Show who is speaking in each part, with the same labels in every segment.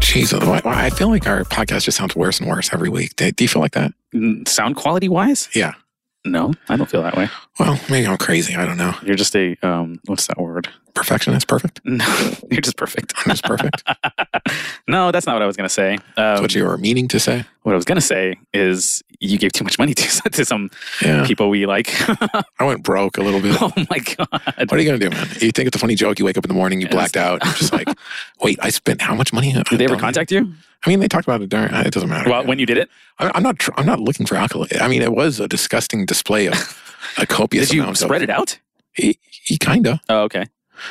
Speaker 1: geez, why- why- I feel like our podcast just sounds worse and worse every week. Do, do you feel like that?
Speaker 2: Mm, Sound quality wise?
Speaker 1: Yeah.
Speaker 2: No, I don't feel that way.
Speaker 1: Well, maybe I'm crazy. I don't know.
Speaker 2: You're just a um, what's that word?
Speaker 1: Perfectionist, perfect.
Speaker 2: No, you're just perfect.
Speaker 1: I'm just perfect.
Speaker 2: No, that's not what I was gonna say.
Speaker 1: That's
Speaker 2: Um,
Speaker 1: what you were meaning to say.
Speaker 2: what I was gonna say is you gave too much money to to some
Speaker 1: Yeah.
Speaker 2: people we like.
Speaker 1: I went broke a little bit.
Speaker 2: oh my god!
Speaker 1: What are you going to do, man? You think it's a funny joke. You wake up in the morning, you
Speaker 2: Yes.
Speaker 1: blacked out. You're just like, wait, I spent how much money?
Speaker 2: Did they ever contact you?
Speaker 1: I mean, they talked about it during, it doesn't matter.
Speaker 2: Well, when you did it,
Speaker 1: I, I'm not, tr- I'm not looking for alcohol. I mean, it was a disgusting display of a copious
Speaker 2: did you
Speaker 1: amount
Speaker 2: spread
Speaker 1: of,
Speaker 2: it out?
Speaker 1: He kind of.
Speaker 2: Oh, okay.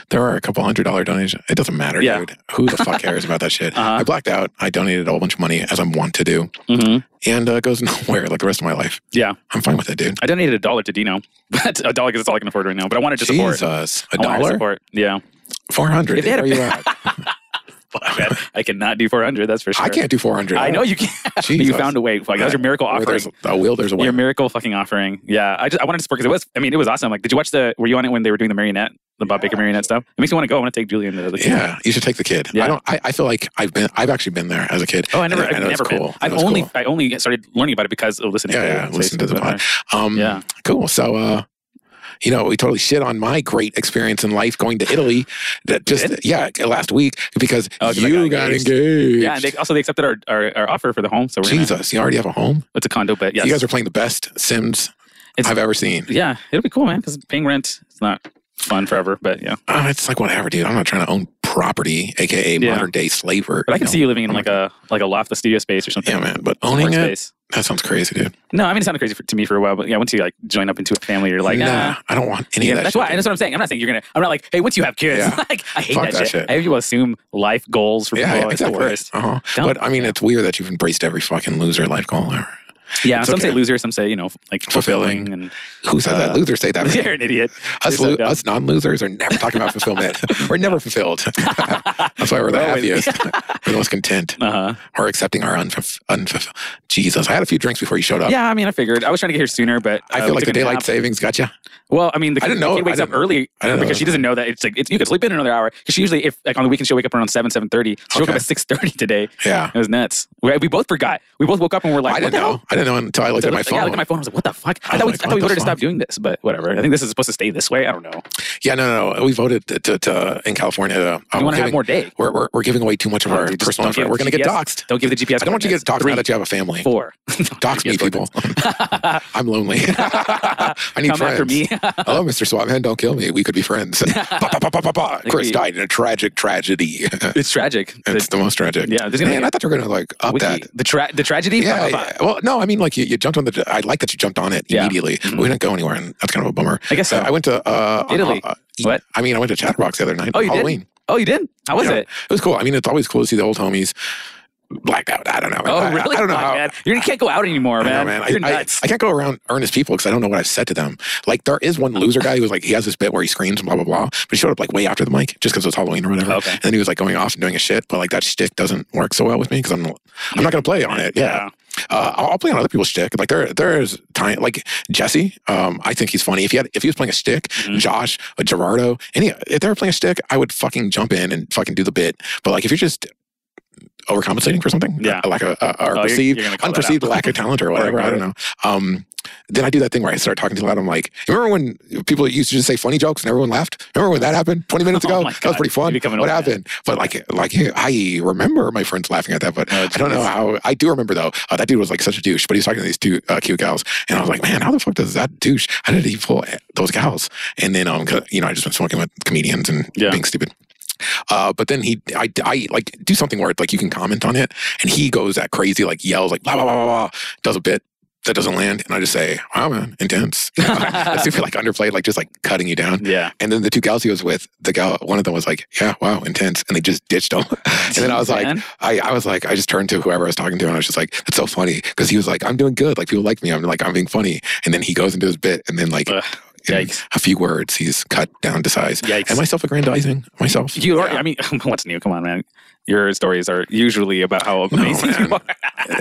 Speaker 1: There are a couple hundred dollar donations. It doesn't matter,
Speaker 2: Yeah.
Speaker 1: dude. Who the fuck cares about that shit?
Speaker 2: Uh-huh.
Speaker 1: I blacked out. I donated a whole bunch of money as I'm wont to do,
Speaker 2: hmm
Speaker 1: and uh, it goes nowhere like the rest of my life.
Speaker 2: Yeah.
Speaker 1: I'm fine with it, dude.
Speaker 2: I donated a dollar to Dino, but a dollar because it's all I can afford right now. But I wanted to support.
Speaker 1: Jesus, a
Speaker 2: I wanted to
Speaker 1: dollar,
Speaker 2: Support. Yeah.
Speaker 1: four hundred.
Speaker 2: If they had
Speaker 1: Where
Speaker 2: a-
Speaker 1: are you at?
Speaker 2: Fuck that. I cannot do 400. That's for sure.
Speaker 1: I can't do four hundred.
Speaker 2: I know you can. but you
Speaker 1: Jesus.
Speaker 2: found a way. Like, that was your miracle
Speaker 1: Where
Speaker 2: offering.
Speaker 1: there's a will, there's a way.
Speaker 2: Your miracle fucking offering. Yeah. I just I wanted to support because it was. I mean, it was awesome. Like, did you watch the? Were you on it when they were doing the marionette, the Bob Baker marionette stuff? It makes me want to go. I want to take Julian to the.
Speaker 1: Yeah, you should take the kid.
Speaker 2: Yeah.
Speaker 1: I don't. I, I feel like I've been. I've actually been there as a kid.
Speaker 2: Oh, I never.
Speaker 1: And
Speaker 2: I've
Speaker 1: and it was
Speaker 2: never been.
Speaker 1: cool. And
Speaker 2: I've
Speaker 1: it was
Speaker 2: only.
Speaker 1: cool.
Speaker 2: I only started learning about it because of listening.
Speaker 1: Yeah,
Speaker 2: to
Speaker 1: yeah,
Speaker 2: it.
Speaker 1: listen to the pod. Um,
Speaker 2: Yeah.
Speaker 1: Cool. So, uh, you know, we totally shit on my great experience in life going to Italy. That just
Speaker 2: did?
Speaker 1: yeah, last week because
Speaker 2: Oh, 'cause I
Speaker 1: you
Speaker 2: got
Speaker 1: got
Speaker 2: engaged.
Speaker 1: engaged.
Speaker 2: Yeah, and they also they accepted our, our, our offer for the home. So we're gonna,
Speaker 1: Jesus, you already have a home.
Speaker 2: it's a condo, but yes,
Speaker 1: You guys are playing the best Sims
Speaker 2: It's-
Speaker 1: I've ever seen.
Speaker 2: yeah, it'll be cool, man. Because paying rent, it's not fun forever, but yeah.
Speaker 1: Uh, it's like whatever, dude. I'm not trying to own property, aka
Speaker 2: Yeah.
Speaker 1: modern day slavery.
Speaker 2: But I can
Speaker 1: know?
Speaker 2: see you living in
Speaker 1: I'm
Speaker 2: like a like a loft, the studio space or something.
Speaker 1: Yeah, man. But owning it,
Speaker 2: Workspace.
Speaker 1: that sounds crazy, dude.
Speaker 2: No, I mean it sounded crazy for, to me for a while, but yeah, once you like join up into a family, you're like, "Ah,
Speaker 1: nah,
Speaker 2: nah.
Speaker 1: I don't want any
Speaker 2: Yeah,
Speaker 1: of that.
Speaker 2: that's
Speaker 1: shit,
Speaker 2: why.
Speaker 1: dude.
Speaker 2: That's what I'm saying. I'm not saying you're gonna. I'm not like, hey, once you have kids,
Speaker 1: Yeah.
Speaker 2: like I hate
Speaker 1: Fuck
Speaker 2: that,
Speaker 1: that
Speaker 2: shit.
Speaker 1: shit.
Speaker 2: I have people assume life goals for people. It's the worst.
Speaker 1: Uh-huh.
Speaker 2: Don't-
Speaker 1: But I mean, it's weird that you've embraced every fucking loser life goal ever.
Speaker 2: Yeah,
Speaker 1: It's
Speaker 2: some say
Speaker 1: okay.
Speaker 2: loser, some say you know like fulfilling,
Speaker 1: Fulfilling.
Speaker 2: and
Speaker 1: Who said
Speaker 2: Uh,
Speaker 1: that? Losers say that.
Speaker 2: you're an idiot.
Speaker 1: Us,
Speaker 2: You're so
Speaker 1: lo-
Speaker 2: dumb.
Speaker 1: us non-losers are never talking about fulfillment. we're never fulfilled. That's why we're the
Speaker 2: We're always-
Speaker 1: happiest. we're the most content.
Speaker 2: Uh-huh.
Speaker 1: Or accepting our unfulfilled. Unfulf- Jesus, I had a few drinks before you showed up.
Speaker 2: Yeah, I mean, I figured I was trying to get here sooner, but
Speaker 1: Oh. I
Speaker 2: uh,
Speaker 1: feel
Speaker 2: we
Speaker 1: like
Speaker 2: took
Speaker 1: the
Speaker 2: a
Speaker 1: daylight
Speaker 2: nap.
Speaker 1: savings got you.
Speaker 2: Well, I mean, the,
Speaker 1: I didn't
Speaker 2: the
Speaker 1: know.
Speaker 2: kid
Speaker 1: I
Speaker 2: wakes up
Speaker 1: didn't-
Speaker 2: early
Speaker 1: I didn't know
Speaker 2: because she
Speaker 1: that.
Speaker 2: doesn't know that it's like it's, you could sleep in another hour. Because she usually, if like on the weekend, she'll wake up around seven, seven thirty. She woke up
Speaker 1: Okay.
Speaker 2: at six thirty today.
Speaker 1: Yeah.
Speaker 2: It was nuts. We, we both forgot. We both woke up and we're like,
Speaker 1: I
Speaker 2: what
Speaker 1: didn't
Speaker 2: the
Speaker 1: know.
Speaker 2: hell?
Speaker 1: I didn't know until I looked
Speaker 2: So
Speaker 1: at
Speaker 2: I
Speaker 1: my
Speaker 2: looked-
Speaker 1: phone.
Speaker 2: Yeah, I looked at my phone. I was like, what the fuck?
Speaker 1: I
Speaker 2: I,
Speaker 1: was
Speaker 2: thought, we,
Speaker 1: like,
Speaker 2: I
Speaker 1: what
Speaker 2: thought we
Speaker 1: the
Speaker 2: voted to stop
Speaker 1: fuck?
Speaker 2: doing this, but whatever. I think this is supposed to stay this way. I don't know.
Speaker 1: yeah, no, no, no. We voted to, to, to in California. Uh,
Speaker 2: You
Speaker 1: we're
Speaker 2: want to have
Speaker 1: giving-
Speaker 2: more day?
Speaker 1: We're, we're, we're giving away too much of
Speaker 2: Oh,
Speaker 1: our
Speaker 2: dude, just
Speaker 1: personal
Speaker 2: don't give
Speaker 1: information. We're going to get
Speaker 2: GPS.
Speaker 1: doxed.
Speaker 2: Don't give the GPS.
Speaker 1: I don't want you to
Speaker 2: coordinates.
Speaker 1: get doxed
Speaker 2: Three,
Speaker 1: now that you have a family.
Speaker 2: Four.
Speaker 1: Dox me,
Speaker 2: GPS
Speaker 1: people. I'm lonely. I need
Speaker 2: Come
Speaker 1: friends.
Speaker 2: after me.
Speaker 1: Hello, Mr. Swatman. Don't kill me. We could be friends. Ba, ba, ba, ba, ba, ba.
Speaker 2: Like
Speaker 1: Chris
Speaker 2: we-
Speaker 1: died in a tragic tragedy.
Speaker 2: it's tragic.
Speaker 1: it's
Speaker 2: The,
Speaker 1: the most tragic.
Speaker 2: yeah, there's gonna
Speaker 1: Man,
Speaker 2: be a
Speaker 1: I thought you were going to like up
Speaker 2: wiki.
Speaker 1: that.
Speaker 2: the tra- the tragedy.
Speaker 1: Yeah,
Speaker 2: Blah, blah, blah.
Speaker 1: yeah. Well, no, I mean, like you, you jumped on the. I like that you jumped on it
Speaker 2: Yeah.
Speaker 1: immediately.
Speaker 2: Mhm.
Speaker 1: We didn't go anywhere, and that's kind of a bummer.
Speaker 2: I guess so.
Speaker 1: Uh, I went to uh,
Speaker 2: Italy.
Speaker 1: uh,
Speaker 2: What?
Speaker 1: I mean, I went to Chatterbox the other night.
Speaker 2: Oh, you did?
Speaker 1: Halloween.
Speaker 2: Oh, you did? How was
Speaker 1: Yeah.
Speaker 2: it?
Speaker 1: It was cool. I mean, it's always cool to see the old homies blacked out. I don't know.
Speaker 2: Oh,
Speaker 1: I, I-
Speaker 2: really?
Speaker 1: I don't know
Speaker 2: Fuck,
Speaker 1: how.
Speaker 2: man. You can't go out anymore,
Speaker 1: I
Speaker 2: man.
Speaker 1: know, man. I,
Speaker 2: You're
Speaker 1: I-
Speaker 2: nuts.
Speaker 1: I can't go around earnest people because I don't know what I've said to them. Like, there is one loser guy who's like, he has this bit where he screams and blah, blah, blah. But he showed up like way after the mic just because it was Halloween or whatever.
Speaker 2: Okay.
Speaker 1: And then he was like going off and doing a shit. But like, that shtick doesn't work so well with me because I'm, I'm not going to play on it. Yeah. Uh, I'll, I'll play on other people's shtick. Like, there, there's time, like Jesse, um, I think he's funny. If he had, if he was playing a shtick,
Speaker 2: Mhm.
Speaker 1: Josh, uh, Gerardo, any, if they were playing a shtick, I would fucking jump in and fucking do the bit. But like, if you're just, Overcompensating for something,
Speaker 2: Yeah.
Speaker 1: like a, a, a
Speaker 2: Oh, you're-
Speaker 1: perceived
Speaker 2: you're gonna call that out.
Speaker 1: unperceived lack of talent or whatever. I don't know. Um, then I do that thing where I start talking too loud. I'm like, remember when people used to just say funny jokes and everyone laughed? Remember when that happened 20 minutes
Speaker 2: Oh
Speaker 1: ago?
Speaker 2: my
Speaker 1: that was
Speaker 2: God.
Speaker 1: pretty fun.
Speaker 2: You become an
Speaker 1: What
Speaker 2: old man.
Speaker 1: happened? But like, like hey, I remember my friends laughing at that, but
Speaker 2: Oh,
Speaker 1: I don't know
Speaker 2: geez.
Speaker 1: how. I do remember though. Uh, that dude was like such a douche, but he's talking to these two uh, cute gals, and I was like, man, how the fuck does that douche? How did he pull those gals? And then um, 'cause, you know, I just been smoking with comedians and
Speaker 2: Yeah.
Speaker 1: being stupid. Uh, but then he, I, I like do something where it's like you can comment on it, and he goes that crazy, like yells, like blah blah blah blah, blah does a bit that doesn't land, and I just say, "Wow, man, intense." That's super like underplayed, like just like cutting you down.
Speaker 2: Yeah.
Speaker 1: And then the two gals he was with, the gal, one of them was like, "Yeah, wow, intense," and they just ditched him. and then I was like,
Speaker 2: Man.
Speaker 1: I, I was like, I just turned to whoever I was talking to, and I was just like, "That's so funny," because he was like, "I'm doing good, like people like me, I'm like I'm being funny," and then he goes into his bit, and then like
Speaker 2: Ugh,
Speaker 1: in
Speaker 2: yikes.
Speaker 1: a few words, he's cut down to size.
Speaker 2: Yikes.
Speaker 1: Am I self-aggrandizing myself?
Speaker 2: you are, I mean, what's new? Come on, man. Your stories are usually about how
Speaker 1: No,
Speaker 2: amazing
Speaker 1: man.
Speaker 2: you are.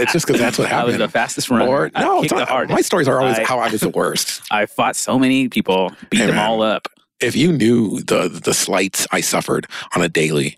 Speaker 1: It's just because that's what
Speaker 2: I was
Speaker 1: happened.
Speaker 2: the fastest runner.
Speaker 1: or
Speaker 2: I
Speaker 1: no,
Speaker 2: kicked
Speaker 1: it's
Speaker 2: the
Speaker 1: not,
Speaker 2: hardest.
Speaker 1: my stories are always
Speaker 2: I-
Speaker 1: how I was the worst.
Speaker 2: I fought so many people, beat
Speaker 1: Hey,
Speaker 2: them
Speaker 1: man.
Speaker 2: all up.
Speaker 1: if you knew the the slights I suffered on a daily,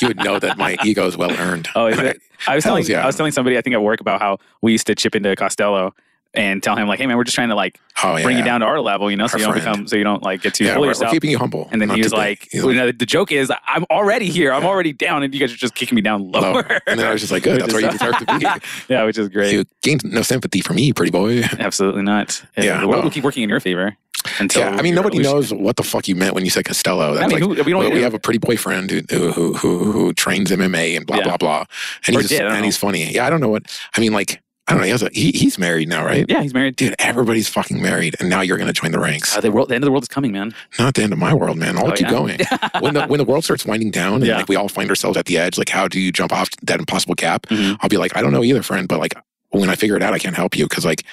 Speaker 1: you would know that my ego is well earned.
Speaker 2: Oh, is it? I
Speaker 1: Hells
Speaker 2: was telling
Speaker 1: yeah.
Speaker 2: I was telling somebody I think at work about how we used to chip into Costello and tell him like, hey man, we're just trying to like
Speaker 1: Oh, yeah.
Speaker 2: bring you down to our level, you know, so
Speaker 1: Our
Speaker 2: you don't
Speaker 1: friend.
Speaker 2: become so you don't like get too
Speaker 1: Yeah,
Speaker 2: full of
Speaker 1: we're, we're
Speaker 2: yourself.
Speaker 1: keeping you humble.
Speaker 2: and then
Speaker 1: not
Speaker 2: he
Speaker 1: too
Speaker 2: was
Speaker 1: big.
Speaker 2: like,
Speaker 1: He's
Speaker 2: you know, the joke is I'm already here, I'm already down, and you guys are just kicking me down
Speaker 1: "Low."
Speaker 2: lower.
Speaker 1: And then I was just like, good, that's where you deserve to be.
Speaker 2: yeah, which is great.
Speaker 1: You gained no sympathy from me, pretty boy.
Speaker 2: Absolutely not.
Speaker 1: Yeah,
Speaker 2: the world
Speaker 1: well.
Speaker 2: will keep working in your favor. Until
Speaker 1: yeah, I mean,
Speaker 2: your
Speaker 1: nobody
Speaker 2: revolution.
Speaker 1: knows what the fuck you meant when you said Costello. That's
Speaker 2: I mean,
Speaker 1: like,
Speaker 2: who, we don't.
Speaker 1: well, we have a pretty boyfriend who who who, who, who trains MMA and blah
Speaker 2: Yeah.
Speaker 1: blah blah, and
Speaker 2: Or
Speaker 1: he's
Speaker 2: did, I
Speaker 1: and
Speaker 2: don't know.
Speaker 1: he's funny. Yeah, I don't know what I mean. Like, I don't know. He has a, he, he's married now, right?
Speaker 2: yeah, he's married.
Speaker 1: Dude, everybody's fucking married, and now you're going to join the ranks.
Speaker 2: Uh, the, world, the end of the world is coming, man.
Speaker 1: Not the end of my world, man. I'll
Speaker 2: Oh,
Speaker 1: keep
Speaker 2: yeah?
Speaker 1: going. when the when the world starts winding down, and
Speaker 2: Yeah.
Speaker 1: like we all find ourselves at the edge, like how do you jump off that impossible gap?
Speaker 2: Mhm.
Speaker 1: I'll be like, I don't know either, friend, but like when I figure it out, I can't help you because like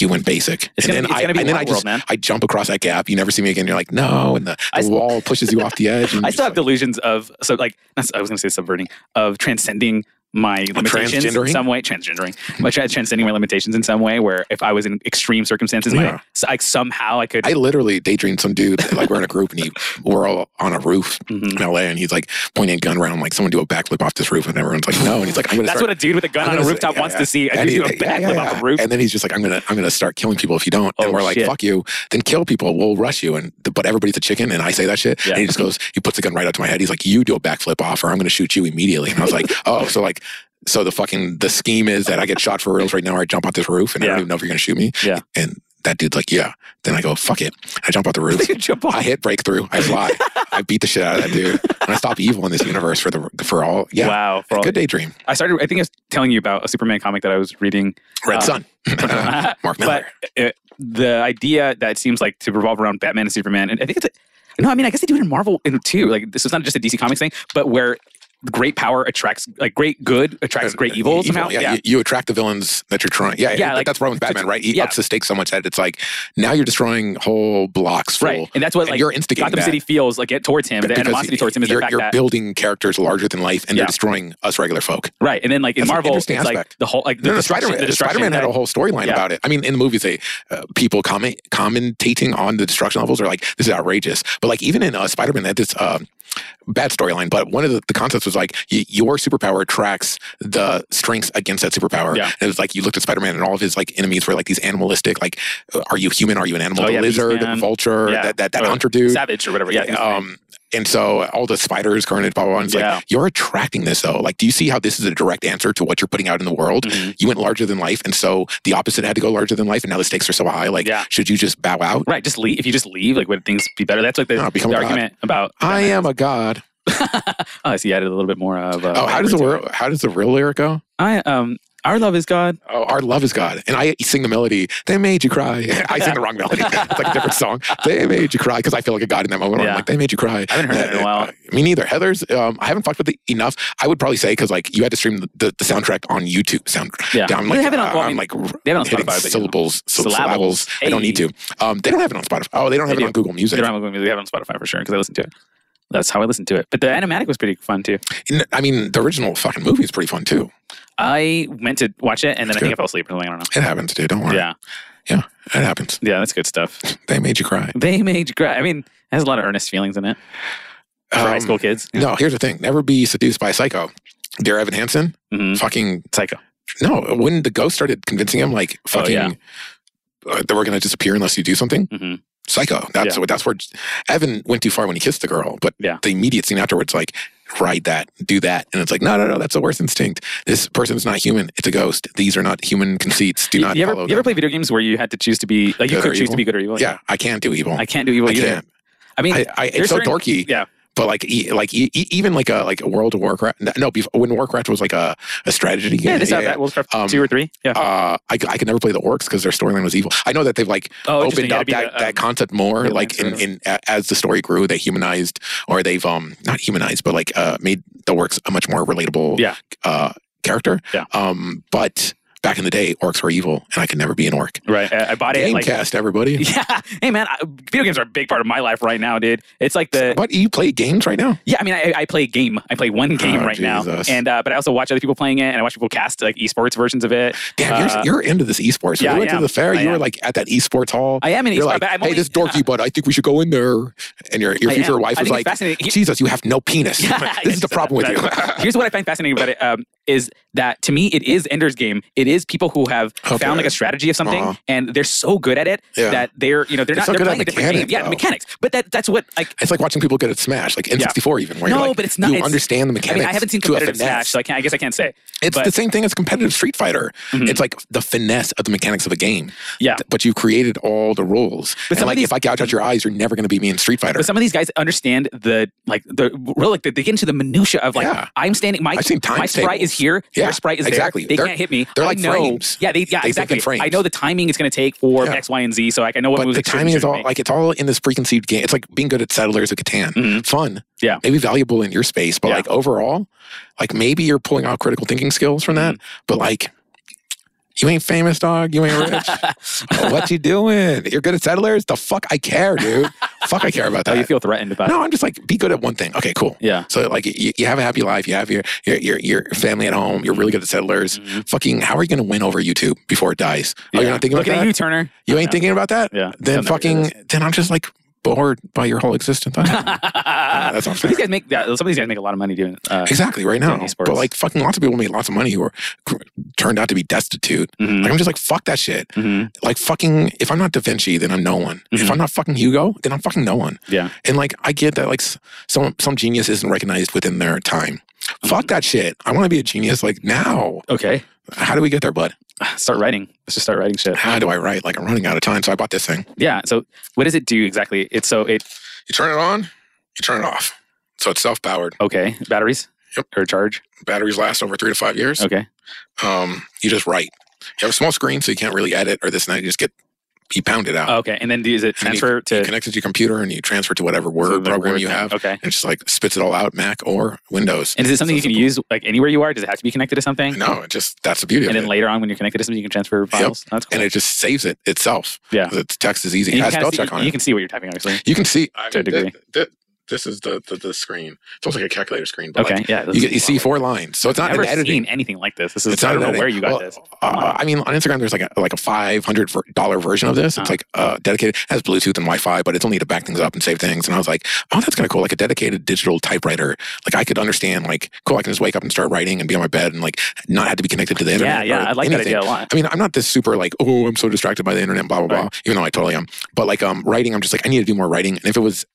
Speaker 1: you went basic, and
Speaker 2: It's gonna,
Speaker 1: then
Speaker 2: be, it's
Speaker 1: I
Speaker 2: gonna be
Speaker 1: and then I
Speaker 2: wild world,
Speaker 1: just
Speaker 2: man.
Speaker 1: I jump across that gap. You never see me again. You're like, no, and the,
Speaker 2: I
Speaker 1: the
Speaker 2: s-
Speaker 1: wall pushes you off the edge. And
Speaker 2: I
Speaker 1: you're just
Speaker 2: still have delusions of so like not, I was gonna say subverting of transcending my limitations in
Speaker 1: transgendering?
Speaker 2: some way, transgendering, my tra- transcending my limitations in some way. Where if I was in extreme circumstances,
Speaker 1: Yeah.
Speaker 2: my so, like somehow I could.
Speaker 1: I literally daydreamed some dude like we're in a group and he we're all on a roof
Speaker 2: Mhm.
Speaker 1: in LA and he's like pointing a gun around like someone do a backflip off this roof and everyone's like no and he's like I'm gonna
Speaker 2: That's
Speaker 1: start
Speaker 2: what a dude with a gun
Speaker 1: I'm
Speaker 2: on a
Speaker 1: gonna say-
Speaker 2: rooftop
Speaker 1: yeah,
Speaker 2: wants
Speaker 1: yeah.
Speaker 2: to see. A
Speaker 1: and
Speaker 2: dude
Speaker 1: he-
Speaker 2: do a backflip
Speaker 1: yeah, yeah,
Speaker 2: off
Speaker 1: yeah.
Speaker 2: a roof.
Speaker 1: and then he's just like I'm gonna I'm gonna start killing people if you don't and
Speaker 2: Oh,
Speaker 1: we're like
Speaker 2: shit.
Speaker 1: fuck you then kill people we'll rush you and but everybody's a chicken and I say that shit
Speaker 2: Yeah.
Speaker 1: and he just goes he puts the gun right up to my head he's like you do a backflip off or I'm gonna shoot you immediately and I was like oh so like. So the fucking the scheme is that I get shot for reals right now, or I jump off this roof, and I don't
Speaker 2: Yeah.
Speaker 1: even know if you're gonna shoot me.
Speaker 2: Yeah.
Speaker 1: And that dude's like, yeah. Then I go, fuck it. I jump off the roof.
Speaker 2: You jump off.
Speaker 1: I hit breakthrough. I fly. I beat the shit out of that dude. And I stop evil in this universe for the for all. Yeah.
Speaker 2: Wow. For all,
Speaker 1: Good daydream.
Speaker 2: I started. I think I was telling you about a Superman comic that I was reading.
Speaker 1: Red
Speaker 2: Uh,
Speaker 1: Sun. Mark Miller.
Speaker 2: But uh, the idea that it seems like to revolve around Batman and Superman, and I think it's a, no, I mean, I guess they do it in Marvel in too. Like this is not just a DC Comics thing, but where great power attracts like great good attracts great evil, somehow.
Speaker 1: Uh, Yeah, e-, You, you attract the villains that you're trying. Yeah,
Speaker 2: Yeah,
Speaker 1: yeah.
Speaker 2: like-
Speaker 1: that's wrong with Batman, right? He
Speaker 2: yeah.
Speaker 1: ups the stakes so much that it's like now you're destroying whole blocks full.
Speaker 2: right, and that's what
Speaker 1: And
Speaker 2: like
Speaker 1: you're instigating
Speaker 2: Gotham
Speaker 1: that.
Speaker 2: City feels like it towards him. The
Speaker 1: Because
Speaker 2: animosity towards him is the
Speaker 1: you're,
Speaker 2: fact
Speaker 1: you're
Speaker 2: that
Speaker 1: building characters larger than life, and you're
Speaker 2: Yeah.
Speaker 1: destroying us regular folk.
Speaker 2: right, and then like in
Speaker 1: That's an
Speaker 2: Marvel, it's
Speaker 1: interesting
Speaker 2: like
Speaker 1: aspect.
Speaker 2: the whole like the
Speaker 1: No, no,
Speaker 2: destruction.
Speaker 1: Spider-Man,
Speaker 2: the destruction
Speaker 1: Spider-Man had
Speaker 2: that-
Speaker 1: a whole storyline
Speaker 2: Yeah.
Speaker 1: about it. I mean, in the movies, they uh, people comment, commentating on the destruction levels are like, "This is outrageous." But like, even in uh, Spider-Man, they had this uh, bad storyline. But one of the, the concepts was like, y- your superpower attracts the strengths against that superpower.
Speaker 2: Yeah.
Speaker 1: And it was like you looked at Spider-Man, and all of his like enemies were like these animalistic, like, uh, "Are you human? Are you an animal?"
Speaker 2: Oh,
Speaker 1: the
Speaker 2: yeah,
Speaker 1: lizard,
Speaker 2: Beastman.
Speaker 1: vulture,
Speaker 2: Yeah.
Speaker 1: that that, that
Speaker 2: Or
Speaker 1: hunter dude.
Speaker 2: savage or whatever. Yeah,
Speaker 1: Yeah. Um, and so all the spiders, carnage, blah, blah, blah. And it's
Speaker 2: Yeah.
Speaker 1: like, you're attracting this though. Like, do you see how this is a direct answer to what you're putting out in the world?
Speaker 2: Mhm.
Speaker 1: You went larger than life. And so the opposite had to go larger than life. And now the stakes are so high. Like,
Speaker 2: Yeah.
Speaker 1: should you just bow out?
Speaker 2: right. Just leave. If you just leave, like would things be better? That's like the,
Speaker 1: No, become
Speaker 2: the
Speaker 1: a god.
Speaker 2: argument about.
Speaker 1: I am a god.
Speaker 2: Oh, I see. You added a little bit more of. Uh,
Speaker 1: Oh, how does the world, how does the real lyric go?
Speaker 2: I um our love is God.
Speaker 1: Oh, our love is God. And I sing the melody, they made you cry. I sing the wrong melody. It's like a different song. They made you cry because I feel like a God in that moment. Where I'm
Speaker 2: Yeah.
Speaker 1: like, they made you cry. Uh,
Speaker 2: I haven't heard that in a while.
Speaker 1: Me neither. Heather's, um, I haven't fucked with it enough. I would probably say because like you had to stream the, the, the soundtrack on YouTube. Sound,
Speaker 2: Yeah. uh,
Speaker 1: I'm
Speaker 2: They
Speaker 1: like, uh,
Speaker 2: have it on- well, I
Speaker 1: I'm
Speaker 2: mean,
Speaker 1: like
Speaker 2: They haven't on
Speaker 1: hitting
Speaker 2: Spotify. But, you know,
Speaker 1: syllables, syllables,
Speaker 2: Syllables.
Speaker 1: syllables. I don't need to. Um, they don't have it on Spotify. Oh, they don't have
Speaker 2: They
Speaker 1: it on Google
Speaker 2: they
Speaker 1: Music.
Speaker 2: don't have it on- they have it on Spotify for sure because I listened to it. That's how I listened to it. But the animatic was pretty fun too.
Speaker 1: N- I mean, the original fucking movie is pretty fun too.
Speaker 2: I went to watch it and then
Speaker 1: That's
Speaker 2: I think
Speaker 1: good.
Speaker 2: I fell asleep. or something, I don't know.
Speaker 1: It happens, dude. Don't worry.
Speaker 2: Yeah,
Speaker 1: It happens.
Speaker 2: yeah, that's good stuff.
Speaker 1: They made you cry.
Speaker 2: They made you cry. I mean, it has a lot of earnest feelings in it for high
Speaker 1: Um,
Speaker 2: school kids.
Speaker 1: No, here's the thing. Never be seduced by a psycho. Dear Evan Hansen,
Speaker 2: hmm
Speaker 1: fucking
Speaker 2: Psycho.
Speaker 1: no. When the ghost started convincing him, like
Speaker 2: Oh,
Speaker 1: fucking,
Speaker 2: yeah.
Speaker 1: uh, that we're gonna disappear unless you do something.
Speaker 2: hmm
Speaker 1: Psycho. That's
Speaker 2: Yeah.
Speaker 1: what. That's where Evan went too far when he kissed the girl. But
Speaker 2: Yeah.
Speaker 1: the immediate scene afterwards, like ride that, do that, and it's like no, no, no. That's a worse instinct. This person's not human. It's a ghost. These are not human conceits. Do
Speaker 2: You,
Speaker 1: not
Speaker 2: you ever,
Speaker 1: follow
Speaker 2: you ever
Speaker 1: them.
Speaker 2: play video games where you had to choose to be like you
Speaker 1: Good or
Speaker 2: could choose
Speaker 1: evil?
Speaker 2: to be good or evil?
Speaker 1: yeah, I can't do evil.
Speaker 2: I can't do evil
Speaker 1: I
Speaker 2: either.
Speaker 1: can't.
Speaker 2: I mean,
Speaker 1: I, I, it's
Speaker 2: there's
Speaker 1: so
Speaker 2: certain-
Speaker 1: dorky.
Speaker 2: yeah.
Speaker 1: But like, e- like e- e- even like a like a World of Warcraft. No, before, when Warcraft was like a, a strategy game.
Speaker 2: yeah, this is not bad. Worldcraft
Speaker 1: Um,
Speaker 2: two or three. Yeah.
Speaker 1: Uh, I, c- I could never play the orcs because their storyline was evil. I know that they've like
Speaker 2: oh, interesting.
Speaker 1: opened
Speaker 2: You had
Speaker 1: up
Speaker 2: to
Speaker 1: that,
Speaker 2: be the, um,
Speaker 1: that concept more,
Speaker 2: freelance
Speaker 1: like in,
Speaker 2: or
Speaker 1: in a- as the story grew, they humanized or they've um not humanized, but like uh made the orcs a much more relatable
Speaker 2: Yeah.
Speaker 1: uh character.
Speaker 2: Yeah.
Speaker 1: Um, but back in the day, orcs were evil, and I could never be an orc.
Speaker 2: Right. I, I bought it. Like,
Speaker 1: Gamecast, everybody.
Speaker 2: yeah. Hey, man, I, video games are a big part of my life right now, dude. It's like the.
Speaker 1: What you play games right now?
Speaker 2: Yeah, I mean, I, I play a game. I play one game
Speaker 1: Oh,
Speaker 2: right now,
Speaker 1: Jesus.
Speaker 2: and uh, but I also watch other people playing it, and I watch people cast like esports versions of it.
Speaker 1: Damn,
Speaker 2: Uh,
Speaker 1: you're, you're into this esports.
Speaker 2: yeah,
Speaker 1: you
Speaker 2: I
Speaker 1: went to
Speaker 2: am.
Speaker 1: the fair.
Speaker 2: I
Speaker 1: you were
Speaker 2: am.
Speaker 1: like at that esports hall.
Speaker 2: I am an
Speaker 1: you're
Speaker 2: esports,
Speaker 1: like,
Speaker 2: but I'm
Speaker 1: hey,
Speaker 2: only,
Speaker 1: this dorky butt. I think we should go in there. And your your
Speaker 2: I
Speaker 1: future
Speaker 2: am.
Speaker 1: wife
Speaker 2: I
Speaker 1: was
Speaker 2: think it's
Speaker 1: like,
Speaker 2: fascinating. He-
Speaker 1: Jesus, you have no penis.
Speaker 2: Yeah, uh,
Speaker 1: this is the
Speaker 2: yes,
Speaker 1: problem with you.
Speaker 2: that's- Here's what I find fascinating about it um, is that to me it is Ender's Game. It is people who have
Speaker 1: Okay.
Speaker 2: found like a strategy of something
Speaker 1: Oh, Uh-huh.
Speaker 2: and they're so good at it
Speaker 1: Yeah.
Speaker 2: that they're you know they're
Speaker 1: They're
Speaker 2: not
Speaker 1: so
Speaker 2: they're
Speaker 1: good at
Speaker 2: playing a different game.
Speaker 1: mechanics,
Speaker 2: Yeah,
Speaker 1: though.
Speaker 2: mechanics. But that that's what like
Speaker 1: it's like watching people get at Smash, like N64 even, where
Speaker 2: No,
Speaker 1: you're like,
Speaker 2: but it's not-
Speaker 1: you
Speaker 2: it's-
Speaker 1: understand the
Speaker 2: I
Speaker 1: mechanics.
Speaker 2: mean I haven't seen
Speaker 1: to a
Speaker 2: competitive
Speaker 1: finesse.
Speaker 2: Smash, so I can't I guess I can't say.
Speaker 1: It's
Speaker 2: but-
Speaker 1: the same thing as competitive Street Fighter.
Speaker 2: Mhm.
Speaker 1: It's like the finesse of the mechanics of a game,
Speaker 2: Yeah.
Speaker 1: but you've created all the rules.
Speaker 2: But
Speaker 1: But
Speaker 2: some
Speaker 1: and
Speaker 2: of
Speaker 1: like,
Speaker 2: these-
Speaker 1: if I gouge out your eyes, you're never going to beat me in Street Fighter.
Speaker 2: But some of these guys understand the like the really like they get into the minutia of like
Speaker 1: Yeah.
Speaker 2: I'm standing my
Speaker 1: I've seen time
Speaker 2: my sprite is
Speaker 1: tables.
Speaker 2: here,
Speaker 1: Yeah,
Speaker 2: their sprite is
Speaker 1: exactly.
Speaker 2: there. They
Speaker 1: They're-
Speaker 2: can't hit me.
Speaker 1: they're
Speaker 2: I
Speaker 1: like
Speaker 2: know,
Speaker 1: frames.
Speaker 2: Yeah, they yeah,
Speaker 1: They think in
Speaker 2: exactly. I
Speaker 1: frames.
Speaker 2: know the timing it's gonna take for
Speaker 1: Yeah.
Speaker 2: X, Y, and Z, so like I know what
Speaker 1: but
Speaker 2: moves
Speaker 1: the
Speaker 2: it should and
Speaker 1: timing is
Speaker 2: shouldn't
Speaker 1: all
Speaker 2: make.
Speaker 1: like it's all in this preconceived game. It's like being good at Settlers of Catan.
Speaker 2: Mhm.
Speaker 1: Fun,
Speaker 2: Yeah.
Speaker 1: maybe valuable in your space, but
Speaker 2: Yeah.
Speaker 1: like overall, like maybe you're pulling out critical thinking skills from that.
Speaker 2: Mm-hmm.
Speaker 1: But like, you ain't famous, dog. You ain't rich. Oh, what you doing? You're good at Settlers. The fuck I care, dude. fuck I care about
Speaker 2: Oh,
Speaker 1: that.
Speaker 2: you feel threatened about it.
Speaker 1: no, I'm just like be good at one thing. Okay, cool.
Speaker 2: Yeah.
Speaker 1: So like you, you have a happy life. You have your your your, your family at home. You're really good at
Speaker 2: Mm-hmm.
Speaker 1: Settlers. Fucking, how are you going to win over YouTube before it dies? Oh, Mm-hmm. you're not thinking
Speaker 2: Look
Speaker 1: about
Speaker 2: at
Speaker 1: that.
Speaker 2: you, Turner.
Speaker 1: You ain't thinking about that?
Speaker 2: Yeah.
Speaker 1: Then
Speaker 2: Don't ever do
Speaker 1: fucking, then I'm just like bored by your whole existence. I don't know. that's not
Speaker 2: Some of these
Speaker 1: fair.
Speaker 2: guys make yeah, some of these guys make a lot of money doing. Uh,
Speaker 1: exactly, right
Speaker 2: Doing
Speaker 1: now.
Speaker 2: esports.
Speaker 1: But like fucking lots of people made lots of money who were cr- turned out to be destitute.
Speaker 2: mhm,
Speaker 1: Like I'm just like, fuck that shit.
Speaker 2: mhm.
Speaker 1: Like fucking, if I'm not Da Vinci, then I'm no one.
Speaker 2: Mhm.
Speaker 1: If I'm not fucking Hugo, then I'm fucking no one.
Speaker 2: Yeah.
Speaker 1: And like, I get that like s- some, some genius isn't recognized within their time.
Speaker 2: Mm-hmm.
Speaker 1: Fuck that shit. I want to be a genius like now.
Speaker 2: Okay.
Speaker 1: How do we get there, bud?
Speaker 2: Start writing. Let's just start writing shit.
Speaker 1: How do I write? Like I'm running out of time. So I bought this thing.
Speaker 2: Yeah. So what does it do exactly? It's so it
Speaker 1: You turn it on, you turn it off. So it's self powered.
Speaker 2: okay batteries
Speaker 1: Yep.
Speaker 2: or charge.
Speaker 1: batteries last over three to five years.
Speaker 2: Okay.
Speaker 1: Um, you just write. You have a small screen, so you can't really edit or this and that. You just get you pound it out.
Speaker 2: Oh, okay. And then is it
Speaker 1: And you-
Speaker 2: transfer to,
Speaker 1: You connect it to your computer and you transfer to whatever
Speaker 2: to
Speaker 1: Word
Speaker 2: the
Speaker 1: program
Speaker 2: Word
Speaker 1: you
Speaker 2: thing?
Speaker 1: have.
Speaker 2: Okay.
Speaker 1: And it just like spits it all out, Mac or Windows.
Speaker 2: And is it something
Speaker 1: So
Speaker 2: you can
Speaker 1: simple.
Speaker 2: use like anywhere you are? Does it have to be connected to something?
Speaker 1: No, it just that's the beauty
Speaker 2: and
Speaker 1: of
Speaker 2: then
Speaker 1: it.
Speaker 2: later on, when you're connected to something, you can transfer files. That's cool.
Speaker 1: and it just saves it itself.
Speaker 2: Yeah.
Speaker 1: 'Cause It's text is easy.
Speaker 2: And
Speaker 1: It
Speaker 2: you, can
Speaker 1: has
Speaker 2: kinda
Speaker 1: spell
Speaker 2: see,
Speaker 1: check on
Speaker 2: you
Speaker 1: it.
Speaker 2: can see what you're typing, obviously.
Speaker 1: You can see I
Speaker 2: To a
Speaker 1: mean, thi-
Speaker 2: degree.
Speaker 1: thi- this is the, the the screen. It's almost like a calculator screen. But
Speaker 2: Okay.
Speaker 1: like,
Speaker 2: yeah.
Speaker 1: you, get, you see four lines, so it's not
Speaker 2: I've never
Speaker 1: an editing.
Speaker 2: seen anything like this. This is
Speaker 1: It's
Speaker 2: I
Speaker 1: not
Speaker 2: don't know
Speaker 1: an
Speaker 2: where you got
Speaker 1: Well,
Speaker 2: this.
Speaker 1: Uh, I mean, on Instagram, there's like a like a five hundred dollar version of this. It's
Speaker 2: Uh.
Speaker 1: like uh, dedicated it has Bluetooth and Wi-Fi, but it's only to back things up and save things. And I was like, oh, that's kind of cool, like a dedicated digital typewriter. Like I could understand, like cool, I can just wake up and start writing and be on my bed and like not have to be connected to the
Speaker 2: Yeah,
Speaker 1: internet.
Speaker 2: yeah.
Speaker 1: or
Speaker 2: I like
Speaker 1: anything.
Speaker 2: that idea a lot.
Speaker 1: I mean, I'm not this super like, oh, I'm so distracted by the internet, blah blah blah.
Speaker 2: Right.
Speaker 1: Even though I totally am. But like, um, writing, I'm just like, I need to do more writing. And if it was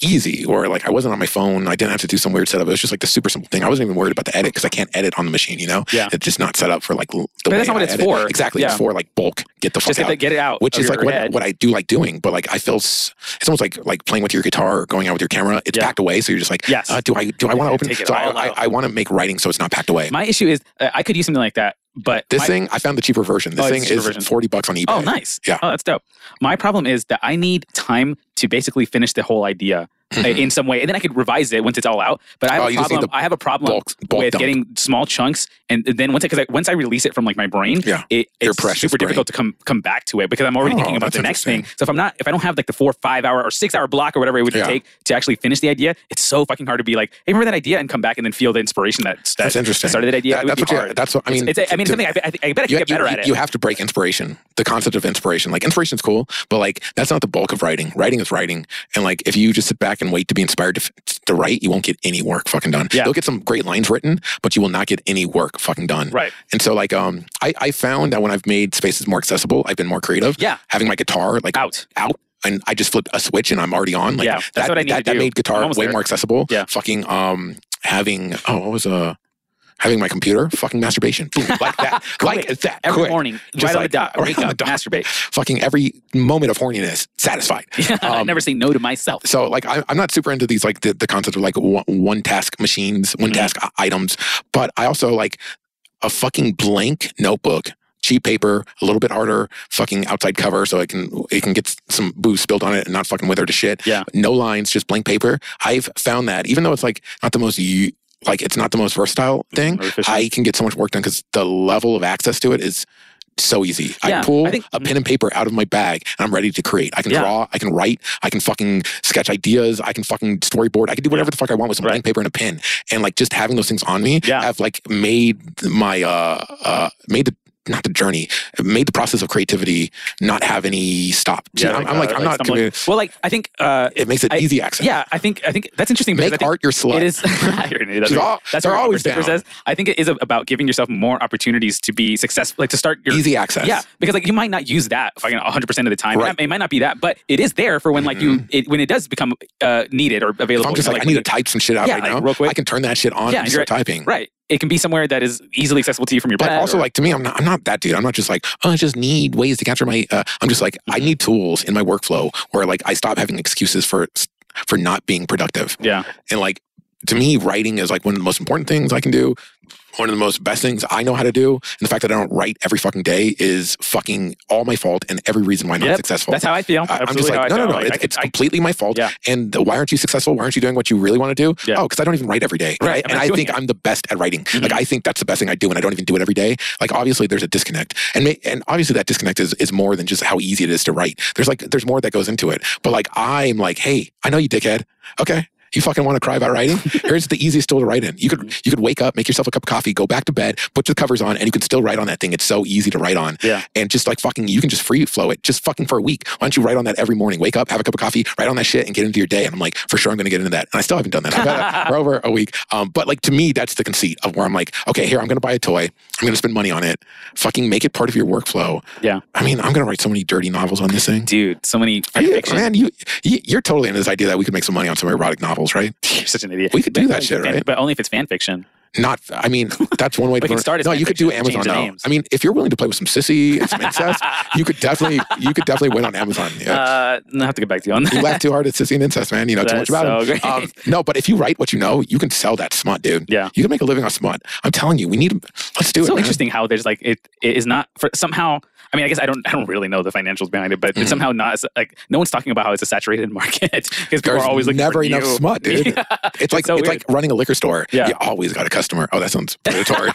Speaker 1: easy or like I wasn't on my phone, I didn't have to do some weird setup. It was just like the super simple thing. I wasn't even worried about the edit because I can't edit on the machine. You know,
Speaker 2: Yeah.
Speaker 1: it's just not set up for like. l- The
Speaker 2: But that's
Speaker 1: way
Speaker 2: not what
Speaker 1: I
Speaker 2: it's
Speaker 1: edit.
Speaker 2: for.
Speaker 1: Exactly,
Speaker 2: Yeah.
Speaker 1: it's for like bulk. Get the fuck
Speaker 2: Just
Speaker 1: out
Speaker 2: get, the, get it out.
Speaker 1: which is
Speaker 2: of your
Speaker 1: like what,
Speaker 2: head.
Speaker 1: what I do like doing, but like I feel s- it's almost like like playing with your guitar or going out with your camera. It's
Speaker 2: Yeah.
Speaker 1: packed away, so you're just like,
Speaker 2: Yes.
Speaker 1: uh, do I do I want to open?
Speaker 2: Take it
Speaker 1: so I,
Speaker 2: all
Speaker 1: I,
Speaker 2: out.
Speaker 1: I want to make writing so it's not packed away.
Speaker 2: My issue is uh, I could use something like that, but
Speaker 1: this
Speaker 2: my-
Speaker 1: thing I found the cheaper version. This
Speaker 2: Oh, it's
Speaker 1: thing
Speaker 2: the cheaper
Speaker 1: is
Speaker 2: version.
Speaker 1: forty bucks on eBay.
Speaker 2: Oh, nice.
Speaker 1: Yeah.
Speaker 2: Oh, that's dope. My problem is that I need time to basically finish the whole idea uh,
Speaker 1: Mhm.
Speaker 2: in some way, and then I could revise it once it's all out. But I have
Speaker 1: Oh,
Speaker 2: a
Speaker 1: you just need
Speaker 2: problem. I have a problem
Speaker 1: Bulk, bulk
Speaker 2: with
Speaker 1: dump.
Speaker 2: getting small chunks, and then once because I, once I release it from like my brain,
Speaker 1: Yeah.
Speaker 2: it,
Speaker 1: Your
Speaker 2: it's
Speaker 1: precious
Speaker 2: super
Speaker 1: brain.
Speaker 2: difficult to come come back to it because I'm already
Speaker 1: Oh,
Speaker 2: thinking about
Speaker 1: that's
Speaker 2: the next thing.
Speaker 1: interesting.
Speaker 2: So if I'm not, if I don't have like the four, five hour or six hour block or whatever it would
Speaker 1: Yeah.
Speaker 2: take to actually finish the idea, it's so fucking hard to be like, hey, remember that idea and come back and then feel the inspiration that that
Speaker 1: That's interesting.
Speaker 2: started that idea.
Speaker 1: That-
Speaker 2: It would
Speaker 1: that's
Speaker 2: be
Speaker 1: what. you-
Speaker 2: hard.
Speaker 1: That's what I mean.
Speaker 2: it's, it's, a- I mean, it's
Speaker 1: to-
Speaker 2: something I, bet- I, think- I bet I could
Speaker 1: you,
Speaker 2: get better
Speaker 1: you,
Speaker 2: at it.
Speaker 1: you have to break inspiration. The concept of inspiration, like inspiration's cool, but like that's not the bulk of writing. Writing is writing, and like if you just sit back and wait to be inspired to, f- to write, you won't get any work fucking done.
Speaker 2: Yeah.
Speaker 1: You'll get some great lines written, but you will not get any work fucking done.
Speaker 2: right.
Speaker 1: And so, like, um, I, I found that when I've made spaces more accessible, I've been more creative.
Speaker 2: Yeah.
Speaker 1: Having my guitar like
Speaker 2: Out.
Speaker 1: out and I just flipped a switch and I'm already on. Like
Speaker 2: Yeah, that's
Speaker 1: that,
Speaker 2: what I need
Speaker 1: that,
Speaker 2: to
Speaker 1: that
Speaker 2: do.
Speaker 1: made guitar
Speaker 2: I'm
Speaker 1: way
Speaker 2: almost there.
Speaker 1: more accessible.
Speaker 2: Yeah.
Speaker 1: Fucking um having oh what was uh having my computer fucking masturbation boom like that like that
Speaker 2: every
Speaker 1: quick.
Speaker 2: morning,
Speaker 1: Just
Speaker 2: right on the
Speaker 1: like,
Speaker 2: dot, I
Speaker 1: right
Speaker 2: wake
Speaker 1: on the
Speaker 2: up,
Speaker 1: dot.
Speaker 2: masturbate.
Speaker 1: fucking every moment of horniness satisfied.
Speaker 2: I
Speaker 1: Um,
Speaker 2: never say no to myself.
Speaker 1: So like I, I'm not super into these like the, the concept of like one, one task machines, one
Speaker 2: Mhm.
Speaker 1: task i- items, but I also like a fucking blank notebook, cheap paper, a little bit harder, fucking outside cover so it can it can get s- some booze spilled on it and not fucking wither to shit.
Speaker 2: Yeah.
Speaker 1: no lines, just blank paper. I've found that even though it's like not the most u- like it's not the most versatile thing.
Speaker 2: Or efficient.
Speaker 1: I can get so much work done because the level of access to it is so easy.
Speaker 2: Yeah,
Speaker 1: I pull
Speaker 2: I think-
Speaker 1: a pen and paper out of my bag and I'm ready to create. I can
Speaker 2: Yeah.
Speaker 1: draw, I can write, I can fucking sketch ideas, I can fucking storyboard, I can do whatever the fuck I want with some
Speaker 2: Right.
Speaker 1: blank paper and a pen. And like just having those things on me
Speaker 2: Yeah.
Speaker 1: have like made my uh uh made the not the journey, made the process of creativity not have any stop.
Speaker 2: Yeah,
Speaker 1: I'm, I'm like,
Speaker 2: uh,
Speaker 1: I'm not
Speaker 2: some, like-
Speaker 1: committed.
Speaker 2: well, like I think, uh,
Speaker 1: it makes it
Speaker 2: I-
Speaker 1: easy access.
Speaker 2: yeah, I think I think that's interesting because I
Speaker 1: Make
Speaker 2: think
Speaker 1: art your slut.
Speaker 2: It is. You're an idiot. that's
Speaker 1: She's
Speaker 2: what-
Speaker 1: all-
Speaker 2: that's
Speaker 1: they're
Speaker 2: what
Speaker 1: always
Speaker 2: Robert Stiffer
Speaker 1: down.
Speaker 2: says. I think it is about giving yourself more opportunities to be successful, like to start your
Speaker 1: easy access.
Speaker 2: Yeah, because like you might not use that fucking 100 percent of the time.
Speaker 1: Right. Mm-hmm.
Speaker 2: It might not be that, but it is there for when like you it, when it does become uh, needed or
Speaker 1: If
Speaker 2: available.
Speaker 1: I'm just
Speaker 2: you know,
Speaker 1: like, I
Speaker 2: when
Speaker 1: need
Speaker 2: you-
Speaker 1: to type some shit out
Speaker 2: Yeah,
Speaker 1: right
Speaker 2: like,
Speaker 1: now.
Speaker 2: real quick.
Speaker 1: I can turn that shit on
Speaker 2: Yeah,
Speaker 1: and
Speaker 2: you're
Speaker 1: start typing.
Speaker 2: Right. Uh, It can be somewhere that is easily accessible to you from your
Speaker 1: But
Speaker 2: bed
Speaker 1: also,
Speaker 2: or-
Speaker 1: like to me, I'm not, I'm not that dude. I'm not just like, oh, I just need ways to capture my. Uh, I'm just like,
Speaker 2: Mm-hmm.
Speaker 1: I need tools in my workflow where like I stop having excuses for for not being productive.
Speaker 2: yeah,
Speaker 1: And like to me, writing is like one of the most important things I can do. One of the most best things I know how to do. And the fact that I don't write every fucking day is fucking all my fault and every reason why I'm not
Speaker 2: Yep.
Speaker 1: successful.
Speaker 2: that's how I feel.
Speaker 1: I- I'm
Speaker 2: Absolutely
Speaker 1: just
Speaker 2: how I
Speaker 1: like, no, no,
Speaker 2: feel.
Speaker 1: no.
Speaker 2: Like, I
Speaker 1: it's
Speaker 2: can-
Speaker 1: it's
Speaker 2: I-
Speaker 1: completely my fault.
Speaker 2: Yeah.
Speaker 1: And why aren't you successful? Why aren't you doing what you really want to do?
Speaker 2: Yeah.
Speaker 1: Oh, because I don't even write every day. And I-
Speaker 2: Right. I'm
Speaker 1: And
Speaker 2: not
Speaker 1: I
Speaker 2: doing
Speaker 1: think
Speaker 2: it.
Speaker 1: I'm the best at writing. Like,
Speaker 2: Mhm.
Speaker 1: I think that's the best thing I do, and I don't even do it every day. Like, obviously, there's a disconnect. And may, and obviously, that disconnect is, is more than just how easy it is to write. There's like, there's more that goes into it. But like, I'm like, hey, I know you dickhead. Okay. You fucking want to cry about writing? Here's the easiest tool to write in. You could
Speaker 2: Mm-hmm.
Speaker 1: you could wake up, make yourself a cup of coffee, go back to bed, put the covers on, and you can still write on that thing. It's so easy to write on
Speaker 2: yeah,
Speaker 1: and just like fucking, you can just free flow it just fucking for a week. Why don't you write on that every morning? Wake up, have a cup of coffee, write on that shit and get into your day. And I'm like, for sure, I'm going to get into that. And I still haven't done that. I've had it for over a week. Um, but like to me, that's the conceit of where I'm like, okay, here, I'm going to buy a toy. I'm going to spend money on it. Fucking make it part of your workflow.
Speaker 2: Yeah.
Speaker 1: I mean, I'm going to write so many dirty novels on this thing.
Speaker 2: dude, so many fan
Speaker 1: You,
Speaker 2: fiction.
Speaker 1: man, you, you you're totally into this idea that we could make some money on some erotic novels, right?
Speaker 2: You're such an idiot.
Speaker 1: We could do that
Speaker 2: But only
Speaker 1: shit,
Speaker 2: if it's fan-
Speaker 1: right?
Speaker 2: But only if it's fan fiction.
Speaker 1: Not, I mean, that's one way to
Speaker 2: We can
Speaker 1: put it.
Speaker 2: start as
Speaker 1: No,
Speaker 2: fan
Speaker 1: you could do
Speaker 2: fiction, change
Speaker 1: Amazon
Speaker 2: the
Speaker 1: now.
Speaker 2: names.
Speaker 1: I mean, if you're willing to play with some sissy and some incest, you could definitely, you could definitely win on Amazon. Yeah.
Speaker 2: Uh, I'll have to get back to you on that.
Speaker 1: you laugh too hard at sissy and incest, man. You know too
Speaker 2: That's
Speaker 1: much about
Speaker 2: so
Speaker 1: it.
Speaker 2: great.
Speaker 1: Um, no, but if you write what you know, you can sell that smut, dude.
Speaker 2: Yeah.
Speaker 1: you can make a living on smut. I'm telling you, we need. Let's do it.
Speaker 2: so
Speaker 1: man.
Speaker 2: interesting how there's like it, it is not for somehow i mean i guess i don't i don't really know the financials behind it but
Speaker 1: Mm-hmm.
Speaker 2: it's somehow not as- like no one's talking about how it's a saturated market because people
Speaker 1: There's
Speaker 2: are always looking
Speaker 1: never
Speaker 2: for
Speaker 1: enough
Speaker 2: new-
Speaker 1: smut, dude.
Speaker 2: yeah,
Speaker 1: It's like
Speaker 2: so
Speaker 1: it's like running a liquor store.
Speaker 2: Yeah.
Speaker 1: you always got a customer. Oh, that sounds predatory.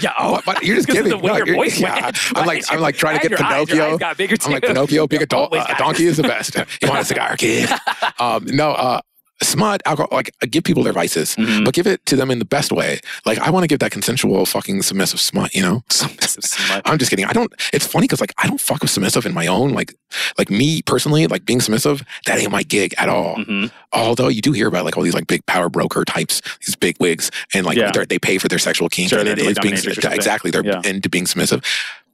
Speaker 2: yeah oh
Speaker 1: But- but you're just
Speaker 2: because of
Speaker 1: giving.
Speaker 2: the way
Speaker 1: No,
Speaker 2: your
Speaker 1: you're-
Speaker 2: voice
Speaker 1: yeah.
Speaker 2: went
Speaker 1: I'm
Speaker 2: Why
Speaker 1: like
Speaker 2: is
Speaker 1: I'm
Speaker 2: your-
Speaker 1: like trying
Speaker 2: why
Speaker 1: to get
Speaker 2: your eyes- your
Speaker 1: Pinocchio.
Speaker 2: eyes got bigger
Speaker 1: I'm like
Speaker 2: too?
Speaker 1: Pinocchio, big
Speaker 2: Your
Speaker 1: adult.
Speaker 2: always
Speaker 1: Uh,
Speaker 2: got-
Speaker 1: donkey is the best. You want a cigar, kid? um, no, uh, smut, alcohol. Like give people their vices,
Speaker 2: Mhm.
Speaker 1: but give it to them in the best way. Like I want to give that consensual, fucking submissive smut. You know.
Speaker 2: Some massive smut.
Speaker 1: I'm just kidding. I don't. It's funny because like I don't fuck with submissive in my own like, like me personally like being submissive that ain't my gig at all.
Speaker 2: Mhm.
Speaker 1: Although you do hear about like all these like big power broker types, these big wigs, and like
Speaker 2: Yeah.
Speaker 1: they're they pay for their sexual kink
Speaker 2: Sure,
Speaker 1: and
Speaker 2: they're
Speaker 1: it
Speaker 2: into,
Speaker 1: is
Speaker 2: like,
Speaker 1: being
Speaker 2: dominatrix or something.
Speaker 1: exactly they're
Speaker 2: Yeah.
Speaker 1: into being submissive.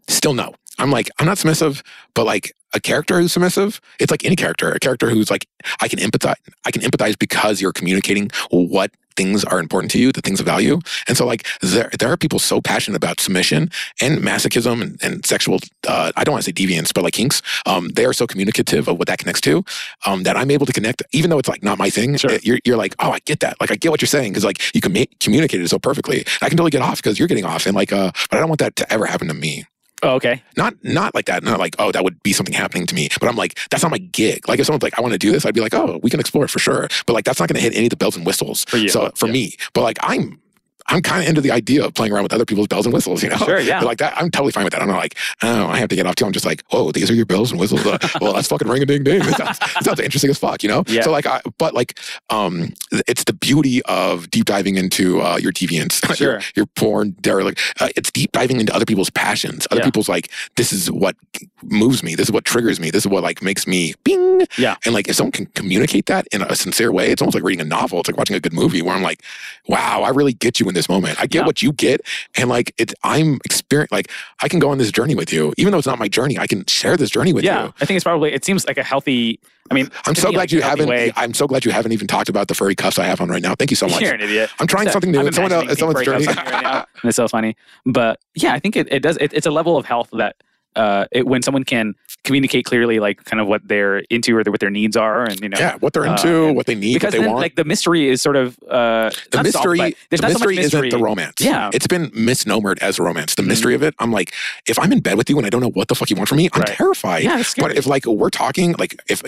Speaker 1: Still no. I'm like I'm not submissive, but like a character who's submissive, it's like any character, a character who's like I can empathize. I can empathize because you're communicating what things are important to you, the things of value. And so like there there are people so passionate about submission and masochism and, and sexual uh, I don't want to say deviance, but like kinks. Um, they are so communicative of what that connects to um, that I'm able to connect, even though it's like not my thing.
Speaker 2: Sure.
Speaker 1: uh, You're, you're like, oh, I get that. Like I get what you're saying because like you can communicate it so perfectly. I can totally get off because you're getting off, and like, uh, but I don't want that to ever happen to me
Speaker 2: oh, okay
Speaker 1: not not like that not like oh that would be something happening to me but i'm like that's not my gig like if someone's like i want to do this i'd be like oh we can explore it for sure but like that's not going to hit any of the bells and whistles
Speaker 2: For you.
Speaker 1: so for
Speaker 2: Yeah.
Speaker 1: me but like i'm i'm kind of into the idea of playing around with other people's bells and whistles you know
Speaker 2: Sure, yeah.
Speaker 1: But, like that i'm totally fine with that i'm not like oh i have to get off too i'm just like oh these are your bells and whistles Uh, well that's fucking ring a ding ding that sounds, that sounds interesting as fuck you know
Speaker 2: Yeah.
Speaker 1: so like i but like um it's the beauty of deep diving into uh, your deviance
Speaker 2: Sure.
Speaker 1: your, your porn derelict uh, it's deep diving into other people's passions other
Speaker 2: Yeah.
Speaker 1: people's like this is what moves me this is what triggers me this is what like makes me bing
Speaker 2: Yeah.
Speaker 1: and like if someone can communicate that in a sincere way it's almost like reading a novel it's like watching a good movie where i'm like wow i really get you in this moment i get
Speaker 2: Yeah.
Speaker 1: what you get and like it's i'm experienced like i can go on this journey with you even though it's not my journey i can share this journey with
Speaker 2: yeah
Speaker 1: you
Speaker 2: i think it's probably it seems like a healthy i mean
Speaker 1: i'm
Speaker 2: to
Speaker 1: so
Speaker 2: me,
Speaker 1: glad
Speaker 2: like,
Speaker 1: you
Speaker 2: a healthy
Speaker 1: haven't
Speaker 2: way-
Speaker 1: i'm so glad you haven't even talked about the furry cuffs i have on right now thank you so much
Speaker 2: you're an idiot
Speaker 1: i'm trying
Speaker 2: So-
Speaker 1: something new
Speaker 2: I'm
Speaker 1: it's someone
Speaker 2: imagining
Speaker 1: else it's someone's
Speaker 2: deep breakups
Speaker 1: journey
Speaker 2: happening right now, and it's so funny. But yeah, I think it, it does. It, it's a level of health that uh, it, when someone can communicate clearly, like kind of what they're into or what their needs are, and you know.
Speaker 1: yeah what they're
Speaker 2: Uh,
Speaker 1: into
Speaker 2: and-
Speaker 1: what they need what
Speaker 2: Because
Speaker 1: they
Speaker 2: then,
Speaker 1: want
Speaker 2: like the mystery is sort of uh,
Speaker 1: the
Speaker 2: not solved,
Speaker 1: mystery,
Speaker 2: but there's
Speaker 1: the mystery
Speaker 2: not so much mystery.
Speaker 1: isn't the romance.
Speaker 2: Yeah. Mm-hmm.
Speaker 1: It's been misnomered as romance. The mystery of it, I'm like, if I'm in bed with you and I don't know what the fuck you want from me, I'm
Speaker 2: Right.
Speaker 1: terrified.
Speaker 2: Yeah, it's scary.
Speaker 1: But if like we're talking, like if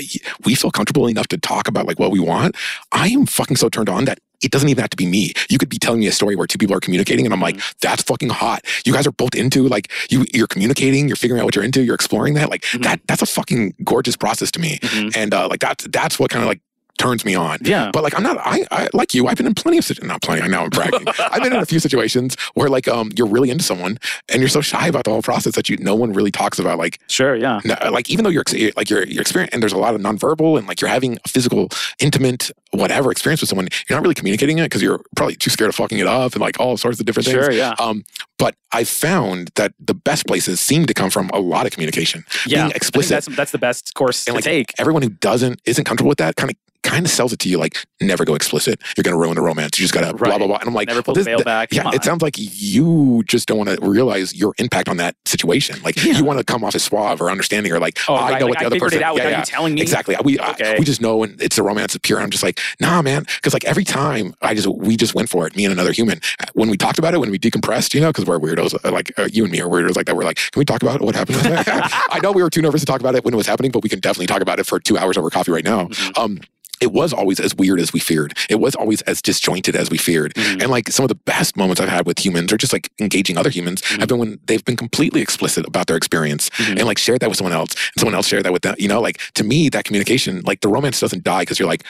Speaker 1: we feel comfortable enough to talk about like what we want, I am fucking so turned on that it doesn't even have to be me. You could be telling me a story where two people are communicating, and I'm like, that's fucking hot. You guys are both into like you. You're communicating. You're figuring out what you're into. You're exploring that. Like
Speaker 2: Mhm.
Speaker 1: that. That's a fucking gorgeous process to me.
Speaker 2: Mhm.
Speaker 1: And uh, like that's that's what kind of like turns me on.
Speaker 2: Yeah.
Speaker 1: But like I'm not I, I like you. I've been in plenty of situations. Not plenty. I know I'm bragging. I've been in a few situations where like um you're really into someone and you're so shy about the whole process that you no one really talks about like
Speaker 2: Sure. Yeah.
Speaker 1: no, like even though you're ex- like you're you're experiencing and there's a lot of nonverbal and like you're having a physical intimate whatever experience with someone you're not really communicating it because you're probably too scared of fucking it up and like all sorts of different
Speaker 2: Sure.
Speaker 1: things.
Speaker 2: Yeah.
Speaker 1: Um, but I found that the best places seem to come from a lot of communication,
Speaker 2: Yeah. I
Speaker 1: being
Speaker 2: think
Speaker 1: explicit.
Speaker 2: That's that's the best course
Speaker 1: And,
Speaker 2: to
Speaker 1: like,
Speaker 2: take.
Speaker 1: Everyone who doesn't isn't comfortable with that kind of kind of sells it to you like never go explicit. You're gonna ruin the romance. You just gotta blah
Speaker 2: Right.
Speaker 1: blah blah. And I'm like,
Speaker 2: Never
Speaker 1: well,
Speaker 2: pull the
Speaker 1: this-
Speaker 2: veil back.
Speaker 1: yeah,
Speaker 2: Come
Speaker 1: it
Speaker 2: on.
Speaker 1: sounds like you just don't want to realize your impact on that situation. Like
Speaker 2: Yeah.
Speaker 1: you want to come off as suave or understanding or like
Speaker 2: Oh,
Speaker 1: I
Speaker 2: right,
Speaker 1: know
Speaker 2: like,
Speaker 1: what the
Speaker 2: I
Speaker 1: other
Speaker 2: figured
Speaker 1: person.
Speaker 2: it out
Speaker 1: yeah,
Speaker 2: without
Speaker 1: yeah.
Speaker 2: you telling me.
Speaker 1: Exactly. We I-
Speaker 2: Okay.
Speaker 1: we just know when it's a romance of pure. I'm just like, nah, man. Because like every time I just we just went for it. Me and another human. When we talked about it, when we decompressed, you know, because we're weirdos. uh, Like uh, you and me are weirdos like that. We're like, can we talk about what happened? I know we were too nervous to talk about it when it was happening, but we can definitely talk about it for two hours over coffee right now.
Speaker 2: Mhm.
Speaker 1: Um, it was always as weird as we feared. It was always as disjointed as we feared.
Speaker 2: Mhm.
Speaker 1: And like some of the best moments I've had with humans or just like engaging other humans
Speaker 2: Mm-hmm.
Speaker 1: have been when they've been completely explicit about their experience
Speaker 2: Mhm.
Speaker 1: and like shared that with someone else and someone else shared that with them. You know, like to me, that communication, like the romance doesn't die because you're like,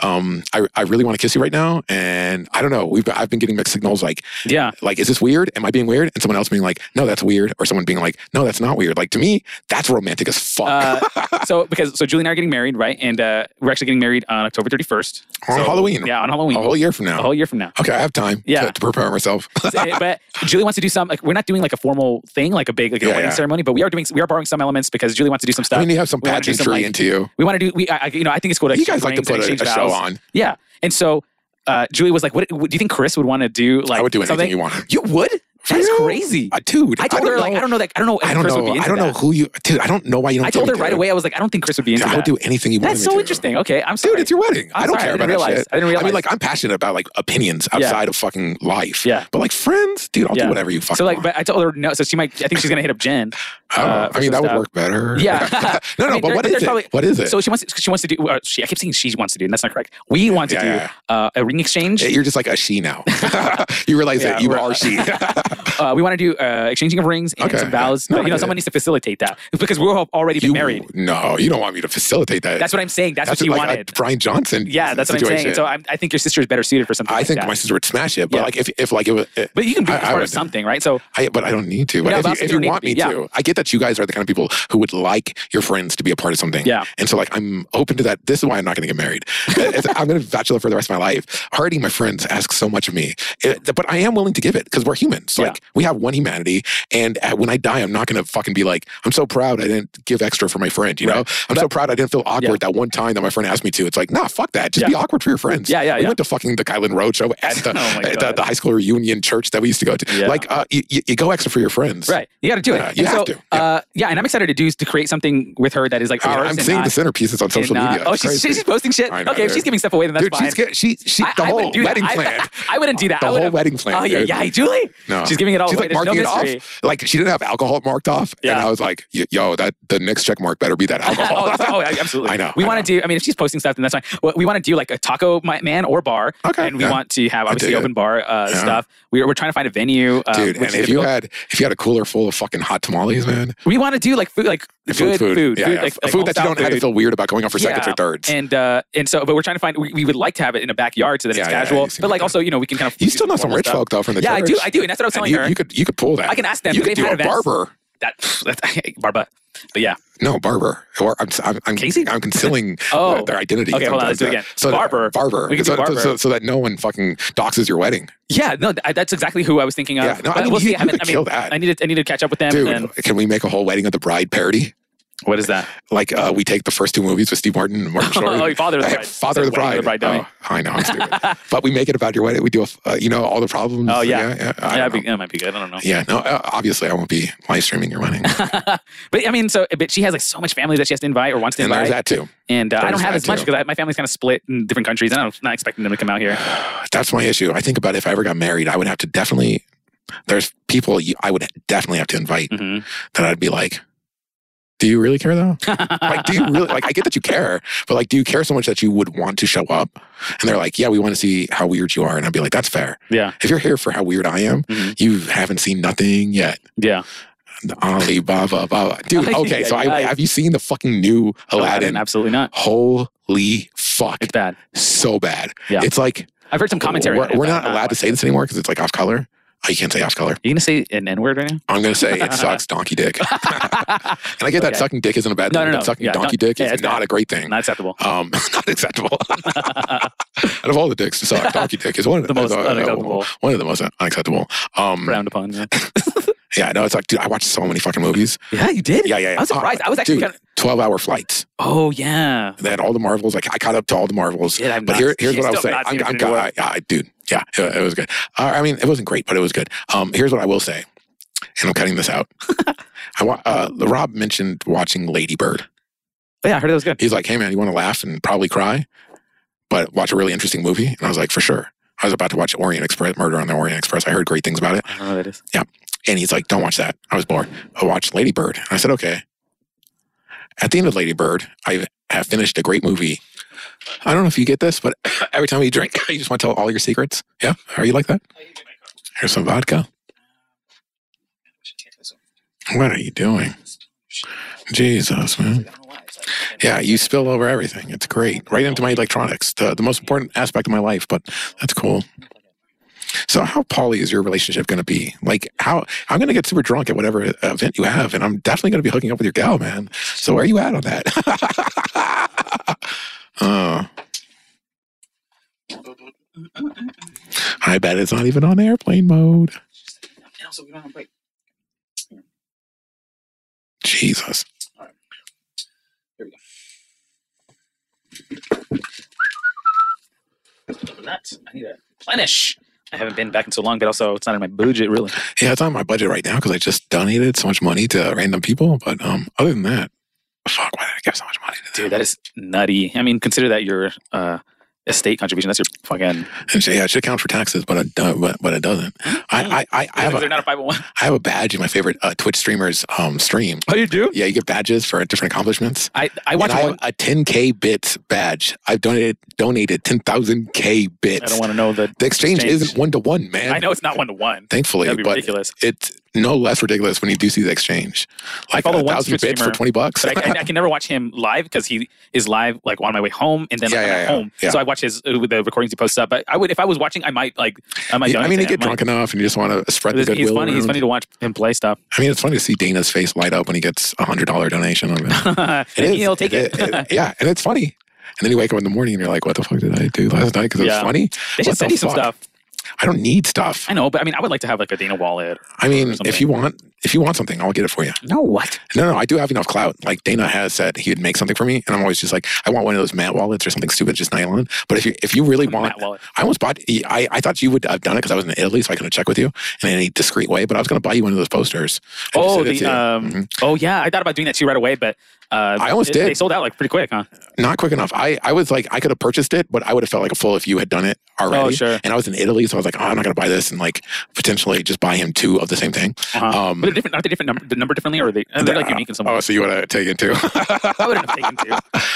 Speaker 1: um, I, I really want to kiss you right now. And I don't know, we've, I've been getting mixed signals like,
Speaker 2: Mm-hmm. Yeah.
Speaker 1: like, is this weird? Am I being weird? And someone else being like, no, that's weird. Or someone being like, no, that's not weird. Like to me, that's romantic as fuck.
Speaker 2: Uh, so because so Julie and I are getting married, right? And uh, we're actually getting married on October 31st.
Speaker 1: on
Speaker 2: so-
Speaker 1: Halloween,
Speaker 2: Yeah, on
Speaker 1: a
Speaker 2: Halloween.
Speaker 1: whole year from now.
Speaker 2: A whole year from now.
Speaker 1: Okay, I have time
Speaker 2: Yeah.
Speaker 1: to, to prepare myself.
Speaker 2: So, eh, but Julie wants to do some. Like, we're not doing like a formal thing, like a big like a
Speaker 1: Yeah,
Speaker 2: wedding
Speaker 1: yeah.
Speaker 2: ceremony, but we are doing. We are borrowing some elements because Julie wants to do some stuff.
Speaker 1: I mean, you have some
Speaker 2: We wanna do some,
Speaker 1: pageantry
Speaker 2: like-
Speaker 1: into you.
Speaker 2: we want to do. We, I, I- you know, I think it's cool to.
Speaker 1: You guys like to
Speaker 2: exchange
Speaker 1: put
Speaker 2: rings
Speaker 1: a,
Speaker 2: and
Speaker 1: a
Speaker 2: exchange
Speaker 1: show
Speaker 2: vows.
Speaker 1: on.
Speaker 2: Yeah, and so uh, Julie was like, what, "What do you think Chris would want to do?" Like,
Speaker 1: I would do anything
Speaker 2: something?
Speaker 1: you want.
Speaker 2: You would? That's
Speaker 1: Yeah.
Speaker 2: crazy.
Speaker 1: Uh, dude,
Speaker 2: I told
Speaker 1: don't
Speaker 2: her like,
Speaker 1: know-
Speaker 2: I don't know that. I don't know. if
Speaker 1: I don't
Speaker 2: Chris Would
Speaker 1: know.
Speaker 2: be
Speaker 1: I
Speaker 2: into
Speaker 1: don't know
Speaker 2: that.
Speaker 1: who you, dude. I don't know why you don't.
Speaker 2: I told her
Speaker 1: think
Speaker 2: right
Speaker 1: do.
Speaker 2: away. I was like, I don't think Chris would be into
Speaker 1: I would
Speaker 2: that.
Speaker 1: do anything you want.
Speaker 2: That's
Speaker 1: me
Speaker 2: so
Speaker 1: to.
Speaker 2: interesting. Okay, I'm sorry.
Speaker 1: dude. It's your wedding.
Speaker 2: I'm
Speaker 1: I don't
Speaker 2: sorry,
Speaker 1: care
Speaker 2: I
Speaker 1: about
Speaker 2: didn't
Speaker 1: that
Speaker 2: realize.
Speaker 1: shit.
Speaker 2: I didn't
Speaker 1: I
Speaker 2: realize.
Speaker 1: mean, like, I'm passionate about like opinions
Speaker 2: Yeah.
Speaker 1: outside of fucking life.
Speaker 2: Yeah.
Speaker 1: but like friends, dude. I'll
Speaker 2: Yeah.
Speaker 1: do whatever you fucking.
Speaker 2: So like,
Speaker 1: want.
Speaker 2: but I told her no. So she might. I think she's gonna hit up Jen.
Speaker 1: Oh,
Speaker 2: uh,
Speaker 1: I mean,
Speaker 2: versus
Speaker 1: that would
Speaker 2: that.
Speaker 1: work better.
Speaker 2: Yeah.
Speaker 1: no, no.
Speaker 2: I mean,
Speaker 1: but
Speaker 2: there-
Speaker 1: what is
Speaker 2: there's
Speaker 1: it?
Speaker 2: probably-
Speaker 1: What is it?
Speaker 2: So she wants. She wants to do. Uh, she, I kept saying she wants to do, and that's not correct. We want to
Speaker 1: Yeah,
Speaker 2: do
Speaker 1: yeah,
Speaker 2: Uh, a ring exchange.
Speaker 1: You're just like a she now. you realize
Speaker 2: Yeah,
Speaker 1: that you
Speaker 2: we're-
Speaker 1: are she.
Speaker 2: Uh, we want to do uh, exchanging of rings and
Speaker 1: Okay.
Speaker 2: some vows.
Speaker 1: No,
Speaker 2: but,
Speaker 1: I
Speaker 2: you know,
Speaker 1: get
Speaker 2: someone needs to facilitate that because we'll have already been
Speaker 1: you
Speaker 2: married.
Speaker 1: no, you don't want me to facilitate that.
Speaker 2: That's what I'm saying. That's, what she
Speaker 1: like a
Speaker 2: wanted.
Speaker 1: Brian Johnson.
Speaker 2: yeah, that's what I'm saying.
Speaker 1: situation.
Speaker 2: And so I'm, I think your sister is better suited for something.
Speaker 1: I
Speaker 2: like
Speaker 1: think
Speaker 2: that.
Speaker 1: my sister would smash it, but
Speaker 2: Yeah.
Speaker 1: like if, if like it was, it-
Speaker 2: But you can be
Speaker 1: I- I
Speaker 2: part
Speaker 1: would
Speaker 2: of
Speaker 1: do.
Speaker 2: something, right? So
Speaker 1: I but I don't need to. But
Speaker 2: No,
Speaker 1: if,
Speaker 2: but
Speaker 1: you,
Speaker 2: also
Speaker 1: if you
Speaker 2: you don't need
Speaker 1: want
Speaker 2: to
Speaker 1: me
Speaker 2: be. Yeah.
Speaker 1: to, I get that you guys are the kind of people who would like your friends to be a part of something.
Speaker 2: Yeah.
Speaker 1: And so like I'm open to that. This is why I'm not going to get married. It's- I'm going to be bachelor for the rest of my life. Hurting my friends asks so much of me, It- but I am willing to give it because we're humans.
Speaker 2: Yeah.
Speaker 1: Like we have one humanity, and uh, when I die, I'm not going to fucking be like I'm so proud I didn't give extra for my friend. You know, I'm so proud I didn't feel awkward that one time that my friend asked me to. It's like nah, fuck that. Just
Speaker 2: Yeah.
Speaker 1: be awkward for your friends.
Speaker 2: Yeah, yeah,
Speaker 1: We
Speaker 2: yeah.
Speaker 1: went to fucking the Kylan Road show at the,
Speaker 2: Oh
Speaker 1: at
Speaker 2: my
Speaker 1: the,
Speaker 2: God.
Speaker 1: the high school reunion church that we used to go to.
Speaker 2: Yeah.
Speaker 1: Like uh, you, you you go extra for your friends.
Speaker 2: right, you got to do it.
Speaker 1: Yeah, you
Speaker 2: And
Speaker 1: have
Speaker 2: so,
Speaker 1: to. Yeah.
Speaker 2: Uh, yeah, and I'm excited to do to create something with her that is like
Speaker 1: I
Speaker 2: ours.
Speaker 1: am
Speaker 2: and
Speaker 1: seeing the
Speaker 2: not-
Speaker 1: centerpieces on social
Speaker 2: and, uh,
Speaker 1: media.
Speaker 2: Oh,
Speaker 1: It's
Speaker 2: she's,
Speaker 1: crazy.
Speaker 2: she's posting shit.
Speaker 1: I know,
Speaker 2: okay, if
Speaker 1: dude.
Speaker 2: she's giving stuff away, then that's
Speaker 1: Dude,
Speaker 2: fine.
Speaker 1: she's get- she she
Speaker 2: I-
Speaker 1: the
Speaker 2: I
Speaker 1: whole
Speaker 2: wouldn't do that.
Speaker 1: wedding
Speaker 2: I-
Speaker 1: plan.
Speaker 2: I wouldn't do that.
Speaker 1: The
Speaker 2: I
Speaker 1: whole
Speaker 2: would've-
Speaker 1: wedding plan,
Speaker 2: Oh yeah,
Speaker 1: dude.
Speaker 2: yeah, Julie.
Speaker 1: No.
Speaker 2: She's giving it all
Speaker 1: She's
Speaker 2: away.
Speaker 1: like
Speaker 2: There's
Speaker 1: marking
Speaker 2: no
Speaker 1: it
Speaker 2: mystery.
Speaker 1: off. Like she didn't have alcohol marked off, and
Speaker 2: Yeah.
Speaker 1: I was like, y- "Yo, that the next check mark better be that alcohol."
Speaker 2: oh, oh, absolutely.
Speaker 1: I know,
Speaker 2: We
Speaker 1: I
Speaker 2: want to do. I mean, if she's posting stuff, then that's fine. Well, we want to do like a taco mi- man or bar.
Speaker 1: Okay,
Speaker 2: And we
Speaker 1: yeah.
Speaker 2: want to have obviously
Speaker 1: dig it.
Speaker 2: open bar uh,
Speaker 1: Yeah.
Speaker 2: stuff. We, we're trying to find a venue. Um,
Speaker 1: Dude, and
Speaker 2: which is
Speaker 1: if you
Speaker 2: difficult.
Speaker 1: had if you had a cooler full of fucking hot tamales, man,
Speaker 2: we want to do like food, like good food,
Speaker 1: food, yeah, yeah.
Speaker 2: like, like
Speaker 1: food that you
Speaker 2: homestyle
Speaker 1: don't have to
Speaker 2: food.
Speaker 1: feel weird about going out for seconds
Speaker 2: Yeah.
Speaker 1: or thirds.
Speaker 2: And uh, and so, but we're trying to find. We, we would like to have it in a backyard so that it's
Speaker 1: Yeah, yeah,
Speaker 2: casual.
Speaker 1: you seem
Speaker 2: but
Speaker 1: like
Speaker 2: like
Speaker 1: that.
Speaker 2: also, you know, we can kind of.
Speaker 1: you still know some
Speaker 2: formal
Speaker 1: rich
Speaker 2: stuff.
Speaker 1: folk though from the
Speaker 2: Yeah, I
Speaker 1: church.
Speaker 2: do. I do, and that's what I was
Speaker 1: And
Speaker 2: telling
Speaker 1: you,
Speaker 2: her.
Speaker 1: you could you could pull that.
Speaker 2: I can ask them,
Speaker 1: You
Speaker 2: but
Speaker 1: could
Speaker 2: they've
Speaker 1: do
Speaker 2: had
Speaker 1: a
Speaker 2: events.
Speaker 1: barber.
Speaker 2: that, Barba. But yeah.
Speaker 1: No, barber. Or I'm I'm, I'm
Speaker 2: Casey?
Speaker 1: I'm concealing
Speaker 2: Oh.
Speaker 1: their, their identity.
Speaker 2: Okay, hold on, let's do it
Speaker 1: sometimes.
Speaker 2: again.
Speaker 1: So
Speaker 2: Barber.
Speaker 1: barber.
Speaker 2: We can do
Speaker 1: so, so-
Speaker 2: barber.
Speaker 1: So, so that no one fucking doxes your wedding.
Speaker 2: Yeah, no, th- that's exactly who I was thinking of.
Speaker 1: Yeah, no, I
Speaker 2: But
Speaker 1: mean,
Speaker 2: we'll
Speaker 1: you-
Speaker 2: see.
Speaker 1: you
Speaker 2: I, haven't-
Speaker 1: could
Speaker 2: I mean,
Speaker 1: kill that.
Speaker 2: I need to, I need to catch up with them.
Speaker 1: Dude,
Speaker 2: and
Speaker 1: can we make a whole wedding of the bride parody?
Speaker 2: what is that?
Speaker 1: Like uh, we take the first two movies with Steve Martin and Martin Short.
Speaker 2: Oh,
Speaker 1: and-
Speaker 2: Father of the
Speaker 1: Hey,
Speaker 2: Bride.
Speaker 1: Father of the
Speaker 2: Wedding
Speaker 1: Bride.
Speaker 2: of the Bride, don't
Speaker 1: oh, I know, I'm stupid. but we make it about your wedding. We do, a, f- uh, you know, all the problems.
Speaker 2: Oh,
Speaker 1: yeah, yeah.
Speaker 2: yeah.
Speaker 1: I
Speaker 2: Yeah,
Speaker 1: don't
Speaker 2: that'd be,
Speaker 1: know.
Speaker 2: that might be good. I don't know.
Speaker 1: yeah no, uh, obviously I won't be live streaming your wedding.
Speaker 2: But I mean, so but she has like so much family that she has to invite or wants to
Speaker 1: and
Speaker 2: invite,
Speaker 1: there's that too.
Speaker 2: and uh, I don't
Speaker 1: there's
Speaker 2: have
Speaker 1: that
Speaker 2: as much
Speaker 1: too.
Speaker 2: because my family's kind of split in different countries, and I'm not expecting them to come out here.
Speaker 1: That's my issue. I think about if I ever got married, I would have to definitely, there's people you, I would definitely have to invite
Speaker 2: hmm
Speaker 1: that I'd be like, do you really care though? like, do you really like? I get that you care, but like, do you care so much that you would want to show up? And they're like, yeah, we want to see how weird you are, and I'd be like, that's fair.
Speaker 2: yeah.
Speaker 1: If you're here for how weird I am,
Speaker 2: Mhm.
Speaker 1: you haven't seen nothing yet.
Speaker 2: Yeah.
Speaker 1: Alibaba, Baba, dude. Okay, so I, have you seen the fucking new
Speaker 2: Oh,
Speaker 1: Aladdin?
Speaker 2: Absolutely not.
Speaker 1: Holy fuck,
Speaker 2: It's bad.
Speaker 1: so bad.
Speaker 2: Yeah.
Speaker 1: It's like
Speaker 2: I've heard some commentary.
Speaker 1: We're,
Speaker 2: on it,
Speaker 1: we're
Speaker 2: but uh,
Speaker 1: not
Speaker 2: I'm
Speaker 1: allowed to say this anymore because it's like off color. Oh, you can't say off color.
Speaker 2: You gonna say an N word right now?
Speaker 1: I'm gonna say it sucks donkey dick. and I get that
Speaker 2: Okay.
Speaker 1: sucking dick isn't a bad
Speaker 2: No,
Speaker 1: thing,
Speaker 2: no,
Speaker 1: but
Speaker 2: no.
Speaker 1: sucking
Speaker 2: Yeah,
Speaker 1: donkey
Speaker 2: don-
Speaker 1: dick
Speaker 2: yeah,
Speaker 1: is
Speaker 2: it's
Speaker 1: not
Speaker 2: bad.
Speaker 1: a great thing.
Speaker 2: not acceptable.
Speaker 1: Um, not acceptable. Out of all the dicks to suck, donkey dick is one of
Speaker 2: The most
Speaker 1: uh, uh,
Speaker 2: unacceptable.
Speaker 1: One of the most unacceptable. Um,
Speaker 2: Frowned upon. Yeah.
Speaker 1: yeah, no, it's like, dude, I watched so many fucking movies.
Speaker 2: yeah, you did.
Speaker 1: Yeah, yeah, yeah.
Speaker 2: I was surprised. I was actually
Speaker 1: dude,
Speaker 2: kind of.
Speaker 1: twelve-hour flights.
Speaker 2: Oh yeah.
Speaker 1: They had all the Marvels. Like, I caught up to all the Marvels.
Speaker 2: Yeah, I'm
Speaker 1: But
Speaker 2: not-
Speaker 1: here, here's what I'll
Speaker 2: still
Speaker 1: say.
Speaker 2: not
Speaker 1: I'm,
Speaker 2: seen
Speaker 1: I'm,
Speaker 2: Infinity War.
Speaker 1: I, I, dude, yeah, it, it was good. Uh, I mean, it wasn't great, but it was good. Um, here's what I will say, and I'm cutting this out. I wa- uh, Rob mentioned watching Lady Bird.
Speaker 2: Oh, yeah, I heard it was good.
Speaker 1: He's like, hey, man, you want to laugh and probably cry, but watch a really interesting movie? And I was like, for sure. I was about to watch Orient Express, Murder on the Orient Express. I heard great things about it.
Speaker 2: I don't know what that is.
Speaker 1: And he's like, don't watch that. I was bored. I watched Lady Bird. And I said, okay. At the end of Lady Bird, I have finished a great movie. I don't know if you get this, but every time you drink, you just want to tell all your secrets. Yeah. Are you like that? Here's some vodka. What are you doing? Jesus, man. Yeah, you spill over everything. It's great. Right into my electronics, the, the most important aspect of my life, but that's cool. So, how poly is your relationship going to be? Like, how I'm going to get super drunk at whatever event you have, and I'm definitely going to be hooking up with your gal, man. So, where are you at on that? uh, I bet it's not even on airplane mode.
Speaker 2: And also, we don't have break.
Speaker 1: Jesus.
Speaker 2: Nuts. I need to replenish. I haven't been back in so long, but also it's not in my budget really.
Speaker 1: Yeah, it's on my budget right now because I just donated so much money to random people. But um, other than that, fuck, why did I give so much money to
Speaker 2: Dude, that is nutty. I mean, consider that your uh, estate contribution. That's your fucking.
Speaker 1: And so, yeah, it should count for taxes, but it, do- but, but it doesn't. I, I, I, I, have
Speaker 2: Because
Speaker 1: a,
Speaker 2: they're not a five hundred one.
Speaker 1: I have a badge in my favorite uh, Twitch streamers um, stream.
Speaker 2: Oh, you do?
Speaker 1: Yeah, you get badges for different accomplishments.
Speaker 2: I I
Speaker 1: And
Speaker 2: watched
Speaker 1: I have
Speaker 2: one.
Speaker 1: a 10K bits badge. I've donated donated 10,000K
Speaker 2: I don't
Speaker 1: bits.
Speaker 2: want to know the.
Speaker 1: The exchange,
Speaker 2: exchange.
Speaker 1: isn't one to one, man.
Speaker 2: I know it's not one to one.
Speaker 1: Thankfully,
Speaker 2: That'd be
Speaker 1: but
Speaker 2: ridiculous.
Speaker 1: it's no less ridiculous when you do see the exchange. Like
Speaker 2: follow
Speaker 1: a
Speaker 2: one
Speaker 1: thousand
Speaker 2: Twitch
Speaker 1: bits for 20
Speaker 2: streamer,
Speaker 1: bucks.
Speaker 2: But I, I, I can never watch him live because he is live like on my way home and then
Speaker 1: Yeah,
Speaker 2: like, I'm
Speaker 1: yeah,
Speaker 2: at
Speaker 1: yeah,
Speaker 2: home.
Speaker 1: yeah.
Speaker 2: So I watch his uh, with the recordings he posts up. But I would if I was watching, I might like I might.
Speaker 1: Yeah, I
Speaker 2: donate
Speaker 1: mean,
Speaker 2: to
Speaker 1: you get
Speaker 2: him.
Speaker 1: drunk enough and you just want to spread the
Speaker 2: Like,
Speaker 1: goodwill.
Speaker 2: he's funny. He's
Speaker 1: around.
Speaker 2: funny to watch him play stuff.
Speaker 1: I mean, it's funny to see Dana's face light up when he gets a $100 donation of it.
Speaker 2: and he'll take it.
Speaker 1: yeah, and it's funny. And then you wake up in the morning and you're like, "What the fuck did I do last night?" Because
Speaker 2: Yeah.
Speaker 1: it's funny.
Speaker 2: they
Speaker 1: what
Speaker 2: should send
Speaker 1: the
Speaker 2: you some
Speaker 1: fuck?
Speaker 2: stuff.
Speaker 1: I don't need stuff.
Speaker 2: I know, but I mean, I would like to have like a Dana wallet.
Speaker 1: I mean, if
Speaker 2: something.
Speaker 1: you want, if you want something, I'll get it for you.
Speaker 2: No, what?
Speaker 1: No, no, I do have enough clout. Like Dana has said, he'd make something for me, and I'm always just like, I want one of those matte wallets or something stupid, just nylon. But if you if you really want,
Speaker 2: Matt wallet.
Speaker 1: I almost bought. I, I thought you would have done it because I was in Italy, so I couldn't check with you in any discreet way. But I was going to buy you one of those posters. and just
Speaker 2: Oh,
Speaker 1: send it
Speaker 2: the,
Speaker 1: to you.
Speaker 2: um,
Speaker 1: Mhm.
Speaker 2: oh yeah, I thought about doing that too right away, but uh,
Speaker 1: I almost
Speaker 2: it-
Speaker 1: did.
Speaker 2: They sold out like pretty quick, huh?
Speaker 1: Mm-hmm. not quick enough. I I was like, I could have purchased it, but I would have felt like a fool if you had done it already.
Speaker 2: Oh, sure.
Speaker 1: and I was in Italy, so I was like, oh, I'm not gonna buy this and like potentially just buy him two of the same thing.
Speaker 2: Uh-huh.
Speaker 1: Um,
Speaker 2: but they're different. Aren't they different? Number, the number differently, or are they? They're like
Speaker 1: Yeah.
Speaker 2: unique in some way.
Speaker 1: oh, so you wanna take it too?
Speaker 2: I wouldn't have taken two,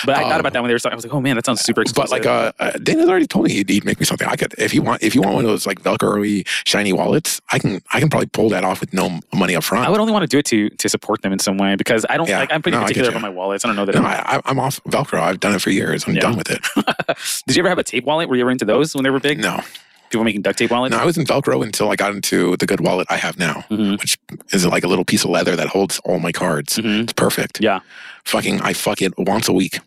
Speaker 2: but I
Speaker 1: Um,
Speaker 2: thought about that when they were. Talking. I was like, oh man, that sounds super
Speaker 1: but
Speaker 2: expensive.
Speaker 1: like, uh, uh, Dana's already told me he'd, he'd make me something. I could if you want if you want one of those like Velcro-y shiny wallets, I can I can probably pull that off with no money up front.
Speaker 2: I would only want to do it to to support them in some way because I don't
Speaker 1: Yeah.
Speaker 2: like. I'm pretty
Speaker 1: No, I get
Speaker 2: particular
Speaker 1: you.
Speaker 2: about my wallets. I don't know that.
Speaker 1: no, I, I- I'm off Velcro. I've done it for years. I'm
Speaker 2: Yeah.
Speaker 1: done with it.
Speaker 2: Did you ever have a tape wallet? Were you ever into those when they were big?
Speaker 1: No,
Speaker 2: People making duct tape wallets.
Speaker 1: no, I was in Velcro until I got into the good wallet I have now,
Speaker 2: Mhm.
Speaker 1: which is like a little piece of leather that holds all my cards.
Speaker 2: Mhm.
Speaker 1: It's perfect.
Speaker 2: Yeah.
Speaker 1: Fucking, I fuck it once a week.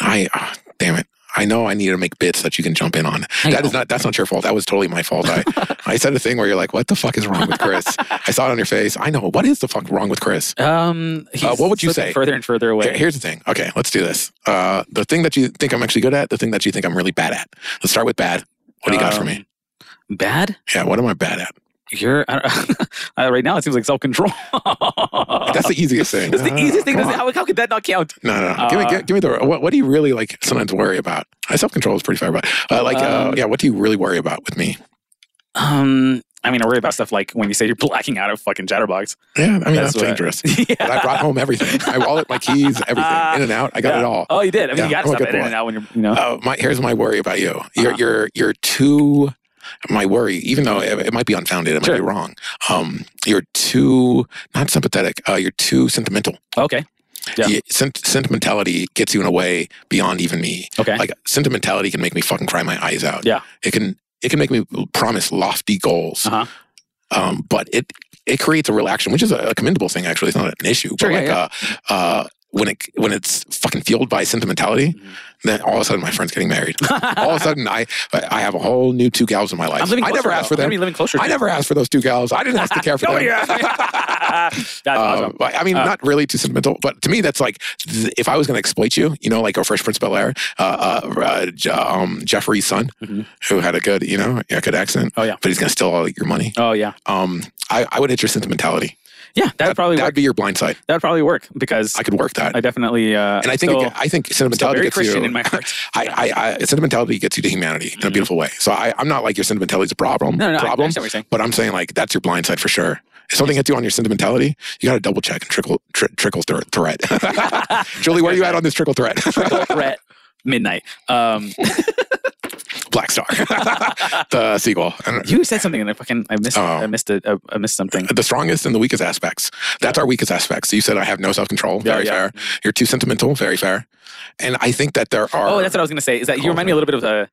Speaker 1: I, ah, damn it. I know I need to make bits that you can jump in on.
Speaker 2: I
Speaker 1: That is
Speaker 2: know.
Speaker 1: not, that's not your fault. That was totally my fault. I, I said a thing where you're like, what the fuck is wrong with Chris? I saw it on your face. I know. What is the fuck wrong with Chris?
Speaker 2: Um, he's
Speaker 1: Uh, what would you
Speaker 2: slipping
Speaker 1: say?
Speaker 2: Further and further
Speaker 1: Here-
Speaker 2: away.
Speaker 1: Here's the thing. Okay, let's do this. Uh, the thing that you think I'm actually good at, the thing that you think I'm really bad at. Let's start with bad. What do you got for me?
Speaker 2: Um, Bad.
Speaker 1: Yeah, what am I bad at?
Speaker 2: You're I don't- uh, right now. It seems like self control.
Speaker 1: That's the easiest thing.
Speaker 2: uh, That's the
Speaker 1: Ah,
Speaker 2: easiest thing.
Speaker 1: come
Speaker 2: to say.
Speaker 1: on.
Speaker 2: How, how could that not count?
Speaker 1: No, no, no. give me,
Speaker 2: Uh,
Speaker 1: give, give me the. What, what do you really like? Sometimes worry about. I self control is pretty fair, but uh, like, uh,
Speaker 2: Um,
Speaker 1: yeah. What do you really worry about with me?
Speaker 2: Um, I mean, I worry about stuff like when you say you're blacking out of fucking Chatterbox.
Speaker 1: Yeah, I mean
Speaker 2: That's
Speaker 1: that's,
Speaker 2: what-
Speaker 1: dangerous.
Speaker 2: yeah.
Speaker 1: But I brought home everything. My wallet, my keys, everything.
Speaker 2: Ah,
Speaker 1: in and out. I got
Speaker 2: Yeah.
Speaker 1: it all.
Speaker 2: Oh, you did. I mean,
Speaker 1: Yeah,
Speaker 2: you got
Speaker 1: I'm a
Speaker 2: stuff
Speaker 1: good
Speaker 2: in
Speaker 1: boy.
Speaker 2: and out when you're, you know.
Speaker 1: Uh, my here's my worry about you. You're
Speaker 2: Uh-huh.
Speaker 1: you're you're too. My worry, even though it, it might be unfounded, it might be
Speaker 2: Sure.
Speaker 1: wrong. Um, you're too not sympathetic. Uh, you're too sentimental.
Speaker 2: okay. Yeah.
Speaker 1: You- sent, sentimentality gets you in a way beyond even me.
Speaker 2: Okay.
Speaker 1: Like sentimentality can make me fucking cry my eyes out.
Speaker 2: Yeah.
Speaker 1: It can it can make me promise lofty goals.
Speaker 2: Uh-huh.
Speaker 1: Um, but it it creates a real action, which is a commendable thing actually. It's not an issue.
Speaker 2: Sure,
Speaker 1: but
Speaker 2: yeah,
Speaker 1: like uh uh when it when it's fucking fueled by sentimentality,
Speaker 2: Mhm.
Speaker 1: then all of a sudden my friend's getting married. all of a sudden I I have a whole new two gals in my life.
Speaker 2: I'm living
Speaker 1: I
Speaker 2: closer,
Speaker 1: never asked
Speaker 2: though.
Speaker 1: for
Speaker 2: I'm
Speaker 1: them.
Speaker 2: gonna be living closer. to
Speaker 1: I
Speaker 2: you.
Speaker 1: never asked for those two gals. I didn't ask to care for them.
Speaker 2: Nobody asked me. Oh, That's
Speaker 1: Uh,
Speaker 2: awesome.
Speaker 1: but I mean,
Speaker 2: Uh,
Speaker 1: not really too sentimental, but to me, that's like th- if I was going to exploit you, you know, like a Fresh Prince of Bel Air, uh, uh, uh, J- um, Jeffrey's son,
Speaker 2: Mhm.
Speaker 1: who had a good, you know, a good accent.
Speaker 2: Oh, yeah.
Speaker 1: but he's going to steal all your money.
Speaker 2: Oh yeah,
Speaker 1: Um, I, I would hit your sentimentality.
Speaker 2: yeah. That would probably
Speaker 1: That
Speaker 2: work.
Speaker 1: would be your blind side.
Speaker 2: That would probably work because
Speaker 1: I could work that.
Speaker 2: I, definitely. Uh,
Speaker 1: and I think
Speaker 2: still,
Speaker 1: I think
Speaker 2: still
Speaker 1: sentimentality
Speaker 2: very
Speaker 1: gets
Speaker 2: Christian
Speaker 1: you.
Speaker 2: in my heart.
Speaker 1: I, I, I sentimentality gets you to humanity in a
Speaker 2: Mhm.
Speaker 1: beautiful way. So I, I'm not like your sentimentality is a problem.
Speaker 2: No, no, I- I
Speaker 1: problem.
Speaker 2: understand what you're saying.
Speaker 1: But I'm saying like that's your blind side for sure. If something hits you on your sentimentality, you got to double check and trickle tri- trickle thre- threat. Julie, where are you at on this trickle threat?
Speaker 2: Brett midnight. Um,
Speaker 1: Black Star, the sequel. I don't know.
Speaker 2: you said something and I fucking I missed.
Speaker 1: Oh.
Speaker 2: I missed it. I, I missed something.
Speaker 1: The strongest and the weakest aspects. That's our weakest aspects. You said I have no self control.
Speaker 2: Yeah,
Speaker 1: Very
Speaker 2: yeah.
Speaker 1: fair. You're too sentimental. Very fair. And I think that there are.
Speaker 2: Oh, that's what I was gonna say. Is that you remind me a little bit of uh,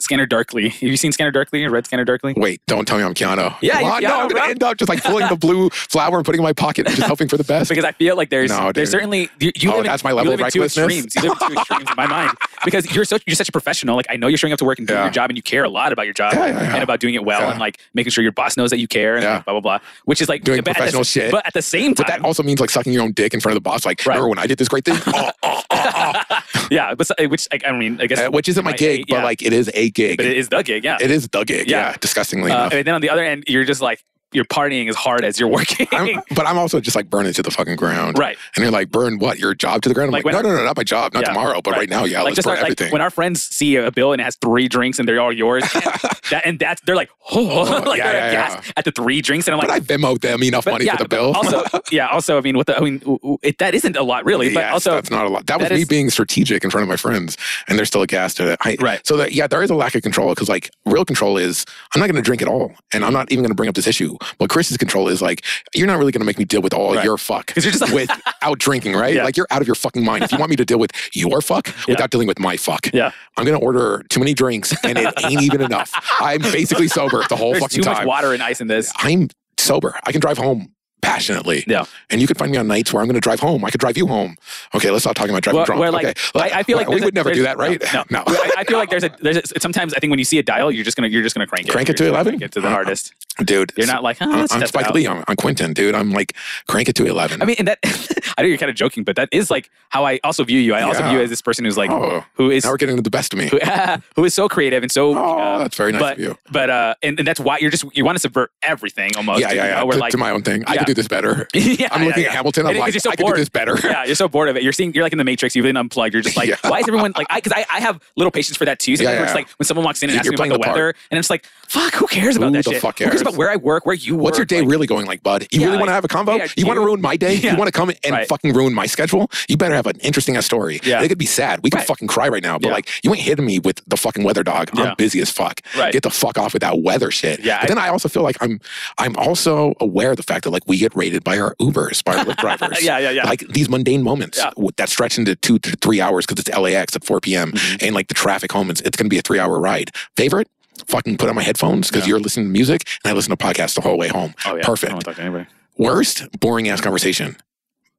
Speaker 2: Scanner Darkly? Have you seen Scanner Darkly? Read Scanner Darkly?
Speaker 1: Wait, don't tell me I'm Keanu.
Speaker 2: Yeah,
Speaker 1: Come
Speaker 2: you're
Speaker 1: on, no,
Speaker 2: Keanu,
Speaker 1: I'm
Speaker 2: bro.
Speaker 1: gonna end up just like pulling the blue flower and putting it in my pocket and just hoping for the best.
Speaker 2: Because I feel like there's
Speaker 1: No, dude.
Speaker 2: there's certainly you, you
Speaker 1: Oh,
Speaker 2: live in,
Speaker 1: that's my level
Speaker 2: you
Speaker 1: of
Speaker 2: live in two
Speaker 1: recklessness?
Speaker 2: extremes. You live in two extremes in my mind because you're such you're such a professional. Like I know you're showing up to work and doing
Speaker 1: Yeah.
Speaker 2: your job, and you care a lot about your job
Speaker 1: Yeah, yeah, yeah.
Speaker 2: and about doing it well
Speaker 1: Yeah.
Speaker 2: and like making sure your boss knows that you care and
Speaker 1: Yeah.
Speaker 2: blah blah blah. Which is like
Speaker 1: Doing
Speaker 2: but at the-
Speaker 1: professional shit.
Speaker 2: But at the same
Speaker 1: But that
Speaker 2: time,
Speaker 1: also means like sucking your own dick in front of the boss. Like,
Speaker 2: Right.
Speaker 1: remember when I did this great thing? Oh, oh, oh, oh.
Speaker 2: yeah. But so- which like, I mean, I guess
Speaker 1: Uh, which isn't my
Speaker 2: Right,
Speaker 1: gig,
Speaker 2: yeah.
Speaker 1: but like it is a gig.
Speaker 2: but it is the gig. Yeah.
Speaker 1: it is the gig. Yeah,
Speaker 2: Yeah.
Speaker 1: disgustingly
Speaker 2: Uh,
Speaker 1: enough.
Speaker 2: and then on the other end, you're just like you're partying as hard as you're working.
Speaker 1: I'm, but I'm also just like burn it to the fucking ground.
Speaker 2: right.
Speaker 1: And you're like, burn what? Your job to the ground? I'm
Speaker 2: Like
Speaker 1: like,
Speaker 2: when-
Speaker 1: no, no, no, not my job, not
Speaker 2: Yeah,
Speaker 1: tomorrow, but right, now, yeah, let's burn
Speaker 2: our-
Speaker 1: everything.
Speaker 2: when our friends see a bill and it has three drinks and they're all yours, and that and that's they're like, oh, like
Speaker 1: yeah,
Speaker 2: they're
Speaker 1: yeah,
Speaker 2: aghast at the three drinks, and I'm
Speaker 1: but
Speaker 2: like,
Speaker 1: I Venmoed them enough
Speaker 2: but
Speaker 1: money
Speaker 2: yeah,
Speaker 1: for the
Speaker 2: but
Speaker 1: bill.
Speaker 2: also, yeah, also, I mean, what the, I mean, w- w- it, that isn't a lot really, but
Speaker 1: Yes,
Speaker 2: also,
Speaker 1: that's not a lot. That was
Speaker 2: that
Speaker 1: me
Speaker 2: is-
Speaker 1: being strategic in front of my friends, and they're still aghast at it. I,
Speaker 2: Right.
Speaker 1: So that yeah, there is a lack of control because like real control is I'm not going to drink at all, and I'm not even going to bring up this issue. But Chris's control is like you're not really going to make me deal with all
Speaker 2: Right.
Speaker 1: your fuck
Speaker 2: 'Cause you're just like-
Speaker 1: without drinking, right?
Speaker 2: Yeah.
Speaker 1: Like you're out of your fucking mind. If you want me to deal with your fuck without dealing with my fuck,
Speaker 2: Yeah.
Speaker 1: I'm going to order too many drinks, and it ain't even enough. I'm basically sober the whole
Speaker 2: there's
Speaker 1: fucking
Speaker 2: too
Speaker 1: time.
Speaker 2: much water and ice in this.
Speaker 1: I'm sober. I can drive home passionately.
Speaker 2: Yeah.
Speaker 1: And you could find me on nights where I'm going to drive home. I could drive you home. Okay, let's stop talking about driving
Speaker 2: Where-
Speaker 1: drunk.
Speaker 2: where, like,
Speaker 1: okay.
Speaker 2: I- I feel like
Speaker 1: we
Speaker 2: there's a-
Speaker 1: would never do
Speaker 2: there's-
Speaker 1: that, right?
Speaker 2: no,
Speaker 1: No.
Speaker 2: I, I feel like there's a there's a, sometimes I think when you see a dial, you're just gonna you're just gonna crank it,
Speaker 1: Crank it to
Speaker 2: You're just gonna
Speaker 1: 11?
Speaker 2: crank it to the
Speaker 1: Uh,
Speaker 2: hardest.
Speaker 1: Dude,
Speaker 2: You're not Oh, like, huh,
Speaker 1: I'm,
Speaker 2: let's
Speaker 1: I'm
Speaker 2: test it
Speaker 1: Spike
Speaker 2: out.
Speaker 1: Lee. I'm, I'm Quentin, dude. I'm like, crank it to 11.
Speaker 2: I mean, and that I know you're kind of joking, but that is like how I also view you. I also
Speaker 1: Yeah.
Speaker 2: view you as this person who's like
Speaker 1: oh,
Speaker 2: who is
Speaker 1: now we're getting to the best of me.
Speaker 2: who, who is so creative and so.
Speaker 1: Oh,
Speaker 2: uh,
Speaker 1: that's very nice
Speaker 2: but
Speaker 1: of you.
Speaker 2: but uh, and, and that's why you're just you want to subvert everything almost.
Speaker 1: Yeah, yeah,
Speaker 2: you
Speaker 1: yeah.
Speaker 2: know, Oh, We're
Speaker 1: To,
Speaker 2: like.
Speaker 1: to my own thing. I
Speaker 2: Yeah.
Speaker 1: could do this better.
Speaker 2: yeah,
Speaker 1: I'm
Speaker 2: yeah,
Speaker 1: looking
Speaker 2: yeah.
Speaker 1: at Hamilton. I'm
Speaker 2: And it- 'cause
Speaker 1: like,
Speaker 2: you're so
Speaker 1: I could do
Speaker 2: bored.
Speaker 1: this better.
Speaker 2: yeah, you're so bored of it. You're seeing, you're like in the Matrix. You've been unplugged. You're just like,
Speaker 1: Yeah.
Speaker 2: why is everyone like? I Because I, I have little patience for that too. So
Speaker 1: Yeah,
Speaker 2: yeah,
Speaker 1: yeah.
Speaker 2: like when someone walks in and
Speaker 1: You're
Speaker 2: asks me about
Speaker 1: playing
Speaker 2: the,
Speaker 1: the part.
Speaker 2: weather, and it's like, fuck, who cares about
Speaker 1: Who
Speaker 2: that
Speaker 1: the
Speaker 2: shit?
Speaker 1: fuck
Speaker 2: Who
Speaker 1: cares?
Speaker 2: cares about where I work, where you work?
Speaker 1: What's your day
Speaker 2: Like,
Speaker 1: really going like, bud? You
Speaker 2: Yeah,
Speaker 1: really want to
Speaker 2: like,
Speaker 1: have a convo?
Speaker 2: yeah,
Speaker 1: you want to
Speaker 2: dude.
Speaker 1: ruin my day?
Speaker 2: Yeah.
Speaker 1: You want to come and
Speaker 2: Right.
Speaker 1: fucking ruin my schedule? You better have an interesting ass story.
Speaker 2: Yeah.
Speaker 1: It could be sad. We could
Speaker 2: Right.
Speaker 1: fucking cry right now, but
Speaker 2: Yeah.
Speaker 1: like, you ain't hitting me with the fucking weather dog.
Speaker 2: Yeah.
Speaker 1: I'm busy as fuck.
Speaker 2: Right.
Speaker 1: Get the fuck off with that weather shit.
Speaker 2: Yeah,
Speaker 1: But
Speaker 2: I-
Speaker 1: then I also feel like I'm, I'm also aware of the fact that like we get rated by our Ubers, by our Lyft drivers.
Speaker 2: Yeah, yeah, yeah.
Speaker 1: Like these mundane moments
Speaker 2: Yeah.
Speaker 1: w- that stretch into two to three hours because it's LAX at 4
Speaker 2: Oh,
Speaker 1: p.m. and like the traffic home, it's, it's going to be a three hour ride. Favorite? Fucking put on my headphones because you're listening to music and I listen to podcasts the whole way home.
Speaker 2: Oh, yeah. I
Speaker 1: Perfect.
Speaker 2: don't want to talk to anybody.
Speaker 1: Worst, boring ass conversation.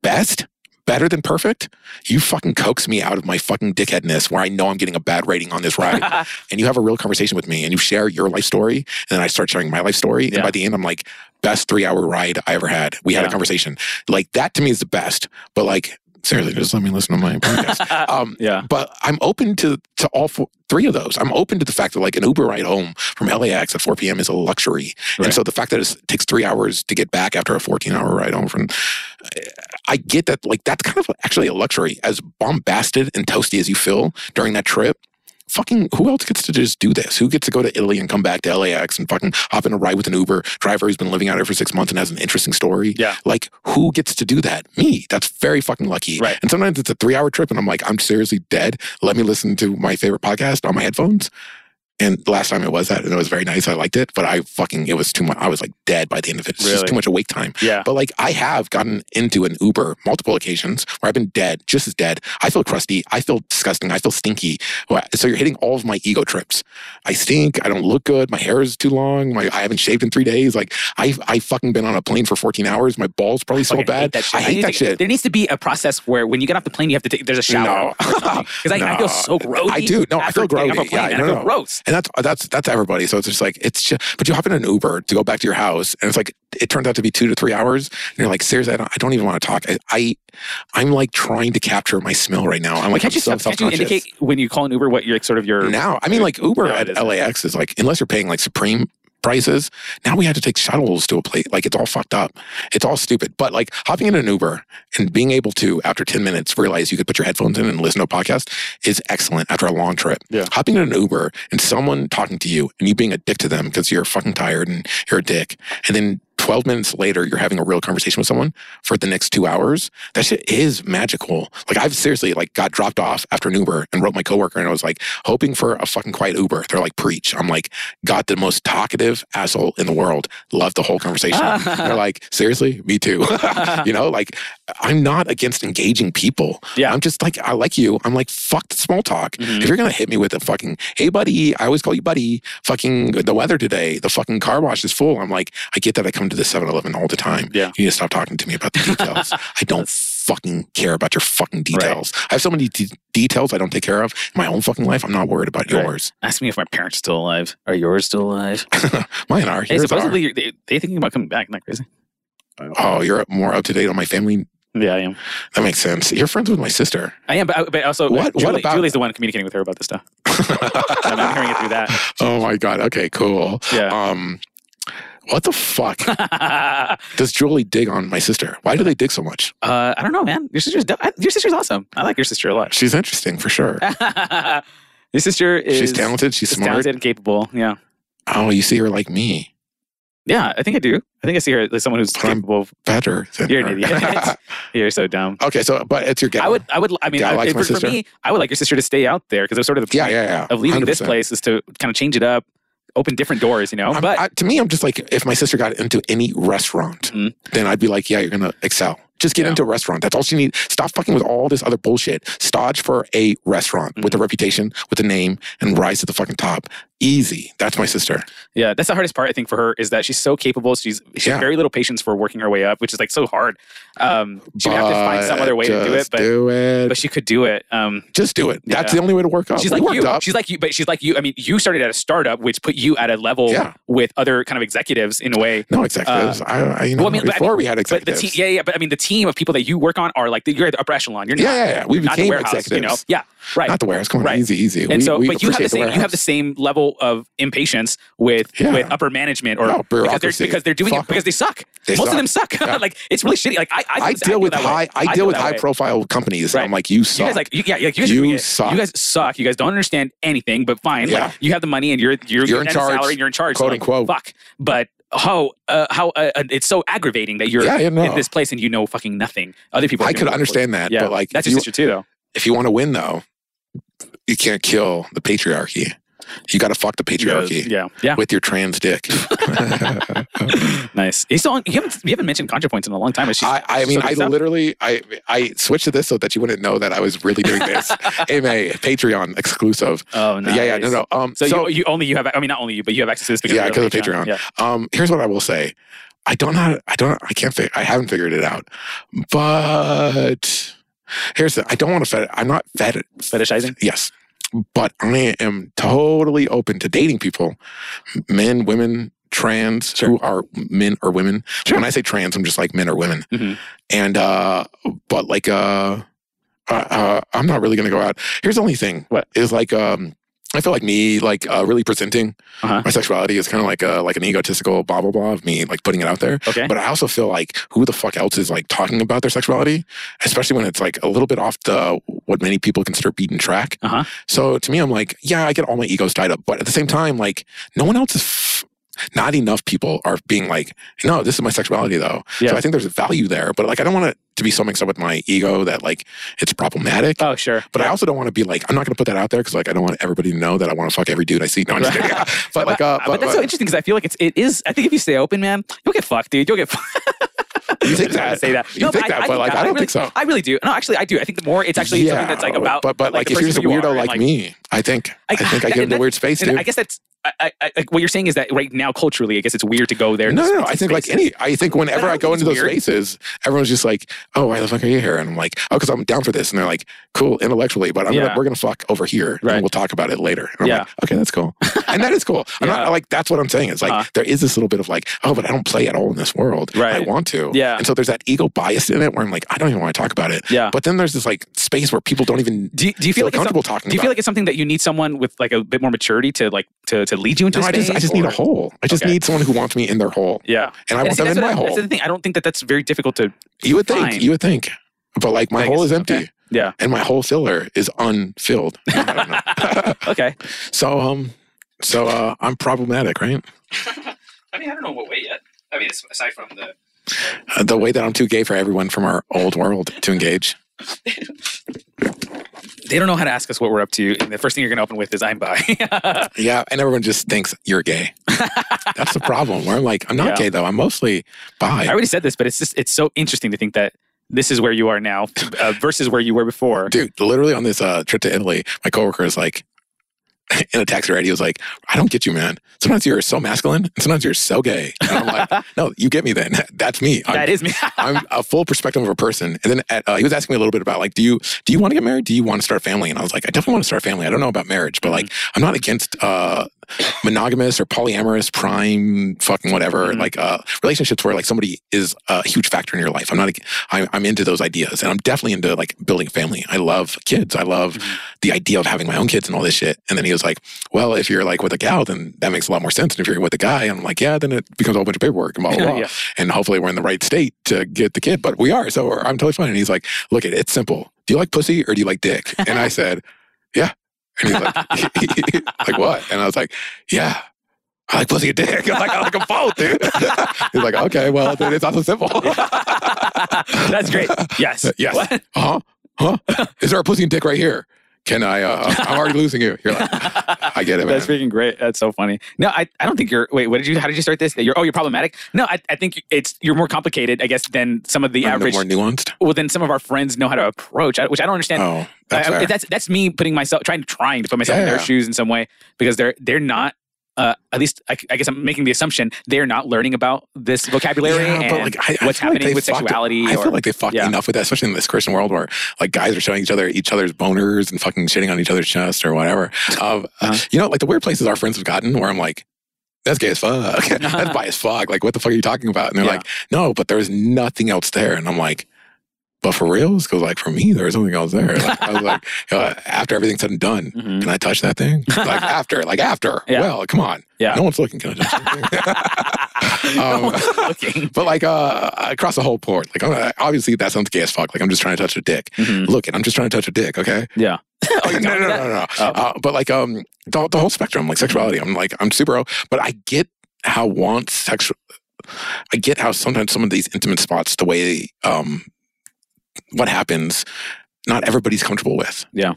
Speaker 1: Best, better than perfect. You fucking coax me out of my fucking dickheadness where I know I'm getting a bad rating on this ride. and you have a real conversation with me and you share your life story. And then I start sharing my life story.
Speaker 2: Yeah.
Speaker 1: And by the end, I'm like, best three hour ride I ever had. We had
Speaker 2: Yeah.
Speaker 1: a conversation. Like that to me is the best. But like, seriously, just let me listen to my podcast. um,
Speaker 2: Yeah.
Speaker 1: but I'm open to to all four, three of those. I'm open to the fact that like an Uber ride home from LAX at 4 p.m. is a luxury,
Speaker 2: Right.
Speaker 1: and so the fact that it's- it takes three hours to get back after a 14 hour ride home from, I get that like that's kind of actually a luxury. As bombasted and toasty as you feel during that trip, fucking who else gets to just do this? Who gets to go to Italy and come back to LAX and fucking hop in a ride with an Uber driver who's been living out here for six months and has an interesting story?
Speaker 2: Yeah.
Speaker 1: Like who gets to do that? Me. That's very fucking lucky.
Speaker 2: Right.
Speaker 1: And sometimes it's a three hour trip and I'm like, I'm seriously dead. Let me listen to my favorite podcast on my headphones. And the last time it was that and it was very nice. I liked it, but I fucking it was too much I was like dead by the end of it. It's just
Speaker 2: Really?
Speaker 1: too much awake time.
Speaker 2: Yeah.
Speaker 1: But like I have gotten into an Uber multiple occasions where I've been dead, just as dead. I feel crusty. I feel disgusting. I feel stinky. Wha- So you're hitting all of my ego trips. I stink. I don't look good. My hair is too long. My, I haven't shaved in three days. Like I I fucking been on a plane for 14 hours. My balls probably smell
Speaker 2: Fucking
Speaker 1: bad. I
Speaker 2: need
Speaker 1: hate
Speaker 2: to
Speaker 1: that
Speaker 2: take-
Speaker 1: shit.
Speaker 2: There needs to be a process where when you get off the plane, you have to take. There's a shower.
Speaker 1: No.
Speaker 2: Because I, I
Speaker 1: No.
Speaker 2: feel so gross.
Speaker 1: I do. No, I Oh feel
Speaker 2: Getting off
Speaker 1: grody.
Speaker 2: a plane,
Speaker 1: Yeah,
Speaker 2: and
Speaker 1: no,
Speaker 2: I feel
Speaker 1: no.
Speaker 2: gross.
Speaker 1: And that's that's that's everybody. So it's just like it's just. But you hop in an Uber to go back to your house, and it's like it turns out to be two to three hours. And you're like, seriously, I don't, I don't even want to talk. I, I I'm like trying to capture my smell right now. I'm like,
Speaker 2: can't
Speaker 1: I'm
Speaker 2: you,
Speaker 1: so
Speaker 2: stop- can't you
Speaker 1: self-conscious.
Speaker 2: indicate when you call an Uber what your sort of your
Speaker 1: now, I mean, like Uber
Speaker 2: No, it
Speaker 1: at
Speaker 2: isn't.
Speaker 1: LAX is like, unless you're paying like Supreme prices, now we have to take shuttles to a place. Like, it's all fucked up. It's all stupid. But like hopping in an Uber and being able to, after 10 minutes, realize you could put your headphones in and listen to a podcast is excellent after a long trip.
Speaker 2: Yeah.
Speaker 1: Hopping in an Uber and someone talking to you and you being a dick to them because you're fucking tired and you're a dick. And then 12 minutes later, you're having a real conversation with someone for the next two hours. That shit is magical. Like I've seriously like got dropped off after an Uber and wrote my coworker and I was like hoping for a fucking quiet Uber. They're like, preach. I'm like, got the most talkative asshole in the world. Love the whole conversation.
Speaker 2: Ah.
Speaker 1: They're like, seriously, me too. you know, like I'm not against engaging people.
Speaker 2: Yeah.
Speaker 1: I'm just like, I like you. I'm like, fuck the small talk.
Speaker 2: Mhm.
Speaker 1: If you're gonna hit me with a fucking, hey buddy, I always call you buddy. Fucking the weather today, the fucking car wash is full. I'm like, I get that. I come to the 7-Eleven all the time.
Speaker 2: Yeah.
Speaker 1: You need to stop talking to me about the details. I don't fucking care about your fucking details. I have so many de- details I don't take care of in my own fucking life. I'm not worried about
Speaker 2: Right.
Speaker 1: yours.
Speaker 2: Ask me if my parents are still alive. Are yours still alive?
Speaker 1: Mine are.
Speaker 2: Hey,
Speaker 1: Yours
Speaker 2: supposedly you're, they, they thinking about coming back. Isn't that crazy?
Speaker 1: are. Oh, you're more up to date on my family.
Speaker 2: Yeah, I am.
Speaker 1: That makes sense. You're friends with my sister.
Speaker 2: I am, but, but also uh,
Speaker 1: What- what
Speaker 2: Julie,
Speaker 1: about-
Speaker 2: Julie's the one communicating with her about this stuff. I'm not hearing it through that.
Speaker 1: Oh my god. Okay. Cool.
Speaker 2: Yeah.
Speaker 1: Um, what the fuck does Julie dig on my sister? Why do they dig so much?
Speaker 2: uh, I don't know, man. Your sister's dope. I- your sister's awesome. I like your sister a lot.
Speaker 1: She's interesting for sure.
Speaker 2: your sister is
Speaker 1: She's talented. She's
Speaker 2: is
Speaker 1: smart.
Speaker 2: talented and capable. Yeah.
Speaker 1: Oh, you see her like me,
Speaker 2: Yeah, I think I do. I think I see her as someone who's
Speaker 1: But I'm-
Speaker 2: capable. Of,
Speaker 1: better than
Speaker 2: You're an
Speaker 1: her.
Speaker 2: idiot. You're so dumb.
Speaker 1: okay, so but it's your gal.
Speaker 2: I would, I would, I mean,
Speaker 1: Yeah, I
Speaker 2: I,
Speaker 1: like my
Speaker 2: for, for
Speaker 1: sister.
Speaker 2: me, I would like your sister to stay out there because it was sort of the
Speaker 1: Yeah,
Speaker 2: point
Speaker 1: yeah, yeah.
Speaker 2: of leaving this
Speaker 1: 100%.
Speaker 2: place is to kind of change it up, open different doors, you know.
Speaker 1: I'm-
Speaker 2: but
Speaker 1: I- to me, I'm just like if my sister got into any restaurant,
Speaker 2: Mhm.
Speaker 1: then I'd be like, yeah, you're gonna excel. Just get
Speaker 2: Yeah.
Speaker 1: into a restaurant. That's all she needs. Stop fucking with all this other bullshit. Stodge for a restaurant with
Speaker 2: Mm-hmm.
Speaker 1: a reputation, with a name, and rise to the fucking top. Easy. That's my sister.
Speaker 2: yeah, that's the hardest part I think for her is that she's so capable. She's she has
Speaker 1: Yeah.
Speaker 2: very little patience for working her way up, which is like so hard. Um, she would have to find some
Speaker 1: But
Speaker 2: other way to do it,
Speaker 1: just
Speaker 2: but
Speaker 1: do it.
Speaker 2: but she could do it. Um,
Speaker 1: just do it. That's
Speaker 2: Yeah.
Speaker 1: the only way to work up.
Speaker 2: she's
Speaker 1: Oh, We
Speaker 2: like
Speaker 1: worked
Speaker 2: you.
Speaker 1: up.
Speaker 2: She's like you, but she's like you. I mean, you started at a startup, which put you at a level
Speaker 1: Yeah.
Speaker 2: with other kind of executives in a way.
Speaker 1: no executives. I, I, you know,
Speaker 2: Uh, well, I mean, but I
Speaker 1: before we had
Speaker 2: But the E
Speaker 1: executives.
Speaker 2: team, yeah, yeah. But I mean, the team of people that you work on are like you're at the upper echelon. You're not,
Speaker 1: Yeah, yeah, yeah. We
Speaker 2: you're not the
Speaker 1: became
Speaker 2: warehouse, You know?
Speaker 1: executives.
Speaker 2: Yeah, right.
Speaker 1: Not the warehouse. Come on,
Speaker 2: Right.
Speaker 1: easy, easy.
Speaker 2: and
Speaker 1: we,
Speaker 2: so,
Speaker 1: we
Speaker 2: but you have
Speaker 1: appreciate
Speaker 2: the same you have the
Speaker 1: warehouse.
Speaker 2: same level of impatience with
Speaker 1: Yeah.
Speaker 2: with upper management or
Speaker 1: No,
Speaker 2: because
Speaker 1: bureaucracy.
Speaker 2: they're because they're doing
Speaker 1: Fuck
Speaker 2: it because they suck.
Speaker 1: They
Speaker 2: Most
Speaker 1: suck.
Speaker 2: of them suck.
Speaker 1: Yeah.
Speaker 2: like it's really shitty. Like I I,
Speaker 1: I deal
Speaker 2: feel
Speaker 1: with
Speaker 2: that way.
Speaker 1: high. I
Speaker 2: feel
Speaker 1: deal with
Speaker 2: that
Speaker 1: high
Speaker 2: way.
Speaker 1: profile companies. and
Speaker 2: Right.
Speaker 1: I'm like, you suck.
Speaker 2: You guys like you, yeah, like, you, guys
Speaker 1: You
Speaker 2: are idiot.
Speaker 1: suck.
Speaker 2: You guys suck. You guys don't understand anything, but fine.
Speaker 1: Yeah.
Speaker 2: Like you have the money and you're you're,
Speaker 1: You're in
Speaker 2: and the
Speaker 1: charge,
Speaker 2: Salary and you're in charge.
Speaker 1: quote
Speaker 2: so, like,
Speaker 1: unquote.
Speaker 2: Fuck. But how uh, how uh, uh, it's so aggravating that you're
Speaker 1: Yeah, yeah, no.
Speaker 2: in this place and you know fucking nothing. Other people. are
Speaker 1: I
Speaker 2: doing
Speaker 1: could
Speaker 2: it.
Speaker 1: understand that,
Speaker 2: Yeah,
Speaker 1: but like,
Speaker 2: that's
Speaker 1: if
Speaker 2: your
Speaker 1: you,
Speaker 2: sister too, though.
Speaker 1: if you want to win though, you can't kill the patriarchy. You got to fuck the patriarchy
Speaker 2: Yeah, yeah.
Speaker 1: with your trans dick. I,
Speaker 2: nice. He's still on, you haven't you haven't mentioned ContraPoints in a long time. Is she-
Speaker 1: I
Speaker 2: she's
Speaker 1: mean,
Speaker 2: still
Speaker 1: I
Speaker 2: good stuff?
Speaker 1: literally, I, I switched to this so that you wouldn't know that I was really doing this. MA Patreon exclusive.
Speaker 2: Oh no.
Speaker 1: Yeah, yeah, no, no. Um,
Speaker 2: So, you, you only you have I mean not only you but you have access to this because
Speaker 1: Yeah,
Speaker 2: of
Speaker 1: 'cause of Patreon.
Speaker 2: Yeah.
Speaker 1: Um, here's what I will say. I don't know. I don't. I can't. Fig- I haven't figured it out. But here's the. I don't want to. Fet- I'm not fed.
Speaker 2: Fetishizing.
Speaker 1: Yes, but I am totally open to dating people, men, women, trans, who are men or women.
Speaker 2: Sure.
Speaker 1: When I say trans, I'm just like men or women.
Speaker 2: Mhm.
Speaker 1: And uh, but like uh, uh, uh, I'm not really gonna go out. Here's the only thing
Speaker 2: What?
Speaker 1: is like um. I feel like me, like uh, really presenting
Speaker 2: Uh-huh.
Speaker 1: my sexuality is kind of like a like an egotistical blah blah blah of me like putting it out there.
Speaker 2: Okay.
Speaker 1: But I also feel like who the fuck else is like talking about their sexuality, especially when it's like a little bit off the what many people consider beaten track.
Speaker 2: Uh-huh.
Speaker 1: So to me, I'm like, yeah, I get all my egos tied up, but at the same time, like no one else is. F- not enough people are being like, no, this is my sexuality though.
Speaker 2: Yeah.
Speaker 1: So I think there's value there, but like I don't want it to be so mixed up with my ego that like it's problematic.
Speaker 2: Oh, sure.
Speaker 1: But I also don't want to be like, I'm not going to put that out there because like I don't want everybody to know that I want to fuck every dude I see. No, I'm just kidding. But like, uh,
Speaker 2: but, that's so interesting because I feel like it's it is. I think if you stay open, man, you'll get fucked, dude. You'll get fucked.
Speaker 1: you think
Speaker 2: I
Speaker 1: that?
Speaker 2: say that.
Speaker 1: You think that? but like, I don't
Speaker 2: really,
Speaker 1: think so.
Speaker 2: I really do. No, actually, I do. I think the more it's actually
Speaker 1: Yeah,
Speaker 2: something that's like about.
Speaker 1: But but like,
Speaker 2: the
Speaker 1: if you're just a
Speaker 2: person you are
Speaker 1: weirdo
Speaker 2: and,
Speaker 1: like, me, I think I, think I get in the
Speaker 2: that-
Speaker 1: weird space,
Speaker 2: and
Speaker 1: dude.
Speaker 2: I guess that's I, I, I, like, what you're saying is that right now culturally, I guess it's weird to go there.
Speaker 1: no,
Speaker 2: and
Speaker 1: no,
Speaker 2: just-
Speaker 1: no. I think like any. I think whenever
Speaker 2: I
Speaker 1: I,
Speaker 2: don't
Speaker 1: go
Speaker 2: think
Speaker 1: into those
Speaker 2: it's weird.
Speaker 1: spaces, everyone's just like, "Oh, why the fuck are you here?" And I'm like, "Oh, because I'm down for this." And they're like, "Cool, intellectually, but I'm
Speaker 2: Yeah.
Speaker 1: gonna, we're gonna fuck over here,
Speaker 2: Right.
Speaker 1: and we'll talk about it later." And I'm
Speaker 2: Yeah.
Speaker 1: like, "Okay, that's cool," and that is cool. I'm
Speaker 2: Yeah.
Speaker 1: not like that's what I'm saying. It's like
Speaker 2: Uh-huh.
Speaker 1: there is this little bit of like, "Oh, but I don't play at all in this world. I
Speaker 2: Right.
Speaker 1: want to."
Speaker 2: Yeah.
Speaker 1: And so there's that ego bias in it where I'm like, I don't even want to talk about it.
Speaker 2: Yeah.
Speaker 1: But then there's this like space where people don't even
Speaker 2: Do you, do you feel
Speaker 1: feel
Speaker 2: like it's
Speaker 1: comfortable
Speaker 2: some-
Speaker 1: talking.
Speaker 2: do you
Speaker 1: about
Speaker 2: feel
Speaker 1: it.
Speaker 2: like it's something that you need someone with like a bit more maturity to like to, to lead you into?
Speaker 1: No,
Speaker 2: a
Speaker 1: I just I
Speaker 2: space,
Speaker 1: just need
Speaker 2: or-
Speaker 1: a hole. I just
Speaker 2: Okay.
Speaker 1: need someone who wants me in their hole,
Speaker 2: Yeah,
Speaker 1: and I
Speaker 2: And
Speaker 1: want
Speaker 2: see,
Speaker 1: them
Speaker 2: that's
Speaker 1: in
Speaker 2: what
Speaker 1: my
Speaker 2: I-
Speaker 1: hole.
Speaker 2: That's the thing. I don't think that that's very difficult to.
Speaker 1: You would think.
Speaker 2: fine.
Speaker 1: You would think. But like my
Speaker 2: I
Speaker 1: hole
Speaker 2: guess-
Speaker 1: is empty.
Speaker 2: okay. Yeah.
Speaker 1: And my whole filler is unfilled. No, I don't know.
Speaker 2: Okay.
Speaker 1: so um so uh I'm problematic, right?
Speaker 2: I mean, I don't know what way yet. I mean, aside from the
Speaker 1: Uh, the way that I'm too gay for everyone from our old world to engage.
Speaker 2: they don't know how to ask us what we're up to. And the first thing you're going to open with is I'm bi.
Speaker 1: Yeah, and everyone just thinks you're gay. That's the problem. Where I'm like, I'm not
Speaker 2: Yeah.
Speaker 1: gay though. I'm mostly
Speaker 2: I
Speaker 1: bi.
Speaker 2: already said this, but it's just it's so interesting to think that this is where you are now uh, versus where you were before.
Speaker 1: Dude, literally on this uh, trip to Italy, my coworker is like, in a taxi ride, he was like, I don't get you, man. Sometimes you're so masculine, and sometimes you're so gay. And I'm like, no, you get me then. That's me. I'm,
Speaker 2: That is me.
Speaker 1: I'm a full perspective of a person. And then at, uh, he was asking me a little bit about like, do you do you want to get married? Do you want to start a family? And I was like, I definitely want to start a family. I don't know about marriage, but like, I'm not against uh, monogamous or polyamorous, prime fucking whatever,
Speaker 2: Mhm.
Speaker 1: like uh, relationships where like somebody is a huge factor in your life. I'm not. ag- I'm, I'm into those ideas, and I'm definitely into like building a family. I love kids. I love
Speaker 2: Mhm.
Speaker 1: the idea of having my own kids and all this shit. And then he was like, Well, if you're like with a gal, then that makes a lot more sense. And if you're with a guy, I'm like, Yeah, then it becomes a whole bunch of paperwork and blah blah blah
Speaker 2: Yeah.
Speaker 1: and hopefully we're in the right state to get the kid. But we are, so I'm totally fine. And he's like, look, it, it's simple. Do you like pussy or do you like dick? And I said, yeah. And he's like, like what? And I was like, yeah. I like pussy or dick. I like I like them both, dude. He's like, okay, well, then it's not so simple.
Speaker 2: That's great. Yes.
Speaker 1: Yes.
Speaker 2: What?
Speaker 1: Huh? "Uh-huh, Huh? Is there a pussy and dick right here? Can I? Uh, I'm already losing you. You're like, I get it, man.
Speaker 2: That's freaking great. That's so funny. No, I, I don't think you're. Wait, what did you? How did you start this? You're oh, you're problematic. No, I, I think it's you're more complicated, I guess, than some of the
Speaker 1: I'm
Speaker 2: average.
Speaker 1: more nuanced.
Speaker 2: well, then some of our friends know how to approach, I- which I don't understand.
Speaker 1: Oh, that's
Speaker 2: I- I-
Speaker 1: fair.
Speaker 2: that's that's me putting myself trying trying to put myself in their
Speaker 1: Yeah.
Speaker 2: shoes in some way because they're they're not. Uh, at least I, I guess I'm making the assumption they're not learning about this vocabulary
Speaker 1: Yeah,
Speaker 2: and
Speaker 1: but, like, I- I
Speaker 2: what's
Speaker 1: feel like
Speaker 2: happening
Speaker 1: they
Speaker 2: with
Speaker 1: fucked-
Speaker 2: sexuality.
Speaker 1: I
Speaker 2: or,
Speaker 1: feel like they fucked
Speaker 2: yeah.
Speaker 1: enough with that, especially in this Christian world where like guys are showing each other each other's boners and fucking shitting on each other's chest or whatever. Um,
Speaker 2: Uh-huh.
Speaker 1: You know, like the weird places our friends have gotten where I'm like, that's gay as fuck. that's bi as fuck. Like, what the fuck are you talking about? And they're
Speaker 2: Yeah.
Speaker 1: like, no, but there's nothing else there. And I'm like, but for reals? Because like for me, there's something else there. Like, I was like, uh, after everything's said and done,
Speaker 2: Mhm.
Speaker 1: can I touch that thing? Like after, like after.
Speaker 2: Yeah.
Speaker 1: Well, come on.
Speaker 2: Yeah.
Speaker 1: No one's looking. Can I touch that thing?
Speaker 2: No
Speaker 1: Um,
Speaker 2: one's looking.
Speaker 1: But like uh, across the whole board, like I'm- uh, obviously that sounds gay as fuck. Like I'm just trying to touch a dick.
Speaker 2: Mhm.
Speaker 1: Look, and I'm just trying to touch a dick. Okay.
Speaker 2: Yeah. Oh,
Speaker 1: no,
Speaker 2: you're
Speaker 1: no,
Speaker 2: telling me
Speaker 1: Mm-hmm. no,
Speaker 2: that?
Speaker 1: no, no.
Speaker 2: Oh.
Speaker 1: Uh, but like um, the, the whole spectrum, like sexuality. I'm like I'm super. o- But I get how wants sexual. I get how sometimes some of these intimate spots, the way um, what happens, not everybody's comfortable with.
Speaker 2: Yeah.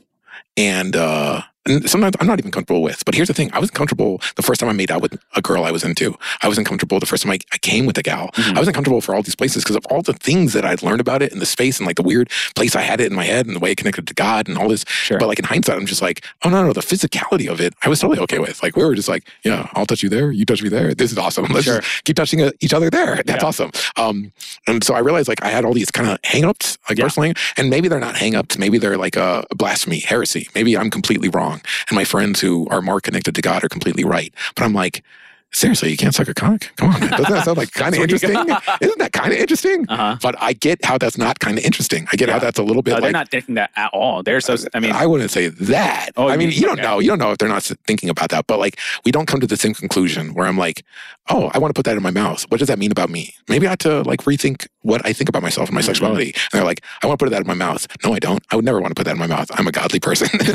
Speaker 1: And uh, and sometimes I'm not even comfortable with. But here's the thing: I was comfortable the first time I made out with a girl I was into. I wasn't comfortable the first time I, I came with a gal.
Speaker 2: Mhm.
Speaker 1: I wasn't comfortable for all these places because of all the things that I'd learned about it and the space and like the weird place I had it in my head and the way it connected to God and all this.
Speaker 2: Sure.
Speaker 1: But like in hindsight, I'm just like, oh no, no, the physicality of it, I was totally okay with. Like we were just like, yeah, I'll touch you there, you touch me there. This is awesome. Let's
Speaker 2: Sure.
Speaker 1: just keep touching uh, each other there. That's
Speaker 2: Yeah.
Speaker 1: awesome. Um, and so I realized like I had all these kind of hangups, like
Speaker 2: Yeah.
Speaker 1: personally, and maybe they're not hangups. Maybe they're like a blasphemy, heresy. Maybe I'm completely wrong, and my friends who are more connected to God are completely right. But I'm like. seriously, you can't suck a cock? Come on, man. Doesn't that sound like kind of
Speaker 2: There you
Speaker 1: interesting?
Speaker 2: go.
Speaker 1: Isn't that kind of interesting?
Speaker 2: Uh huh.
Speaker 1: But I get how that's not kind of interesting. I get how
Speaker 2: Yeah.
Speaker 1: that's a little bit
Speaker 2: No, they're
Speaker 1: like.
Speaker 2: not thinking that at all. They're so. I mean,
Speaker 1: I wouldn't say that.
Speaker 2: Oh,
Speaker 1: I
Speaker 2: you
Speaker 1: mean,
Speaker 2: mean-
Speaker 1: you don't
Speaker 2: okay.
Speaker 1: know. You don't know if they're not s- thinking about that. But like, we don't come to the same conclusion where I'm like, oh, I want to put that in my mouth. What does that mean about me? Maybe I ought to like rethink what I think about myself and my
Speaker 2: Mhm.
Speaker 1: sexuality. And they're like, I want to put that in my mouth. No, I don't. I would never want to put that in my mouth. I'm a godly person.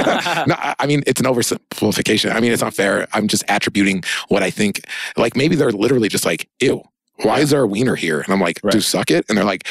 Speaker 1: no, I, I mean, it's an oversimplification. I mean, it's not fair. I'm just attributing what I think. Like, maybe they're literally just like, ew. Why is there a wiener here? And I'm like,
Speaker 2: Right.
Speaker 1: do suck it? And they're like,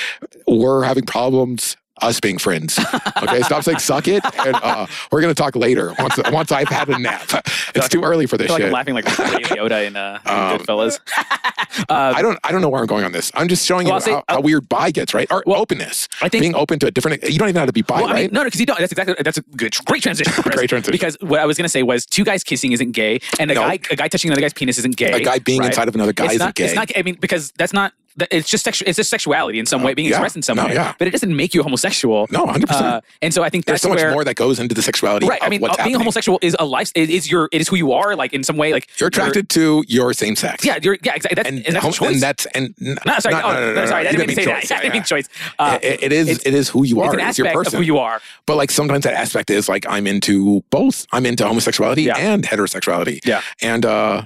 Speaker 1: we're having problems us being friends. Okay, stop saying suck it. And uh, we're gonna talk later once once I've had a nap. It's too early for
Speaker 2: I
Speaker 1: this
Speaker 2: feel like I'm
Speaker 1: shit.
Speaker 2: laughing like Ray Liotta in, uh, in
Speaker 1: Um,
Speaker 2: Goodfellas. uh,
Speaker 1: I don't I don't know where I'm going on this. I'm just showing
Speaker 2: Well, I'll
Speaker 1: you
Speaker 2: say-
Speaker 1: how, how weird bi gets, right? Or
Speaker 2: Well,
Speaker 1: openness,
Speaker 2: I think
Speaker 1: being open to a different. You don't even have to be bi,
Speaker 2: Well, I mean,
Speaker 1: right?
Speaker 2: no, no, because you don't. That's exactly. That's a good, great transition. Chris.
Speaker 1: Great transition.
Speaker 2: Because what I was gonna say was, two guys kissing isn't gay, and a
Speaker 1: No.
Speaker 2: guy, a guy touching another guy's penis isn't gay.
Speaker 1: a guy being
Speaker 2: right?
Speaker 1: inside of another guy
Speaker 2: it's
Speaker 1: isn't
Speaker 2: not,
Speaker 1: gay.
Speaker 2: It's not. I mean, because that's not. that- It's just sexu- It's just sexuality in some way, being
Speaker 1: yeah.
Speaker 2: expressed in some
Speaker 1: No,
Speaker 2: way.
Speaker 1: yeah.
Speaker 2: But it doesn't make you homosexual.
Speaker 1: no, hundred percent.
Speaker 2: Uh, and so I think
Speaker 1: There's
Speaker 2: that's
Speaker 1: so much
Speaker 2: where.
Speaker 1: more that goes into the sexuality.
Speaker 2: Right, I
Speaker 1: of
Speaker 2: mean,
Speaker 1: what's
Speaker 2: uh, being
Speaker 1: happening.
Speaker 2: homosexual is a life. It is your. It is who you are. Like in some way, like
Speaker 1: You're attracted to your same sex.
Speaker 2: yeah, you're. Yeah, exactly. That's, and,
Speaker 1: and,
Speaker 2: that's a
Speaker 1: hom-
Speaker 2: choice.
Speaker 1: and that's and n-
Speaker 2: no, sorry, oh, sorry, I
Speaker 1: you
Speaker 2: didn't mean to say
Speaker 1: choice.
Speaker 2: that. I didn't
Speaker 1: Yeah,
Speaker 2: mean
Speaker 1: yeah.
Speaker 2: choice. Uh,
Speaker 1: It- it is
Speaker 2: it's-
Speaker 1: it is who you
Speaker 2: it's
Speaker 1: are.
Speaker 2: an
Speaker 1: It's your
Speaker 2: aspect of
Speaker 1: person.
Speaker 2: who you are.
Speaker 1: But like sometimes that aspect is like I'm into both. I'm into homosexuality
Speaker 2: Yeah.
Speaker 1: and heterosexuality.
Speaker 2: Yeah.
Speaker 1: And uh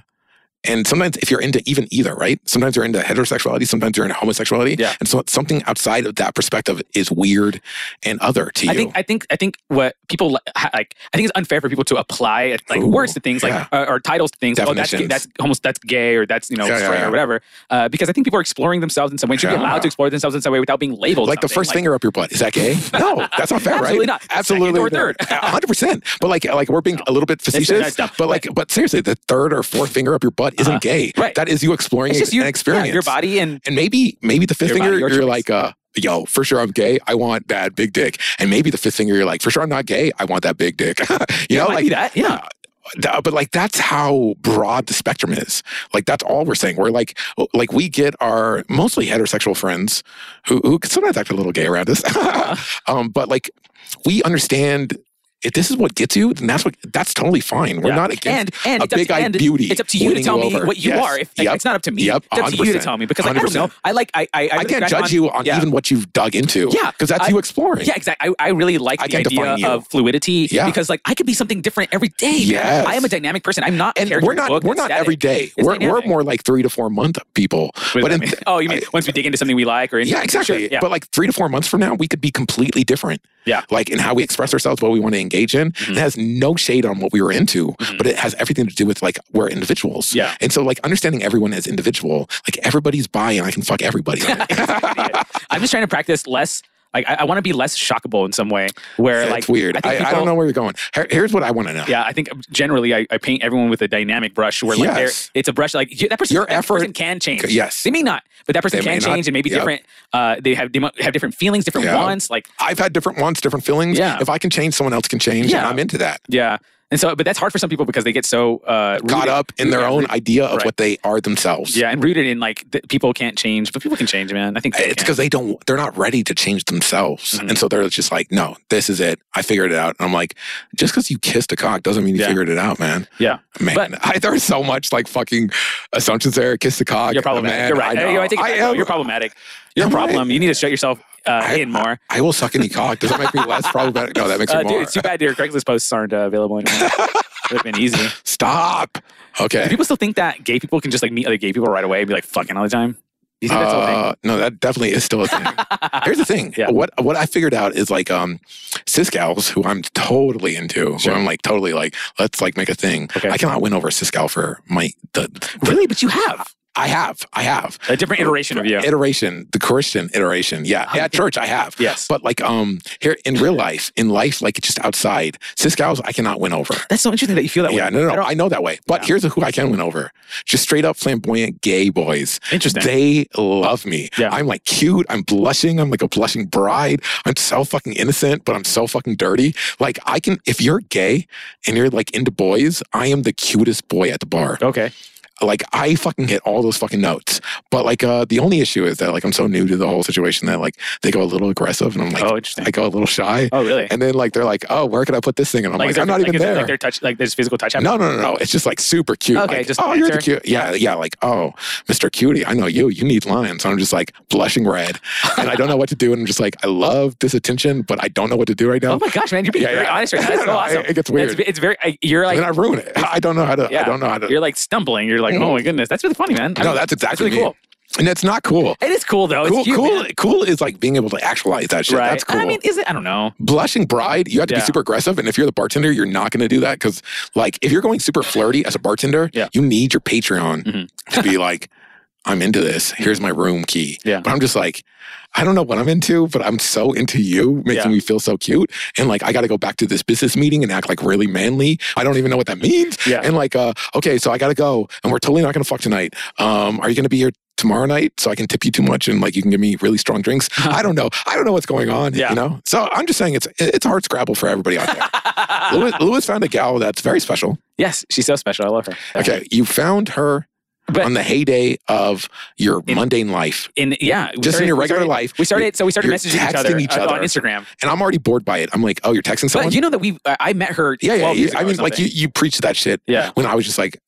Speaker 1: and sometimes if you're into even either, right? Sometimes you're into heterosexuality, sometimes you're into homosexuality.
Speaker 2: Yeah.
Speaker 1: And so something outside of that perspective is weird and other to you.
Speaker 2: I think I think I think what people li- ha- like I think it's unfair for people to apply like
Speaker 1: Ooh,
Speaker 2: words to things like
Speaker 1: yeah.
Speaker 2: or, or titles to things. Oh, that's gay,
Speaker 1: Definitions.
Speaker 2: that's almost that's gay or that's you know
Speaker 1: Yeah, yeah,
Speaker 2: straight
Speaker 1: yeah.
Speaker 2: or whatever. Uh, because I think people are exploring themselves in some way. and Should be
Speaker 1: Yeah.
Speaker 2: allowed to explore themselves in some way without being labeled.
Speaker 1: like the
Speaker 2: something.
Speaker 1: first finger up your butt. Is that gay? No, that's not fair,
Speaker 2: Absolutely
Speaker 1: right?
Speaker 2: not. Second
Speaker 1: Absolutely
Speaker 2: or third.
Speaker 1: hundred percent. But like, like we're being a little bit
Speaker 2: It's-
Speaker 1: facetious.
Speaker 2: it's- no,
Speaker 1: but like, but seriously, the third or fourth finger up your butt isn't
Speaker 2: Uh-huh.
Speaker 1: gay.
Speaker 2: Right.
Speaker 1: That is you exploring
Speaker 2: It's just you,
Speaker 1: an
Speaker 2: yeah,
Speaker 1: experience.
Speaker 2: your body and
Speaker 1: And maybe maybe the fifth
Speaker 2: Your body,
Speaker 1: finger,
Speaker 2: your
Speaker 1: you're
Speaker 2: choice.
Speaker 1: like, uh, yo, for sure I'm gay. I want that big dick. And maybe the fifth finger, you're like, for sure I'm not gay. I want that big dick. you know,
Speaker 2: might be
Speaker 1: like
Speaker 2: that. Yeah,
Speaker 1: th- uh, but like that's how broad the spectrum is. Like that's all we're saying. We're like, like we get our mostly heterosexual friends who who sometimes act a little gay around us.
Speaker 2: Uh-huh.
Speaker 1: um, but like we understand if this is what gets you, then that's what that's totally fine. We're
Speaker 2: Yeah.
Speaker 1: not against
Speaker 2: and and
Speaker 1: a
Speaker 2: it's up
Speaker 1: big
Speaker 2: to,
Speaker 1: eyed
Speaker 2: and
Speaker 1: beauty
Speaker 2: It's up to you to
Speaker 1: winning
Speaker 2: tell me
Speaker 1: over.
Speaker 2: what you
Speaker 1: Yes.
Speaker 2: are. If, like,
Speaker 1: Yep.
Speaker 2: It's not up to me.
Speaker 1: Yep.
Speaker 2: It's up to you to
Speaker 1: 100%.
Speaker 2: tell me because like, I don't know.
Speaker 1: 100%.
Speaker 2: I like I I,
Speaker 1: I can't
Speaker 2: grab
Speaker 1: judge
Speaker 2: on-
Speaker 1: you on
Speaker 2: yeah.
Speaker 1: even what you've dug into.
Speaker 2: Yeah.
Speaker 1: Because that's
Speaker 2: I-
Speaker 1: you exploring.
Speaker 2: Yeah, exactly. I, I really like
Speaker 1: I
Speaker 2: the
Speaker 1: can define you.
Speaker 2: idea of fluidity
Speaker 1: Yeah.
Speaker 2: because like I could be something different every day. man.
Speaker 1: Yes.
Speaker 2: I am a dynamic person. I'm not a
Speaker 1: And
Speaker 2: character
Speaker 1: we're
Speaker 2: in a
Speaker 1: not
Speaker 2: book
Speaker 1: we're
Speaker 2: that's
Speaker 1: not
Speaker 2: static.
Speaker 1: every day.
Speaker 2: It's
Speaker 1: We're, we're
Speaker 2: dynamic.
Speaker 1: more like three to four month people.
Speaker 2: What does
Speaker 1: but
Speaker 2: that
Speaker 1: in,
Speaker 2: mean? oh, you mean
Speaker 1: I-
Speaker 2: once we dig into something we like or
Speaker 1: yeah, exactly.
Speaker 2: Sure, yeah.
Speaker 1: But like three to four months from now, we could be completely different.
Speaker 2: Yeah.
Speaker 1: Like in how we express ourselves, what we want to engage in.
Speaker 2: Mhm.
Speaker 1: It has no shade on what we were into,
Speaker 2: Mhm.
Speaker 1: but it has everything to do with like we're individuals.
Speaker 2: Yeah.
Speaker 1: And so like understanding everyone as individual, like everybody's bi and I can fuck everybody.
Speaker 2: I'm just trying to practice less. Like I, I want to be less shockable in some way where
Speaker 1: It's
Speaker 2: like
Speaker 1: weird.
Speaker 2: I think
Speaker 1: I, I
Speaker 2: people-
Speaker 1: don't know where you're going. Here- here's what I want to know.
Speaker 2: yeah, I think generally I, I paint everyone with a dynamic brush where like
Speaker 1: Yes.
Speaker 2: they're, it's a brush like you- that person,
Speaker 1: Your
Speaker 2: that person
Speaker 1: effort-
Speaker 2: can change.
Speaker 1: Yes.
Speaker 2: They may not, but that person
Speaker 1: They may
Speaker 2: can
Speaker 1: not.
Speaker 2: change and maybe
Speaker 1: Yep.
Speaker 2: different. Uh, they have they might have different feelings, different
Speaker 1: Yeah.
Speaker 2: wants. Like
Speaker 1: I've had different wants, different feelings.
Speaker 2: Yeah.
Speaker 1: If I can change, someone else can change. And
Speaker 2: Yeah.
Speaker 1: I'm into that.
Speaker 2: yeah, and so but that's hard for some people because they get so uh,
Speaker 1: Caught
Speaker 2: rooted-
Speaker 1: up in their
Speaker 2: yeah,
Speaker 1: own idea of
Speaker 2: Right.
Speaker 1: what they are themselves.
Speaker 2: Yeah, and rooted in like th- people can't change, but people can change, man. I think people
Speaker 1: It's
Speaker 2: can.
Speaker 1: because they don't, they're not ready to change themselves.
Speaker 2: Mhm.
Speaker 1: And so they're just like, no, this is it. I figured it out. And I'm like, just because you kissed a cock doesn't mean you
Speaker 2: Yeah.
Speaker 1: figured it out, man.
Speaker 2: Yeah.
Speaker 1: Man,
Speaker 2: But-
Speaker 1: I, there's so much like fucking assumptions there. Kiss the cock.
Speaker 2: you're problematic.
Speaker 1: Man,
Speaker 2: you're right.
Speaker 1: I, know.
Speaker 2: You know, I take it
Speaker 1: I
Speaker 2: back, though.
Speaker 1: am-
Speaker 2: You're problematic. You're a
Speaker 1: Am I?
Speaker 2: problem. You need to shut yourself uh,
Speaker 1: I-
Speaker 2: in more.
Speaker 1: I will suck any cock. Does that make me less problematic? No, that makes
Speaker 2: Uh,
Speaker 1: me more.
Speaker 2: dude, it's too bad your Craigslist posts aren't uh, available anymore. Would have been easy.
Speaker 1: Stop.
Speaker 2: Do
Speaker 1: Okay.
Speaker 2: people still think that gay people can just like meet other gay people right away and be like fucking all the time? Do you think that's all thing?
Speaker 1: Uh, no, that definitely is still a thing. Here's the thing.
Speaker 2: Yeah.
Speaker 1: What what I figured out is like um cis gals who I'm totally into.
Speaker 2: Sure.
Speaker 1: Who I'm like totally like, let's like make a thing.
Speaker 2: Okay.
Speaker 1: I cannot win over a cis gal for my the, the-
Speaker 2: Really, but you have
Speaker 1: I have. I have.
Speaker 2: a different iteration of you.
Speaker 1: Iteration, the Christian iteration. Yeah.
Speaker 2: Oh,
Speaker 1: At
Speaker 2: okay.
Speaker 1: church I have.
Speaker 2: Yes,
Speaker 1: But like um here in real life, in life, like just outside, cis gals I cannot win over.
Speaker 2: that's so interesting that you feel that
Speaker 1: Yeah,
Speaker 2: way.
Speaker 1: no, no,
Speaker 2: I
Speaker 1: no.
Speaker 2: don't-
Speaker 1: I, know that way. But
Speaker 2: Yeah.
Speaker 1: here's who I can win over. Just straight up flamboyant gay boys.
Speaker 2: Interesting.
Speaker 1: They love me.
Speaker 2: Yeah.
Speaker 1: I'm like cute. I'm blushing. I'm like a blushing bride. I'm so fucking innocent, but I'm so fucking dirty. Like I can if you're gay and you're like into boys, I am the cutest boy at the bar.
Speaker 2: okay.
Speaker 1: like I fucking hit all those fucking notes. But like uh the only issue is that like I'm so new to the whole situation that like they go a little aggressive and I'm like
Speaker 2: oh, interesting.
Speaker 1: I go a little shy.
Speaker 2: oh, really?
Speaker 1: And then like they're like, oh, where can I put this thing? And I'm like,
Speaker 2: is there-
Speaker 1: I'm not even
Speaker 2: is there-
Speaker 1: there.
Speaker 2: Like, they're touch, like there's physical touch happening.
Speaker 1: no, no, no, no. It's just like super cute.
Speaker 2: Okay,
Speaker 1: like,
Speaker 2: just
Speaker 1: oh, you're the
Speaker 2: banter.
Speaker 1: cute. Yeah, yeah. Like, oh, Mr. Cutie, I know you. You need lines. And I'm just like blushing red, and I don't know what to do. And I'm just like, I love this attention, but I don't know what to do right now.
Speaker 2: Oh my gosh, man, you're being
Speaker 1: Yeah,
Speaker 2: very
Speaker 1: yeah.
Speaker 2: honest right now. That's so
Speaker 1: No,
Speaker 2: awesome.
Speaker 1: It, it gets
Speaker 2: That's-
Speaker 1: weird.
Speaker 2: it's very. I, you're
Speaker 1: and
Speaker 2: like
Speaker 1: then I ruin it. I don't know how to.
Speaker 2: Yeah.
Speaker 1: I don't know how to.
Speaker 2: you're like stumbling. You're like,
Speaker 1: Mhm.
Speaker 2: oh my goodness, that's really funny, man. I
Speaker 1: no,
Speaker 2: mean,
Speaker 1: that's
Speaker 2: that's
Speaker 1: exactly
Speaker 2: really cool.
Speaker 1: cool. And that's not cool.
Speaker 2: It is cool though.
Speaker 1: Cool,
Speaker 2: it's cute,
Speaker 1: cool,
Speaker 2: man.
Speaker 1: cool is like being able to actualize that shit.
Speaker 2: Right.
Speaker 1: That's cool.
Speaker 2: I mean, is it? I don't know.
Speaker 1: blushing bride, you have to
Speaker 2: Yeah.
Speaker 1: be super aggressive. And if you're the bartender, you're not going to do that because, like, if you're going super flirty as a bartender,
Speaker 2: Yeah.
Speaker 1: you need your Patreon
Speaker 2: Mhm.
Speaker 1: to be like, "I'm into this. Here's my room key."
Speaker 2: Yeah.
Speaker 1: But I'm just like, I don't know what I'm into, but I'm so into you, making
Speaker 2: Yeah.
Speaker 1: me feel so cute. And like, I got to go back to this business meeting and act like really manly. I don't even know what that means.
Speaker 2: Yeah.
Speaker 1: And like, uh, okay, so I got to go, and we're totally not going to fuck tonight. Um, are you going to be here? Tomorrow night, so I can tip you too much, and like you can give me really strong drinks. I don't know. I don't know what's going on.
Speaker 2: Yeah.
Speaker 1: You know. So I'm just saying it's it's a hard scrabble for everybody out there. Lewis, Lewis found a gal that's very special.
Speaker 2: yes, she's so special. I love her. Uh, Yeah.
Speaker 1: Okay, you found her
Speaker 2: But-
Speaker 1: on the heyday of your
Speaker 2: In-
Speaker 1: mundane life,
Speaker 2: And yeah, we
Speaker 1: just in
Speaker 2: started-
Speaker 1: your
Speaker 2: we
Speaker 1: regular
Speaker 2: started-
Speaker 1: life.
Speaker 2: We started, so we started
Speaker 1: you're
Speaker 2: messaging each
Speaker 1: texting
Speaker 2: other,
Speaker 1: each
Speaker 2: uh, on
Speaker 1: other.
Speaker 2: Instagram.
Speaker 1: and I'm already bored by it. I'm like, oh, you're texting someone.
Speaker 2: But you know that we, uh, I I met her.
Speaker 1: yeah, yeah.
Speaker 2: 12
Speaker 1: you-
Speaker 2: years
Speaker 1: I
Speaker 2: ago or
Speaker 1: mean, like you
Speaker 2: something,
Speaker 1: you preach that shit
Speaker 2: Yeah.
Speaker 1: when I was just like,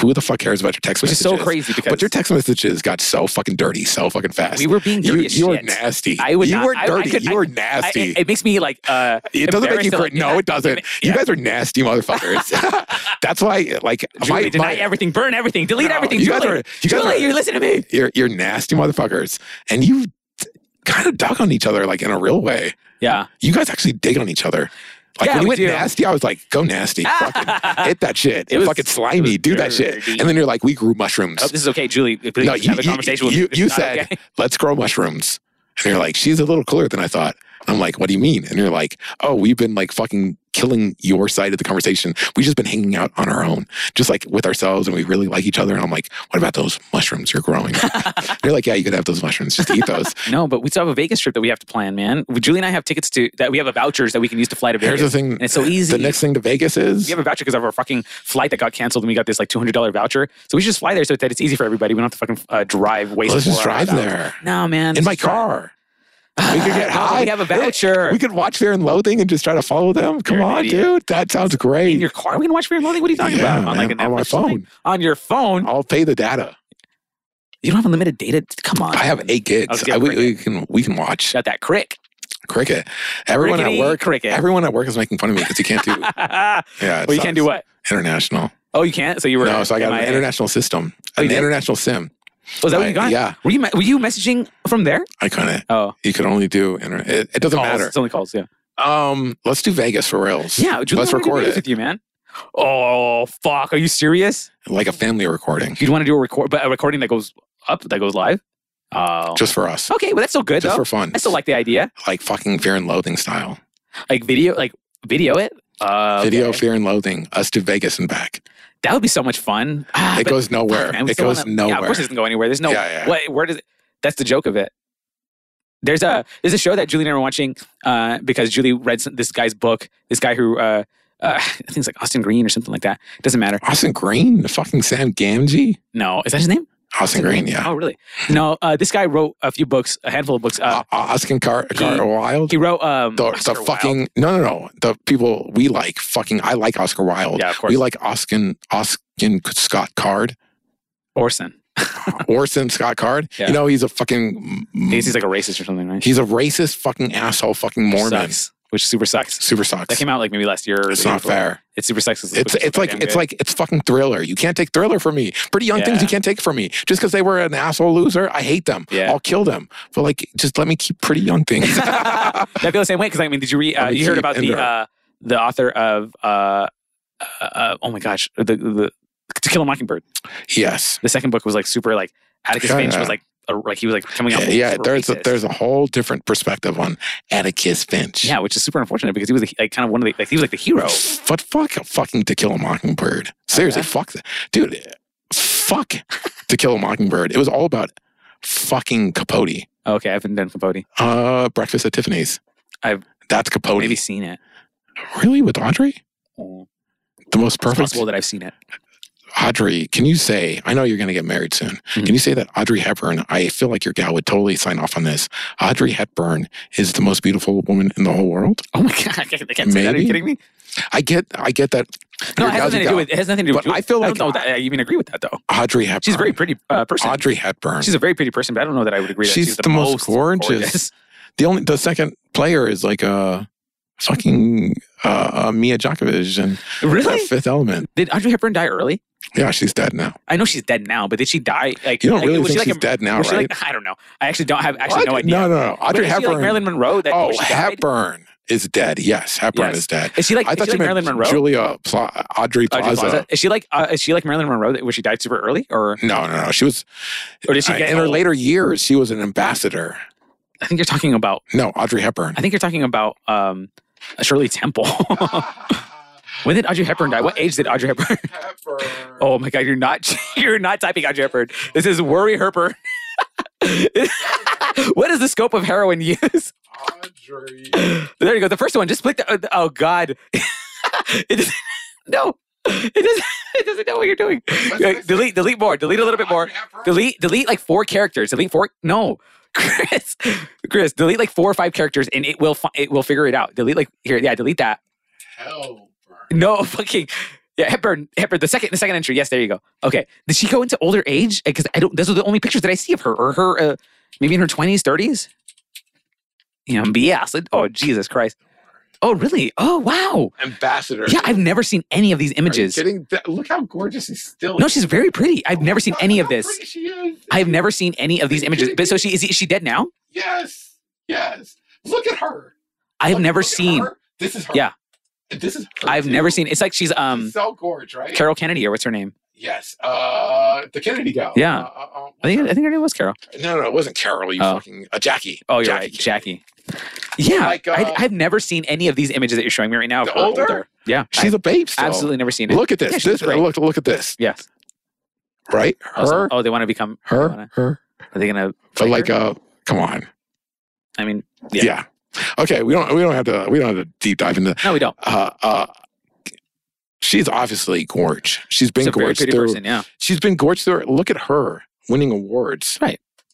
Speaker 1: who the fuck cares about your text
Speaker 2: which is
Speaker 1: messages?
Speaker 2: so crazy because
Speaker 1: But your text messages got so fucking dirty, so fucking fast.
Speaker 2: we were being dirty
Speaker 1: you
Speaker 2: as
Speaker 1: you were
Speaker 2: shit.
Speaker 1: nasty.
Speaker 2: I would
Speaker 1: you
Speaker 2: not-
Speaker 1: were
Speaker 2: I- I
Speaker 1: dirty.
Speaker 2: could-
Speaker 1: you were
Speaker 2: I-
Speaker 1: nasty.
Speaker 2: it, it makes me like, uh,
Speaker 1: It doesn't make you
Speaker 2: embarrassed
Speaker 1: great.
Speaker 2: to-
Speaker 1: No, it doesn't. You
Speaker 2: Yeah.
Speaker 1: guys are nasty motherfuckers. That's why, like,
Speaker 2: Julie,
Speaker 1: my,
Speaker 2: deny
Speaker 1: my
Speaker 2: everything, burn everything, delete
Speaker 1: No,
Speaker 2: everything.
Speaker 1: you
Speaker 2: Julie,
Speaker 1: guys are- you guys
Speaker 2: Julie,
Speaker 1: are-
Speaker 2: you listen to me.
Speaker 1: you're, you're nasty motherfuckers, and you kind of dug on each other, like in a real way.
Speaker 2: Yeah.
Speaker 1: You guys actually dig on each other. Like
Speaker 2: Yeah,
Speaker 1: when you
Speaker 2: we
Speaker 1: went
Speaker 2: do.
Speaker 1: nasty, I was like, "Go nasty, fucking hit that shit,
Speaker 2: It was-
Speaker 1: fucking slimy,
Speaker 2: it was
Speaker 1: do that
Speaker 2: dirty.
Speaker 1: shit." And then you're like, "We grew mushrooms.
Speaker 2: Oh, this is okay, Julie. Please
Speaker 1: No, you-
Speaker 2: have a
Speaker 1: you-
Speaker 2: conversation
Speaker 1: you-
Speaker 2: with me.
Speaker 1: you
Speaker 2: It's not
Speaker 1: said-
Speaker 2: okay.
Speaker 1: Let's grow mushrooms." And you're like, "She's a little cooler than I thought." I'm like, "What do you mean?" And you're like, "Oh, we've been like fucking killing your side of the conversation. We've just been hanging out on our own, just like with ourselves, and we really like each other." And I'm like, "What about those mushrooms you're growing?" you're like, "Yeah, you could have those mushrooms. Just eat those."
Speaker 2: no, but we still have a Vegas trip that we have to plan, man. Julie and I have tickets to that we have a vouchers that we can use to fly to
Speaker 1: Here's
Speaker 2: Vegas.
Speaker 1: the thing.
Speaker 2: and it's so easy.
Speaker 1: The next thing to Vegas
Speaker 2: we
Speaker 1: is
Speaker 2: have a voucher because of our fucking flight that got canceled, and we got this like two hundred dollar voucher. So we should just fly there so that it's easy for everybody. We don't have to fucking uh, drive. Waste.
Speaker 1: let's just
Speaker 2: four hours
Speaker 1: drive
Speaker 2: out.
Speaker 1: there
Speaker 2: No, man.
Speaker 1: in
Speaker 2: just
Speaker 1: my
Speaker 2: drive.
Speaker 1: car. We could get
Speaker 2: No, but
Speaker 1: high.
Speaker 2: We have a voucher.
Speaker 1: We could watch Fear and Loathing and just try to follow them. Come
Speaker 2: You're an
Speaker 1: on,
Speaker 2: idiot.
Speaker 1: dude. That sounds
Speaker 2: in
Speaker 1: great.
Speaker 2: your car, we can watch Fear and Loathing. What are you talking
Speaker 1: Yeah,
Speaker 2: about?
Speaker 1: man, on my
Speaker 2: Netflix or something?
Speaker 1: phone.
Speaker 2: On your phone?
Speaker 1: I'll pay the data.
Speaker 2: You don't have unlimited data. Come on.
Speaker 1: I have eight
Speaker 2: Let's
Speaker 1: kids.
Speaker 2: get
Speaker 1: I, we, we
Speaker 2: cricket.
Speaker 1: can we can watch
Speaker 2: Got that crick.
Speaker 1: cricket. Everyone
Speaker 2: Crickety
Speaker 1: at work,
Speaker 2: cricket.
Speaker 1: everyone at work is making fun of me because you can't do.
Speaker 2: well,
Speaker 1: Yeah, it
Speaker 2: you can't do
Speaker 1: sucks.
Speaker 2: what?
Speaker 1: international.
Speaker 2: Oh, you can't. So you were.
Speaker 1: no, so I got an
Speaker 2: MIA.
Speaker 1: international system,
Speaker 2: Oh, you
Speaker 1: an
Speaker 2: did?
Speaker 1: international sim.
Speaker 2: Was that what you
Speaker 1: I-
Speaker 2: got?
Speaker 1: Yeah,
Speaker 2: Were you me- were you messaging from there?
Speaker 1: I couldn't.
Speaker 2: Oh,
Speaker 1: You could only do inter- it, it doesn't
Speaker 2: calls.
Speaker 1: matter.
Speaker 2: It's only calls. Yeah.
Speaker 1: Um, let's do Vegas for reals.
Speaker 2: Yeah. Julie,
Speaker 1: let's
Speaker 2: I wanna do
Speaker 1: record
Speaker 2: videos
Speaker 1: it
Speaker 2: with you, man. Oh fuck! Are you serious?
Speaker 1: like a family recording,
Speaker 2: You'd want to do a record, but a recording that goes up, that goes live. Oh.
Speaker 1: just for us,
Speaker 2: okay. Well, that's still good
Speaker 1: just for
Speaker 2: though.
Speaker 1: fun.
Speaker 2: I still like the idea.
Speaker 1: like fucking Fear and Loathing style.
Speaker 2: Like video, like video it. Uh,
Speaker 1: Video
Speaker 2: okay.
Speaker 1: Fear and Loathing, us to Vegas and back.
Speaker 2: That would be so much fun. Ah,
Speaker 1: It
Speaker 2: but
Speaker 1: goes nowhere.
Speaker 2: fuck, man, we
Speaker 1: it
Speaker 2: still
Speaker 1: goes
Speaker 2: wanna- Yeah,
Speaker 1: nowhere.
Speaker 2: of course it doesn't go anywhere. There's no
Speaker 1: yeah, yeah.
Speaker 2: What? Where does it? That's the joke of it. There's a there's a show that Julie and I were watching uh, because Julie read some, this guy's book. This guy who uh, uh, I think it's like Austin Green or something like that. Doesn't matter.
Speaker 1: Austin Green, the fucking Sam Gamgee.
Speaker 2: No, is that his name?
Speaker 1: Austin Green, yeah.
Speaker 2: Oh, really? No, uh, this guy wrote a few books, a handful of books. Uh,
Speaker 1: Uh, Austin Car- Car- Wilde.
Speaker 2: he wrote um,
Speaker 1: the, the
Speaker 2: Oscar Wilde.
Speaker 1: fucking no no no the people we like fucking I like Oscar Wilde.
Speaker 2: yeah, of course.
Speaker 1: we like Oscar Oscar Scott Card
Speaker 2: Orson.
Speaker 1: Orson Scott Card.
Speaker 2: Yeah.
Speaker 1: You know he's a fucking mm,
Speaker 2: He's, he's like a racist or something, right?
Speaker 1: he's a racist fucking asshole fucking Mormon.
Speaker 2: Sucks, which super sucks.
Speaker 1: Super sucks.
Speaker 2: That came out like maybe last year. Or
Speaker 1: it's
Speaker 2: the year
Speaker 1: not
Speaker 2: before.
Speaker 1: fair.
Speaker 2: It's super sexist.
Speaker 1: It's
Speaker 2: which is
Speaker 1: it's like
Speaker 2: goddamn
Speaker 1: it's
Speaker 2: good.
Speaker 1: like it's fucking thriller. You can't take thriller from me. Pretty young things
Speaker 2: Yeah.
Speaker 1: you can't take from me. Just because they were an asshole loser, I hate them.
Speaker 2: Yeah.
Speaker 1: I'll kill them. But like, just let me keep pretty young things.
Speaker 2: I feel the same way because I mean, did you read? Uh,
Speaker 1: I'm a
Speaker 2: you heard
Speaker 1: key
Speaker 2: about the
Speaker 1: ender.
Speaker 2: uh, the author of uh, uh, uh, oh my gosh, the, the To Kill a Mockingbird.
Speaker 1: yes.
Speaker 2: The second book was like super like Atticus
Speaker 1: Yeah,
Speaker 2: Finch
Speaker 1: yeah.
Speaker 2: was like a, like he was like coming out.
Speaker 1: Yeah,
Speaker 2: with
Speaker 1: yeah,
Speaker 2: super
Speaker 1: there's a,
Speaker 2: racist.
Speaker 1: there's a whole different perspective on Atticus Finch.
Speaker 2: yeah, which is super unfortunate because he was like kind of one of the like he was like the hero.
Speaker 1: But fuck a fucking To Kill a Mockingbird. Seriously,
Speaker 2: Okay.
Speaker 1: fuck that. Dude, fuck To Kill a Mockingbird. It was all about fucking Capote.
Speaker 2: Okay, I haven't done Capote.
Speaker 1: Uh, Breakfast at Tiffany's.
Speaker 2: I've-
Speaker 1: That's Capote.
Speaker 2: Maybe seen it.
Speaker 1: Really? With Audrey?
Speaker 2: Oh,
Speaker 1: The most
Speaker 2: It's
Speaker 1: perfect.
Speaker 2: possible that I've seen it.
Speaker 1: Audrey, can you say, I know you're going to get married soon.
Speaker 2: Mhm.
Speaker 1: Can you say that Audrey Hepburn, I feel like your gal would totally sign off on this. Audrey Hepburn is the most beautiful woman in the whole world.
Speaker 2: Oh my god, I can't, I can't say that. Are
Speaker 1: Maybe.
Speaker 2: you kidding me?
Speaker 1: I get, I get that.
Speaker 2: No,
Speaker 1: your
Speaker 2: it has
Speaker 1: gal's a
Speaker 2: nothing to do
Speaker 1: gal.
Speaker 2: with. It has nothing to do
Speaker 1: But
Speaker 2: with.
Speaker 1: I feel
Speaker 2: I
Speaker 1: like-
Speaker 2: don't know that I even agree with that though.
Speaker 1: Audrey Hepburn.
Speaker 2: She's a very pretty uh, person.
Speaker 1: Audrey Hepburn.
Speaker 2: She's a very pretty person, but I don't know that I would agree. that
Speaker 1: She's
Speaker 2: she's the,
Speaker 1: the most gorgeous. the only, the second player is like a fucking uh, uh, Mia Djokovic and
Speaker 2: Really?
Speaker 1: Fifth Element.
Speaker 2: Did Audrey Hepburn die early?
Speaker 1: Yeah, she's dead now.
Speaker 2: I know she's dead now, but did she die? Like
Speaker 1: You don't
Speaker 2: like,
Speaker 1: really
Speaker 2: was
Speaker 1: think
Speaker 2: she
Speaker 1: she's
Speaker 2: like a-
Speaker 1: dead now,
Speaker 2: was she
Speaker 1: right?
Speaker 2: like I don't know. I actually don't have actually
Speaker 1: What?
Speaker 2: no idea.
Speaker 1: No, no, no. Audrey
Speaker 2: Wait, is she
Speaker 1: Hepburn.
Speaker 2: like Marilyn Monroe? That
Speaker 1: oh,
Speaker 2: she died?
Speaker 1: Hepburn is dead. Yes, Hepburn
Speaker 2: Yes.
Speaker 1: is dead.
Speaker 2: Is she like?
Speaker 1: I
Speaker 2: is
Speaker 1: thought you
Speaker 2: she like Marilyn
Speaker 1: meant
Speaker 2: Monroe?
Speaker 1: Julia Pla- Audrey
Speaker 2: Audrey
Speaker 1: Plaza.
Speaker 2: Plaza? Is she like? Uh, is she like Marilyn Monroe? That where she died super early, or
Speaker 1: No, no, no. She was
Speaker 2: or did she
Speaker 1: uh,
Speaker 2: get
Speaker 1: in her
Speaker 2: old?
Speaker 1: later years. She was an ambassador.
Speaker 2: I think you're talking about.
Speaker 1: No, Audrey Hepburn.
Speaker 2: I think you're talking about um, Shirley Temple. when did Audrey Hepburn die? What age did Audrey Hepburn? Oh my God! You're not you're not typing Audrey Hepburn. This is Worry Herper. what is the scope of heroin use?
Speaker 1: Audrey.
Speaker 2: There you go. The first one. Just click the. uh, Oh God. it doesn't, no. It doesn't. It doesn't know what you're doing. Yeah, delete. Delete more. Delete a little bit more. Delete. Delete like four characters. Delete four. No. Chris, Chris, delete like four or five characters, and it will fi- it will figure it out. Delete like here, yeah, delete that. No fucking yeah, Hepburn, Hepburn, the second the second entry. Yes, there you go. Okay, did she go into older age? Because I don't. Those are the only pictures that I see of her, or her uh, maybe in her twenties, thirties. Yeah, BS. Oh Jesus Christ. Oh really? Oh wow.
Speaker 1: Ambassador.
Speaker 2: Yeah, I've never seen any of these images.
Speaker 1: Kidding? Look how gorgeous she's still.
Speaker 2: No, she's very pretty. I've never seen any of this.
Speaker 1: She is.
Speaker 2: I've never seen any of these images. But so she is, is she dead now?
Speaker 1: Yes. Yes. Look at her.
Speaker 2: I have never seen.
Speaker 1: This is her.
Speaker 2: Yeah.
Speaker 1: This is her.
Speaker 2: I've never seen. It's like she's um
Speaker 1: so gorgeous, right?
Speaker 2: Carol Kennedy or what's her name?
Speaker 1: Yes. Uh, the Kennedy gal. Uh,
Speaker 2: Yeah.
Speaker 1: uh, uh,
Speaker 2: I think I think her name was Carol.
Speaker 1: no, no, it wasn't Carol. You
Speaker 2: Oh.
Speaker 1: fucking uh, Jackie.
Speaker 2: Oh, you're
Speaker 1: Jackie
Speaker 2: right,
Speaker 1: Kennedy.
Speaker 2: Jackie. Yeah,
Speaker 1: Like, uh,
Speaker 2: I, I've never seen any of these images that you're showing me right now. of
Speaker 1: The
Speaker 2: her
Speaker 1: older?
Speaker 2: yeah,
Speaker 1: She's a babe. Still.
Speaker 2: I've absolutely never seen it.
Speaker 1: Look at
Speaker 2: Yeah,
Speaker 1: this.
Speaker 2: she
Speaker 1: this
Speaker 2: looks great.
Speaker 1: look. Look at this.
Speaker 2: yes,
Speaker 1: Right.
Speaker 2: Awesome.
Speaker 1: Her.
Speaker 2: Oh, they want to become they
Speaker 1: Her.
Speaker 2: wanna-
Speaker 1: Her.
Speaker 2: Are they gonna?
Speaker 1: But
Speaker 2: fight
Speaker 1: like,
Speaker 2: her?
Speaker 1: uh, come on.
Speaker 2: I mean,
Speaker 1: Yeah.
Speaker 2: Yeah.
Speaker 1: Okay. We don't. We don't have to. We don't have to deep dive into.
Speaker 2: no, we don't.
Speaker 1: Uh, uh, she's obviously gorge. She's been
Speaker 2: She's a very
Speaker 1: gorged
Speaker 2: pretty
Speaker 1: through.
Speaker 2: person. Yeah,
Speaker 1: She's been gorged through. it. Look at her winning awards.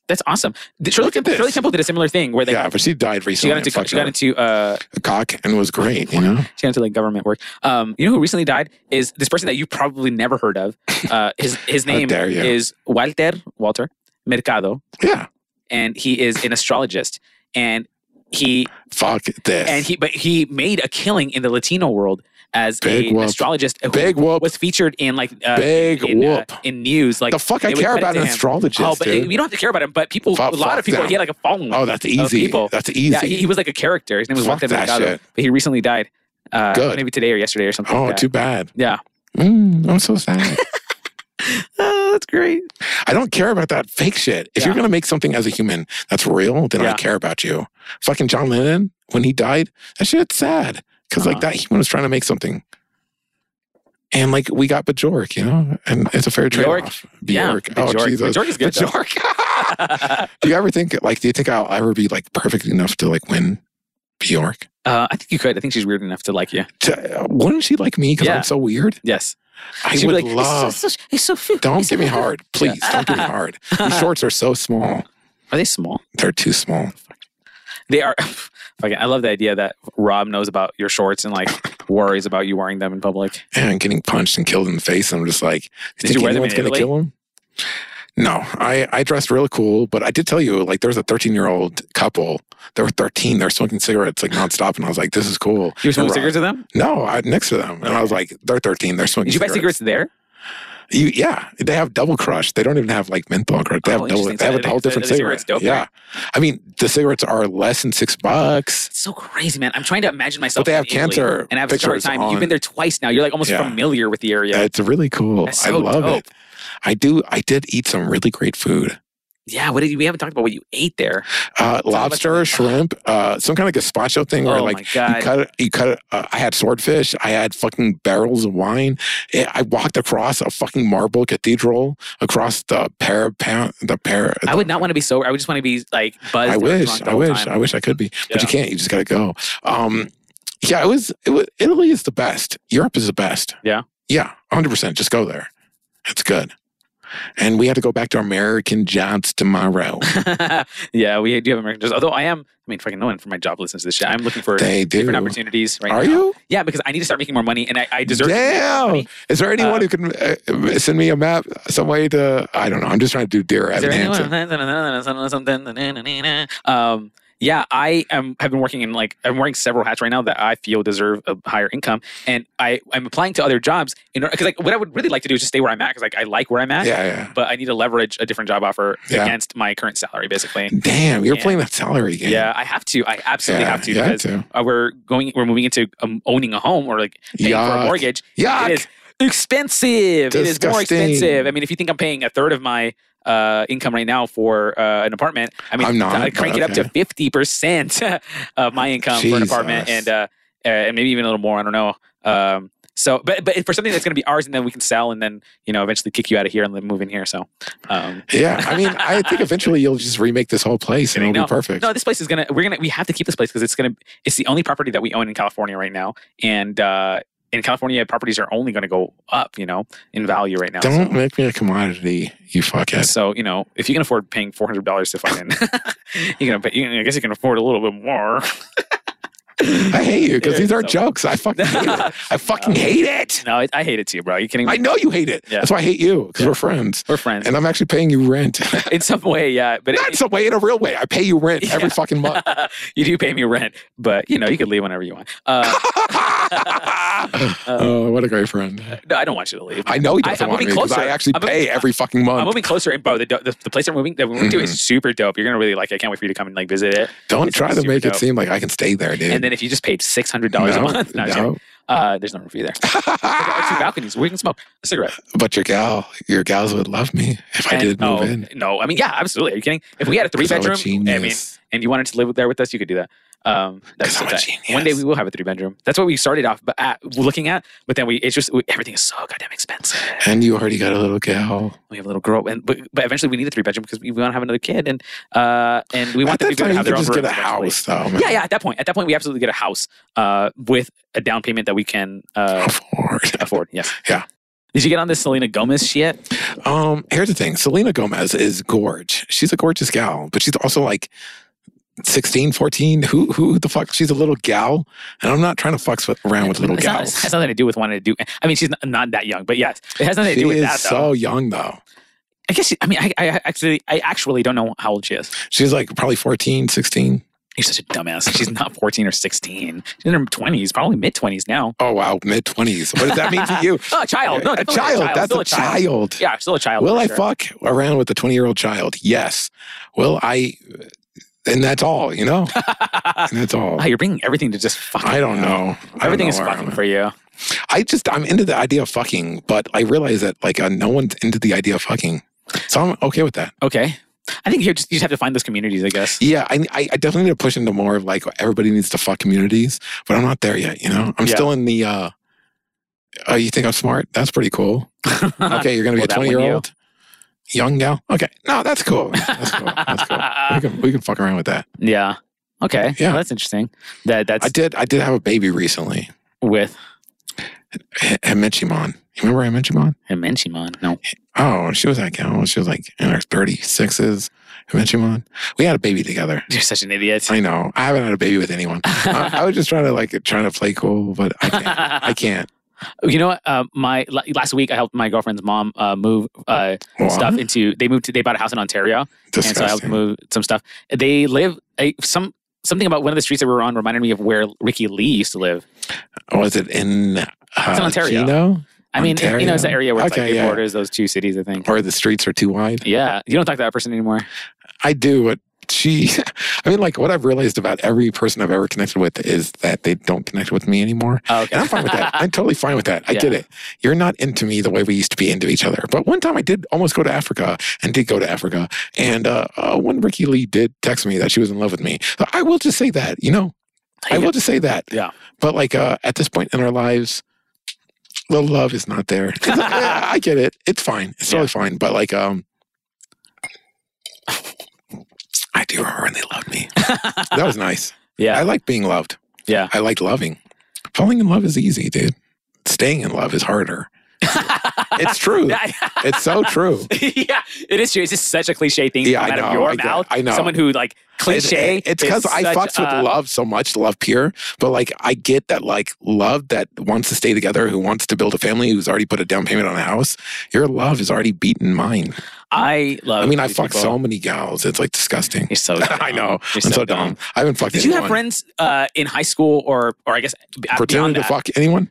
Speaker 2: that's awesome. The- Shirley,
Speaker 1: Look at
Speaker 2: Temple, Shirley
Speaker 1: this.
Speaker 2: Temple did a similar thing where they
Speaker 1: yeah, but she died
Speaker 2: she
Speaker 1: recently.
Speaker 2: got into
Speaker 1: and fucked
Speaker 2: she got
Speaker 1: her
Speaker 2: into uh
Speaker 1: cock and was great. You know.
Speaker 2: she got into like government work. Um, you know who recently died is this person that you probably never heard of. Uh, his his
Speaker 1: How
Speaker 2: name
Speaker 1: dare you.
Speaker 2: is Walter Walter Mercado,
Speaker 1: Yeah.
Speaker 2: and he is an astrologist and. He
Speaker 1: Fuck this.
Speaker 2: and he but he made a killing in the Latino world as
Speaker 1: Big
Speaker 2: an
Speaker 1: whoop.
Speaker 2: astrologist who
Speaker 1: Big whoop.
Speaker 2: was featured in like uh,
Speaker 1: Big
Speaker 2: in, uh,
Speaker 1: whoop.
Speaker 2: in news like
Speaker 1: the fuck I
Speaker 2: they would
Speaker 1: care
Speaker 2: cut it
Speaker 1: about
Speaker 2: to
Speaker 1: an
Speaker 2: him.
Speaker 1: astrologist,
Speaker 2: oh but
Speaker 1: dude.
Speaker 2: you don't have to care about him but people
Speaker 1: Fuck-
Speaker 2: a lot
Speaker 1: fuck
Speaker 2: of people
Speaker 1: them.
Speaker 2: he had like a following
Speaker 1: oh, that's
Speaker 2: of
Speaker 1: easy.
Speaker 2: people.
Speaker 1: That's easy.
Speaker 2: yeah he, he was like a character his name was
Speaker 1: Fuck
Speaker 2: Walter
Speaker 1: that
Speaker 2: Mercado
Speaker 1: shit.
Speaker 2: but he recently died uh,
Speaker 1: Good.
Speaker 2: maybe today or yesterday or something
Speaker 1: oh,
Speaker 2: like that.
Speaker 1: too bad.
Speaker 2: yeah
Speaker 1: Mm, I'm so sad.
Speaker 2: oh, that's great
Speaker 1: I don't care about that fake shit. If you're
Speaker 2: Yeah.
Speaker 1: gonna make something as a human that's real, then I
Speaker 2: Yeah.
Speaker 1: care about you. Fucking John Lennon when he died, that shit's sad because like
Speaker 2: Uh-huh.
Speaker 1: that human was trying to make something, and like we got Bajork, you know, and it's a fair trade
Speaker 2: Bjork?
Speaker 1: off.
Speaker 2: yeah
Speaker 1: Bjork, oh
Speaker 2: Bjork.
Speaker 1: Jesus,
Speaker 2: Bjork is good though.
Speaker 1: Bjork. do you ever think like? Do you think I'll ever be like perfect enough to like win Bjork?
Speaker 2: uh, I think you could I think she's weird enough to like you
Speaker 1: To, uh, wouldn't she like me because
Speaker 2: Yeah.
Speaker 1: I'm so weird?
Speaker 2: yes
Speaker 1: I
Speaker 2: She'd be
Speaker 1: would
Speaker 2: like,
Speaker 1: love.
Speaker 2: it's so, it's so few.
Speaker 1: Don't
Speaker 2: It's
Speaker 1: give
Speaker 2: so
Speaker 1: me
Speaker 2: few."
Speaker 1: hard, please. Don't give me hard. These shorts are so small.
Speaker 2: are they small
Speaker 1: They're too small.
Speaker 2: they are fucking i love the idea that rob knows about your shorts and like worries about you wearing them in public
Speaker 1: And I'm getting punched and killed in the face. I'm just like,
Speaker 2: Did
Speaker 1: think
Speaker 2: you wear them in
Speaker 1: anyone's gonna
Speaker 2: Italy?
Speaker 1: kill him? No, I, I dressed really cool, but I did tell you, like, there was a 13 year old couple. They were 13. They're smoking cigarettes like nonstop. And I was like, this is cool.
Speaker 2: you were smoking
Speaker 1: Rob.
Speaker 2: cigarettes with them
Speaker 1: No, I next to them. And I was like, they're 13. They're smoking
Speaker 2: did you buy
Speaker 1: cigarettes.
Speaker 2: cigarettes there
Speaker 1: You, yeah, they have double crush. They don't even have like menthol crush. They have
Speaker 2: Oh,
Speaker 1: double.
Speaker 2: interesting.
Speaker 1: They have
Speaker 2: So
Speaker 1: a whole
Speaker 2: are they-
Speaker 1: different
Speaker 2: are the
Speaker 1: cigarette.
Speaker 2: cigarettes dope,
Speaker 1: yeah, I mean the cigarettes are less than six bucks.
Speaker 2: it's so crazy man i'm trying to imagine myself
Speaker 1: But they
Speaker 2: in
Speaker 1: have
Speaker 2: Italy
Speaker 1: cancer
Speaker 2: and I have a hard
Speaker 1: pictures
Speaker 2: time
Speaker 1: on-
Speaker 2: you've been there twice now you're like almost
Speaker 1: Yeah.
Speaker 2: familiar with the area
Speaker 1: It's really cool.
Speaker 2: That's
Speaker 1: I
Speaker 2: so
Speaker 1: love
Speaker 2: dope.
Speaker 1: it. I do. I did eat some really great food.
Speaker 2: yeah what did you, we haven't talked about what you ate there
Speaker 1: Uh,
Speaker 2: much
Speaker 1: lobster,
Speaker 2: meat.
Speaker 1: shrimp, uh, some kind of gazpacho thing where
Speaker 2: oh
Speaker 1: like
Speaker 2: my
Speaker 1: you
Speaker 2: god
Speaker 1: cut it. You cut it. Uh, I had swordfish. I had fucking barrels of wine. I I walked across a fucking marble cathedral across the para, pa- the para,
Speaker 2: i would not want to be sober i would just want to be like buzzed
Speaker 1: I
Speaker 2: or
Speaker 1: wish,
Speaker 2: drunk
Speaker 1: I
Speaker 2: the whole
Speaker 1: wish,
Speaker 2: time.
Speaker 1: I wish I could be, but
Speaker 2: Yeah.
Speaker 1: you can't. You just gotta go. Um, yeah, it was, it was. Italy is the best. Europe is the best.
Speaker 2: Yeah?
Speaker 1: yeah, hundred percent. Just go there. It's good. And we had to go back to American Jobs tomorrow.
Speaker 2: yeah, we do have American jobs. Although I am, I mean, fucking no one from my job listens to this shit. I'm looking for
Speaker 1: they
Speaker 2: different
Speaker 1: do.
Speaker 2: opportunities right
Speaker 1: Are
Speaker 2: now.
Speaker 1: you?
Speaker 2: Yeah, because I need to start making more money, and I, I deserve. to make more
Speaker 1: Damn.
Speaker 2: money.
Speaker 1: Is there anyone who can uh, send me a map, some way to? I don't know. I'm just trying to do Dear Evan
Speaker 2: Is there
Speaker 1: Hansen.
Speaker 2: anyone? Um, yeah, I am. Have been working in like I'm wearing several hats right now that I feel deserve a higher income, and I I'm applying to other jobs in because like what I would really like to do is just stay where I'm at because like I like where I'm at,
Speaker 1: Yeah, yeah.
Speaker 2: but I need to leverage a different job offer
Speaker 1: Yeah.
Speaker 2: against my current salary basically.
Speaker 1: Damn, you're
Speaker 2: Yeah.
Speaker 1: playing that salary game.
Speaker 2: Yeah. I have to. I absolutely
Speaker 1: Yeah,
Speaker 2: have to
Speaker 1: you have
Speaker 2: because
Speaker 1: to.
Speaker 2: uh, we're going we're moving into um, owning a home or like paying for a
Speaker 1: Yuck.
Speaker 2: mortgage.
Speaker 1: Yuck.
Speaker 2: It is expensive. It is more
Speaker 1: Disgusting.
Speaker 2: expensive. I mean, if you think I'm paying a third of my uh, income right now for uh, an apartment, I mean,
Speaker 1: I'm not,
Speaker 2: I crank it
Speaker 1: but
Speaker 2: up to
Speaker 1: okay.
Speaker 2: fifty percent of my income for an apartment,
Speaker 1: Jesus.
Speaker 2: and uh, uh, and maybe even a little more. I don't know. Um, so, but but for something that's going to be ours, and then we can sell, and then you know eventually kick you out of here and then move in here. So, um,
Speaker 1: Yeah, I mean, I think eventually you'll just remake this whole place and
Speaker 2: Kidding,
Speaker 1: it'll be perfect.
Speaker 2: no, this place is gonna. We're gonna. We have to keep this place because it's gonna. It's the only property that we own in California right now, and uh, in California, properties are only going to go up. You know, in value right now. So-
Speaker 1: Don't make me a commodity, you fuckhead.
Speaker 2: So you know, if you can afford paying four hundred dollars to fucking, you can. Pay, you know, I guess you can afford a little bit more.
Speaker 1: I hate you because
Speaker 2: Yeah,
Speaker 1: these are
Speaker 2: so-
Speaker 1: jokes. I fucking hate it. I fucking hate it.
Speaker 2: No, I, I hate it too, bro. Are you kidding me?
Speaker 1: I know you hate it.
Speaker 2: Uh, Yeah.
Speaker 1: That's why I hate you because
Speaker 2: Yeah.
Speaker 1: we're friends.
Speaker 2: We're friends
Speaker 1: And I'm actually paying you rent.
Speaker 2: in some way, yeah. But
Speaker 1: Not in some way, in a real way. I pay you rent every
Speaker 2: Yeah.
Speaker 1: fucking month.
Speaker 2: you do pay me rent, but you know, you can leave whenever you want. Uh,
Speaker 1: oh, what a great friend.
Speaker 2: no, I don't want you to leave.
Speaker 1: I know he
Speaker 2: I-
Speaker 1: doesn't
Speaker 2: I'm
Speaker 1: want me
Speaker 2: moving
Speaker 1: because
Speaker 2: closer.
Speaker 1: I actually
Speaker 2: I'm moving-
Speaker 1: pay every fucking month.
Speaker 2: I'm moving closer, and bro, the, do- the, the place I'm moving that we're moving to is
Speaker 1: Mm-hmm.
Speaker 2: super dope. You're gonna really like. it. I can't wait for you to come and like visit it.
Speaker 1: Don't
Speaker 2: It's
Speaker 1: try to
Speaker 2: super
Speaker 1: make
Speaker 2: dope.
Speaker 1: it seem like I can stay there, dude.
Speaker 2: And then if you just paid six hundred dollars
Speaker 1: No,
Speaker 2: a month, no, I'm joking.
Speaker 1: no. Ah!
Speaker 2: uh, there's no room for you there. There are two balconies. We can smoke a cigarette.
Speaker 1: but your gal, your gals would love me if I
Speaker 2: And-
Speaker 1: did move
Speaker 2: oh,
Speaker 1: in.
Speaker 2: No, I mean, yeah, absolutely. Are you kidding? If we had a three
Speaker 1: 'Cause I'm a
Speaker 2: bedroom, I mean,
Speaker 1: genius.
Speaker 2: and you wanted to live there with us, you could do that. Um, that's
Speaker 1: 'Cause I'm a
Speaker 2: that's-
Speaker 1: genius.
Speaker 2: One day we will have a three bedroom. That's what we started off but at, looking at. But then we, it's just we, everything is so goddamn expensive.
Speaker 1: and you already got a little gal.
Speaker 2: We have a little girl, and but, but eventually we need a three bedroom because we want to have another kid, and uh, and we want
Speaker 1: At
Speaker 2: them
Speaker 1: that
Speaker 2: to
Speaker 1: time, you
Speaker 2: have their
Speaker 1: could
Speaker 2: own
Speaker 1: just get
Speaker 2: room
Speaker 1: a
Speaker 2: eventually.
Speaker 1: house, though.
Speaker 2: Yeah, yeah. At that point, at that point, we absolutely get a house uh, with a down payment that we can uh,
Speaker 1: Afford.
Speaker 2: afford. Yes.
Speaker 1: Yeah.
Speaker 2: Did you get on this Selena Gomez shit?
Speaker 1: Um, here's the thing. Selena Gomez is gorge. She's a gorgeous gal, but she's also like 16, 14. Who who the fuck? She's a little gal. And I'm not trying to fuck s- around with little
Speaker 2: It's not- It
Speaker 1: gals.
Speaker 2: has nothing to do with wanting to do. I mean, she's not, not that young, but yes, it has nothing to
Speaker 1: She
Speaker 2: do with
Speaker 1: is
Speaker 2: that. Though
Speaker 1: so young though.
Speaker 2: I guess she, I mean I, I actually I actually don't know how old she is.
Speaker 1: She's like probably 14, 16.
Speaker 2: You're such a dumbass. She's not 14 or 16. She's in her 20s, probably mid 20s now.
Speaker 1: Oh wow, mid 20s. What does that mean to you?
Speaker 2: Oh, a child. No,
Speaker 1: a
Speaker 2: definitely
Speaker 1: child. That's
Speaker 2: Still
Speaker 1: a child.
Speaker 2: Yeah, still a child.
Speaker 1: Will
Speaker 2: for
Speaker 1: I
Speaker 2: sure.
Speaker 1: fuck around with a 20 year old child? Yes. Will I? And that's all, you know? And that's all.
Speaker 2: Oh, you're bringing everything to just fucking.
Speaker 1: I don't know. I don't
Speaker 2: Everything
Speaker 1: know
Speaker 2: is
Speaker 1: where
Speaker 2: fucking
Speaker 1: I'm at.
Speaker 2: for you.
Speaker 1: I just I'm into the idea of fucking, but I realize that like uh, no one's into the idea of fucking, so I'm okay with that.
Speaker 2: Okay. I think you just, you just have to find those communities, I guess.
Speaker 1: Yeah, I I I definitely need to push into more of like everybody needs to fuck communities, but I'm not there yet. You know, I'm
Speaker 2: Yeah.
Speaker 1: still in the. uh Oh, you think I'm smart? That's pretty cool. Okay, you're gonna be
Speaker 2: Well,
Speaker 1: a
Speaker 2: that
Speaker 1: 20
Speaker 2: one
Speaker 1: year
Speaker 2: you.
Speaker 1: old young gal. Okay, no, that's cool. That's cool. That's cool. We can we can fuck around with that.
Speaker 2: yeah. Okay.
Speaker 1: Yeah.
Speaker 2: Well, that's interesting. That that's
Speaker 1: I did I did have a baby recently.
Speaker 2: with
Speaker 1: H- Hemenchimon. You remember Hemenchimon?
Speaker 2: Himenshimon. No.
Speaker 1: Oh, she was that gal. She was like in her 36s. Hemenchimon. We had a baby together.
Speaker 2: You're such an idiot.
Speaker 1: I know. I haven't had a baby with anyone. I, I was just trying to like trying to play cool, but I can't. I can't.
Speaker 2: You know what? Uh, my la- last week, I helped my girlfriend's mom uh, move uh,
Speaker 1: Well,
Speaker 2: stuff into. They moved. To, they bought a house in Ontario, and so I helped
Speaker 1: Disgusting.
Speaker 2: move some stuff. They live I, some something about one of the streets that we were on reminded me of where Ricky Lee used to live.
Speaker 1: Was it in uh,
Speaker 2: Ontario.
Speaker 1: Chino?
Speaker 2: I mean, it- you know, it's the
Speaker 1: Ontario.
Speaker 2: area where it's
Speaker 1: Okay,
Speaker 2: like it
Speaker 1: yeah.
Speaker 2: borders those two cities. I think.
Speaker 1: Or the streets are too wide?
Speaker 2: Yeah, you don't talk to that person anymore.
Speaker 1: I do, but she. I mean, like what I've realized about every person I've ever connected with is that they don't connect with me anymore.
Speaker 2: Oh, okay.
Speaker 1: And I'm fine with that. I'm totally fine with that. I
Speaker 2: Yeah.
Speaker 1: get it. You're not into me the way we used to be into each other. But one time I did almost go to Africa and did go to Africa. And uh, uh, when Ricky Lee did text me that she was in love with me, so I will just say that, you know, I will just say that.
Speaker 2: Yeah.
Speaker 1: But like uh, at this point in our lives, the love is not there. It's- I I get it. It's fine. It's totally fine. But like, um, I do remember when they loved me. that was nice. I
Speaker 2: Yeah,
Speaker 1: like being loved.
Speaker 2: Yeah.
Speaker 1: I like loving. Falling in love is easy, dude. Staying in love is harder. It's true. It's so true.
Speaker 2: yeah, it is true. It's just such a cliche thing to
Speaker 1: Yeah,
Speaker 2: come
Speaker 1: I
Speaker 2: out of
Speaker 1: know,
Speaker 2: your
Speaker 1: I get-
Speaker 2: mouth.
Speaker 1: I know.
Speaker 2: Someone who like cliche.
Speaker 1: It- it's
Speaker 2: is
Speaker 1: because I
Speaker 2: such
Speaker 1: fucks with
Speaker 2: a-
Speaker 1: love so much, love Pierre. But like, I get that like love that wants to stay together, who wants to build a family, who's already put a down payment on a house. Your love is already beaten mine.
Speaker 2: I love.
Speaker 1: I mean, I
Speaker 2: these
Speaker 1: fuck
Speaker 2: people.
Speaker 1: so many gals. It's like disgusting.
Speaker 2: You're so.
Speaker 1: I
Speaker 2: dumb.
Speaker 1: know.
Speaker 2: You're
Speaker 1: I'm so dumb. I haven't fucked
Speaker 2: Did you
Speaker 1: anyone.
Speaker 2: have friends uh, in high school or, or I guess b-
Speaker 1: pretending
Speaker 2: beyond
Speaker 1: to
Speaker 2: that?
Speaker 1: fuck anyone?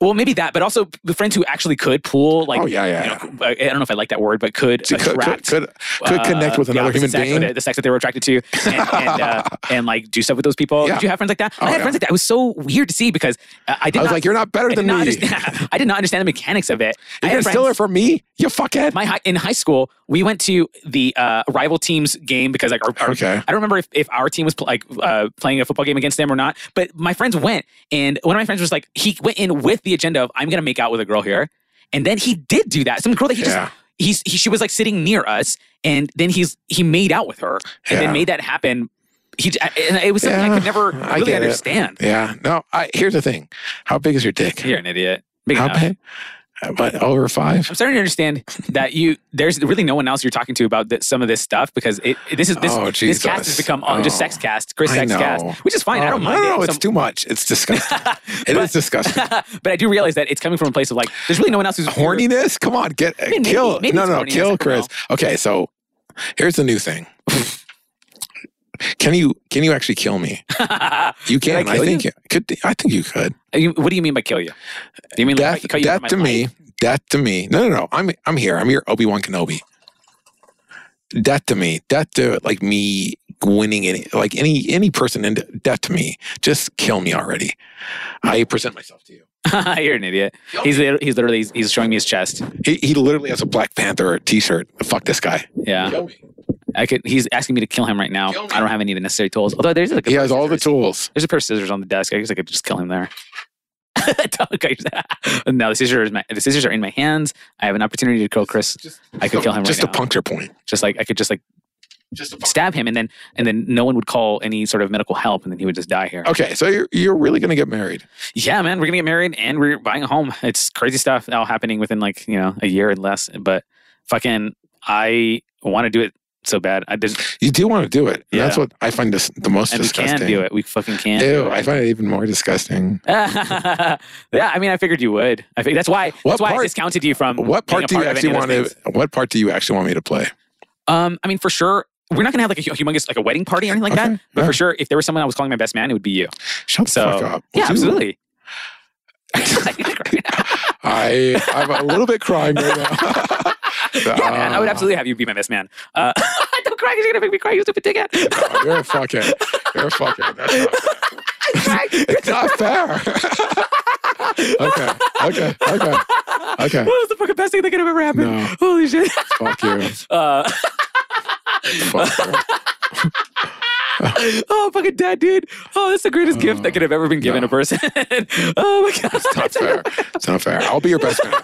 Speaker 2: Well, maybe that, but also the friends who actually could pull, like,
Speaker 1: oh yeah, yeah.
Speaker 2: you know, I I don't know if I like that word, but could
Speaker 1: Could- could-
Speaker 2: attract, uh,
Speaker 1: could- could connect with
Speaker 2: the
Speaker 1: another
Speaker 2: opposite
Speaker 1: human
Speaker 2: sex,
Speaker 1: being.
Speaker 2: the, the sex that they were attracted to, and and, uh, and like do stuff with those people.
Speaker 1: Yeah.
Speaker 2: Did you have friends like that?
Speaker 1: Oh,
Speaker 2: I had
Speaker 1: yeah.
Speaker 2: friends like that. It was so weird to see because uh, I did
Speaker 1: I was
Speaker 2: not.
Speaker 1: like, you're not better
Speaker 2: I did
Speaker 1: than
Speaker 2: not,
Speaker 1: me.
Speaker 2: understand, I did not understand the mechanics of it. I
Speaker 1: You're
Speaker 2: had
Speaker 1: gonna steal
Speaker 2: friends-
Speaker 1: her from me? You fuckhead.
Speaker 2: my high, in high school, we went to the uh, rival team's game because like our, our-
Speaker 1: Okay.
Speaker 2: I don't remember if, if our team was pl- like uh, playing a football game against them or not. But my friends went, and one of my friends was like, he went in with the agenda of I'm gonna make out with a girl here, and then he did do that. Some girl that he
Speaker 1: Yeah.
Speaker 2: just he's he, she was like sitting near us, and then he's he made out with her, and
Speaker 1: Yeah.
Speaker 2: then made that happen. He j- and it was something
Speaker 1: Yeah,
Speaker 2: I could never
Speaker 1: I
Speaker 2: really
Speaker 1: get it.
Speaker 2: understand.
Speaker 1: Yeah. No. I, here's the thing. How big is your dick?
Speaker 2: You're an idiot. Big
Speaker 1: How
Speaker 2: enough.
Speaker 1: big? But over five.
Speaker 2: I'm starting to understand that you there's really no one else you're talking to about th- some of this stuff because it, it- this is this,
Speaker 1: Oh,
Speaker 2: this cast
Speaker 1: Jesus.
Speaker 2: has become um, just
Speaker 1: Oh.
Speaker 2: sex cast, Chris
Speaker 1: I
Speaker 2: sex
Speaker 1: know.
Speaker 2: cast, which is fine. I
Speaker 1: Oh,
Speaker 2: don't mind.
Speaker 1: No, no,
Speaker 2: it.
Speaker 1: it's too much. It's disgusting. It is
Speaker 2: But-
Speaker 1: disgusting.
Speaker 2: but I do realize that it's coming from a place of like there's really no one else who's
Speaker 1: Horniness? Come on, get
Speaker 2: mean, maybe-
Speaker 1: kill.
Speaker 2: maybe
Speaker 1: no,
Speaker 2: it's
Speaker 1: no,
Speaker 2: horniness, I
Speaker 1: kill
Speaker 2: don't
Speaker 1: Chris. Okay, so here's the new thing. can you can you actually kill me? You
Speaker 2: Can I
Speaker 1: can. I,
Speaker 2: kill
Speaker 1: think you? could. I think you could.
Speaker 2: You- what do you mean by kill you? Do you mean
Speaker 1: Death,
Speaker 2: like, cut you out of
Speaker 1: death
Speaker 2: my
Speaker 1: to me.
Speaker 2: life?
Speaker 1: Death to me. No, no, no. I'm I'm here. I'm your Obi Wan Kenobi. Death to me. Death to like me winning any like any any person and death to me. Just kill me already. I present myself to you.
Speaker 2: you're an idiot. He's lit- he's literally he's, he's showing me his chest.
Speaker 1: He, he literally has a Black Panther T-shirt. Fuck this guy.
Speaker 2: Yeah,
Speaker 1: Kill me.
Speaker 2: I could. He's asking me to kill him right now.
Speaker 1: Kill me.
Speaker 2: I don't have any of the necessary tools. Although there's like a
Speaker 1: He has all the tools.
Speaker 2: There's a pair of scissors on the desk. I guess I could just kill him there. Don't go- no, the scissors, my, the scissors are in my hands. I have an opportunity to kill Chris.
Speaker 1: Just,
Speaker 2: I could kill him right
Speaker 1: Just
Speaker 2: now.
Speaker 1: a puncture point.
Speaker 2: Just like I could just like
Speaker 1: Just a puncture.
Speaker 2: stab him, and then and then no one would call any sort of medical help, and then he would just die here.
Speaker 1: Okay, so you're you're really gonna get married.
Speaker 2: Yeah, man, we're gonna get married, and we're buying a home. It's crazy stuff all happening within like you know a year and less. But fucking, I want to do it so bad. I just
Speaker 1: You do want to do it. And That's
Speaker 2: Yeah.
Speaker 1: what I find dis- the most
Speaker 2: and we
Speaker 1: disgusting.
Speaker 2: can do it. We fucking can.
Speaker 1: Ew,
Speaker 2: do
Speaker 1: I
Speaker 2: it.
Speaker 1: find it even more disgusting.
Speaker 2: yeah, I mean, I figured you would. I think that's why.
Speaker 1: What
Speaker 2: that's why I
Speaker 1: part-
Speaker 2: discounted you from.
Speaker 1: What
Speaker 2: Mm-hmm.
Speaker 1: part do
Speaker 2: being a
Speaker 1: you
Speaker 2: of
Speaker 1: actually
Speaker 2: any of
Speaker 1: want
Speaker 2: those
Speaker 1: to? What part do you actually want me to play?
Speaker 2: things. Um, I mean, for sure, we're not gonna have like a hu- humongous like a wedding party or anything like that.
Speaker 1: Okay,
Speaker 2: But
Speaker 1: yeah.
Speaker 2: for sure, if there was someone I was calling my best man, it would be you.
Speaker 1: Shut the
Speaker 2: So,
Speaker 1: fuck up.
Speaker 2: Yeah,
Speaker 1: Dude,
Speaker 2: absolutely.
Speaker 1: I I'm a little bit crying right now.
Speaker 2: yeah, man, I would absolutely have you be my best man. Uh, don't cry, 'cause you're gonna make me cry. You stupid dickhead.
Speaker 1: No, you're a fuckhead. You're a fuckhead. That's not fair. It's not fair. okay. Okay. Okay.
Speaker 2: That
Speaker 1: Okay.
Speaker 2: was the fucking best thing that could have ever happened.
Speaker 1: No.
Speaker 2: Holy shit.
Speaker 1: Fuck you.
Speaker 2: Uh,
Speaker 1: Fuck you.
Speaker 2: oh, fucking dad, dude. Oh, that's the greatest gift that could have ever been given
Speaker 1: Uh, no.
Speaker 2: a person. oh my god.
Speaker 1: It's not fair. It's not fair. I'll be your best man.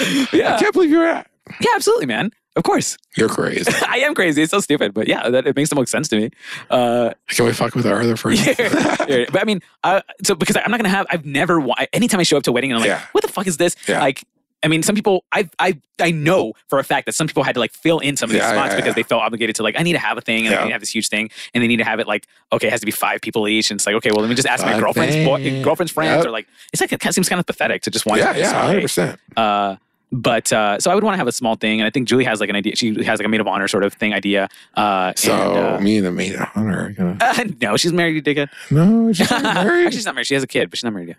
Speaker 1: I
Speaker 2: Yeah.
Speaker 1: can't believe you're at.
Speaker 2: Yeah, absolutely, man. Of course.
Speaker 1: You're crazy.
Speaker 2: I am crazy. It's so stupid, but yeah, that it makes the most sense to me. Uh,
Speaker 1: Can we fuck with our other friends?
Speaker 2: yeah, yeah. but I mean, uh, so because I'm not gonna have, I've never. wa- Anytime I show up to a wedding and I'm like,
Speaker 1: Yeah.
Speaker 2: what the fuck is this?
Speaker 1: Yeah.
Speaker 2: Like, I mean, some people, I, I, I know for a fact that some people had to like fill in some of these
Speaker 1: Yeah,
Speaker 2: spots
Speaker 1: yeah,
Speaker 2: because
Speaker 1: yeah.
Speaker 2: they felt obligated to like, I need to have a thing and
Speaker 1: Yeah.
Speaker 2: I need to have this huge thing and they need to have it like, okay, it has to be five people each, and it's like, okay, well, let me just ask my
Speaker 1: Five
Speaker 2: girlfriend's boy,
Speaker 1: things.
Speaker 2: girlfriend's friends
Speaker 1: Yep.
Speaker 2: or like, it's like it kind of seems kind of pathetic to just want
Speaker 1: Yeah,
Speaker 2: to just
Speaker 1: yeah,
Speaker 2: like,
Speaker 1: hundred percent.
Speaker 2: uh, but uh, so I would want to have a small thing, and I think Julie has like an idea. She has like a maid of honor sort of thing idea. Uh,
Speaker 1: So
Speaker 2: and,
Speaker 1: me and the maid of honor are gonna.
Speaker 2: uh, no, she's married to Digga.
Speaker 1: No, she's not
Speaker 2: Actually,
Speaker 1: married.
Speaker 2: she's not married. She has a kid, but she's not married yet.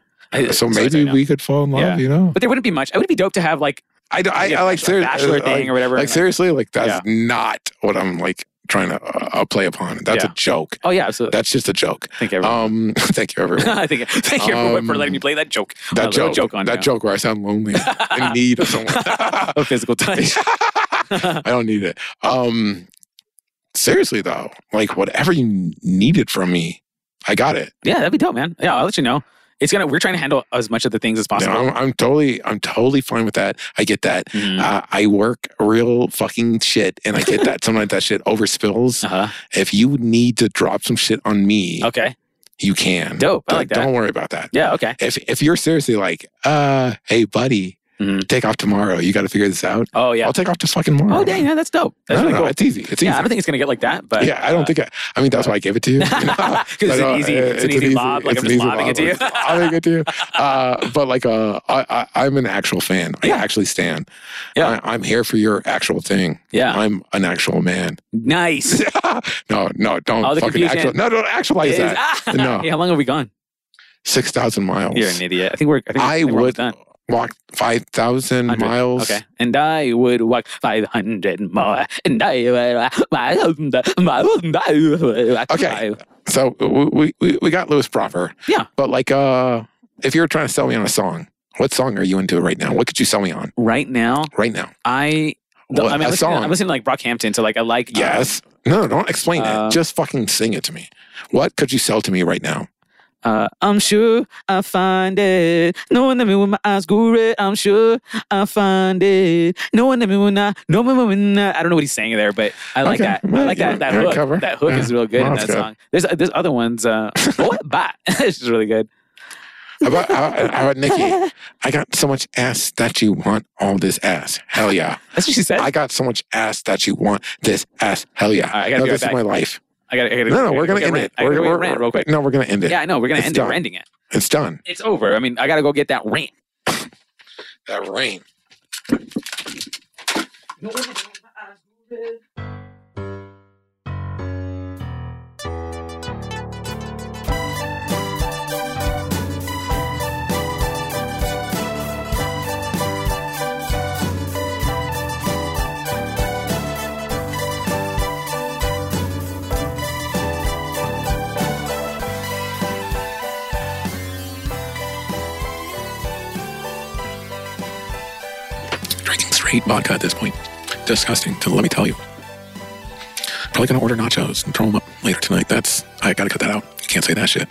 Speaker 2: I-
Speaker 1: so
Speaker 2: sorry, sorry,
Speaker 1: maybe
Speaker 2: no.
Speaker 1: we could fall in love.
Speaker 2: Yeah.
Speaker 1: You know,
Speaker 2: But there wouldn't be much. It would be dope to have like
Speaker 1: I, I,
Speaker 2: Yeah,
Speaker 1: I like
Speaker 2: bachelor-
Speaker 1: seriously
Speaker 2: bachelor thing or whatever.
Speaker 1: Like seriously, like that's
Speaker 2: Yeah.
Speaker 1: not what I'm like trying to uh, play upon. That's
Speaker 2: Yeah.
Speaker 1: a joke.
Speaker 2: oh yeah, absolutely.
Speaker 1: That's just a joke.
Speaker 2: Thank you. everyone.
Speaker 1: Um, thank you everyone.
Speaker 2: I think thank you everyone for
Speaker 1: um,
Speaker 2: letting me play that joke. A
Speaker 1: That
Speaker 2: little
Speaker 1: joke,
Speaker 2: joke on
Speaker 1: that
Speaker 2: you.
Speaker 1: joke where I sound lonely in need of someone. I
Speaker 2: A physical touch.
Speaker 1: don't need it. Um, seriously though, like whatever you needed from me, I got it.
Speaker 2: yeah, that'd be dope, man. Yeah, I'll let you know. It's gonna. We're trying to handle as much of the things as
Speaker 1: No,
Speaker 2: possible.
Speaker 1: I'm, I'm totally, I'm totally fine with that. I get that.
Speaker 2: Mhm.
Speaker 1: Uh, I work real fucking shit, and I get that sometimes that shit overspills.
Speaker 2: Uh-huh.
Speaker 1: If you need to drop some shit on me,
Speaker 2: Okay.
Speaker 1: you can.
Speaker 2: Dope. I like that.
Speaker 1: Don't worry about that.
Speaker 2: Yeah. Okay.
Speaker 1: If if you're seriously like, uh, hey buddy,
Speaker 2: Mhm.
Speaker 1: Take off tomorrow. You got to figure this out.
Speaker 2: Oh yeah.
Speaker 1: I'll take off just fucking tomorrow.
Speaker 2: Oh dang, yeah, that's
Speaker 1: I
Speaker 2: dope. That's
Speaker 1: don't
Speaker 2: really
Speaker 1: know.
Speaker 2: cool.
Speaker 1: It's easy. It's easy.
Speaker 2: Yeah, I don't think it's gonna get like that, but
Speaker 1: yeah, I don't
Speaker 2: uh,
Speaker 1: think I, I mean that's why I gave it to you. you know?
Speaker 2: 'Cause it's
Speaker 1: But,
Speaker 2: an
Speaker 1: uh,
Speaker 2: easy- it's an easy lob, like,
Speaker 1: it's
Speaker 2: I'm
Speaker 1: an
Speaker 2: just
Speaker 1: easy
Speaker 2: lobbing it to
Speaker 1: lob. I'm
Speaker 2: you.
Speaker 1: just lobbing it to you. Uh, but like, uh, I, I, I'm an actual fan. I
Speaker 2: Yeah.
Speaker 1: actually stand.
Speaker 2: Yeah.
Speaker 1: I, I'm here for your actual thing.
Speaker 2: Yeah.
Speaker 1: I'm an actual man.
Speaker 2: Nice.
Speaker 1: no, no, don't
Speaker 2: Oh, the
Speaker 1: fucking
Speaker 2: confusion.
Speaker 1: actual. No, don't actualize
Speaker 2: Is-
Speaker 1: that.
Speaker 2: ah!
Speaker 1: No.
Speaker 2: Hey, how long have we gone?
Speaker 1: Six thousand miles.
Speaker 2: You're an idiot. I think we're. I, think,
Speaker 1: I
Speaker 2: think we're almost
Speaker 1: would-
Speaker 2: Done.
Speaker 1: Walk five thousand
Speaker 2: 100.
Speaker 1: miles.
Speaker 2: Okay. And I would walk 500 more. And I would walk 500 more.
Speaker 1: Okay. So we, we- we we got Lewis Proper.
Speaker 2: Yeah.
Speaker 1: But like, uh, if you're trying to sell me on a song, what song are you into right now? What could you sell me on
Speaker 2: Right now,
Speaker 1: right now?
Speaker 2: I. the-
Speaker 1: What-
Speaker 2: I mean,
Speaker 1: a
Speaker 2: I'm listening, to,
Speaker 1: song.
Speaker 2: I'm listening to like Brockhampton, so like I like. uh,
Speaker 1: Yes. No, don't explain
Speaker 2: uh,
Speaker 1: it. Just fucking sing it to me. What could you sell to me right now?
Speaker 2: Uh, I'm sure I find it. Knowing that me when my eyes go red, I'm sure I find it. Knowing that me when I, know me when I. I don't know what he's saying there, but I like
Speaker 1: Okay.
Speaker 2: that. I
Speaker 1: Well,
Speaker 2: like
Speaker 1: yeah,
Speaker 2: that. That
Speaker 1: yeah,
Speaker 2: hook.
Speaker 1: cover.
Speaker 2: That hook
Speaker 1: Yeah.
Speaker 2: is real good
Speaker 1: Well,
Speaker 2: in
Speaker 1: that's
Speaker 2: that
Speaker 1: good.
Speaker 2: song. There's there's other ones. Uh, oh, bye. it's just really good.
Speaker 1: How about, how, about- how about Nikki? I got so much ass that you want all this ass. Hell yeah.
Speaker 2: That's what she said.
Speaker 1: I got so much ass that you want this ass. Hell yeah.
Speaker 2: All right, I gotta
Speaker 1: no,
Speaker 2: go
Speaker 1: this
Speaker 2: back.
Speaker 1: is my life.
Speaker 2: I gotta, I gotta,
Speaker 1: No,
Speaker 2: I
Speaker 1: no, we're gonna
Speaker 2: gotta go
Speaker 1: end
Speaker 2: rant.
Speaker 1: it.
Speaker 2: I
Speaker 1: We're,
Speaker 2: gotta go
Speaker 1: we're,
Speaker 2: rant real quick.
Speaker 1: No, we're gonna end it.
Speaker 2: Yeah, I know. We're gonna
Speaker 1: It's
Speaker 2: end it.
Speaker 1: done.
Speaker 2: We're ending it.
Speaker 1: It's done.
Speaker 2: It's over. I mean, I gotta go get that rant.
Speaker 1: That rain. Drinking straight vodka at this point. Disgusting. To, let me tell you. Probably gonna order nachos and throw them up later tonight. That's I gotta cut that out. You can't say that shit.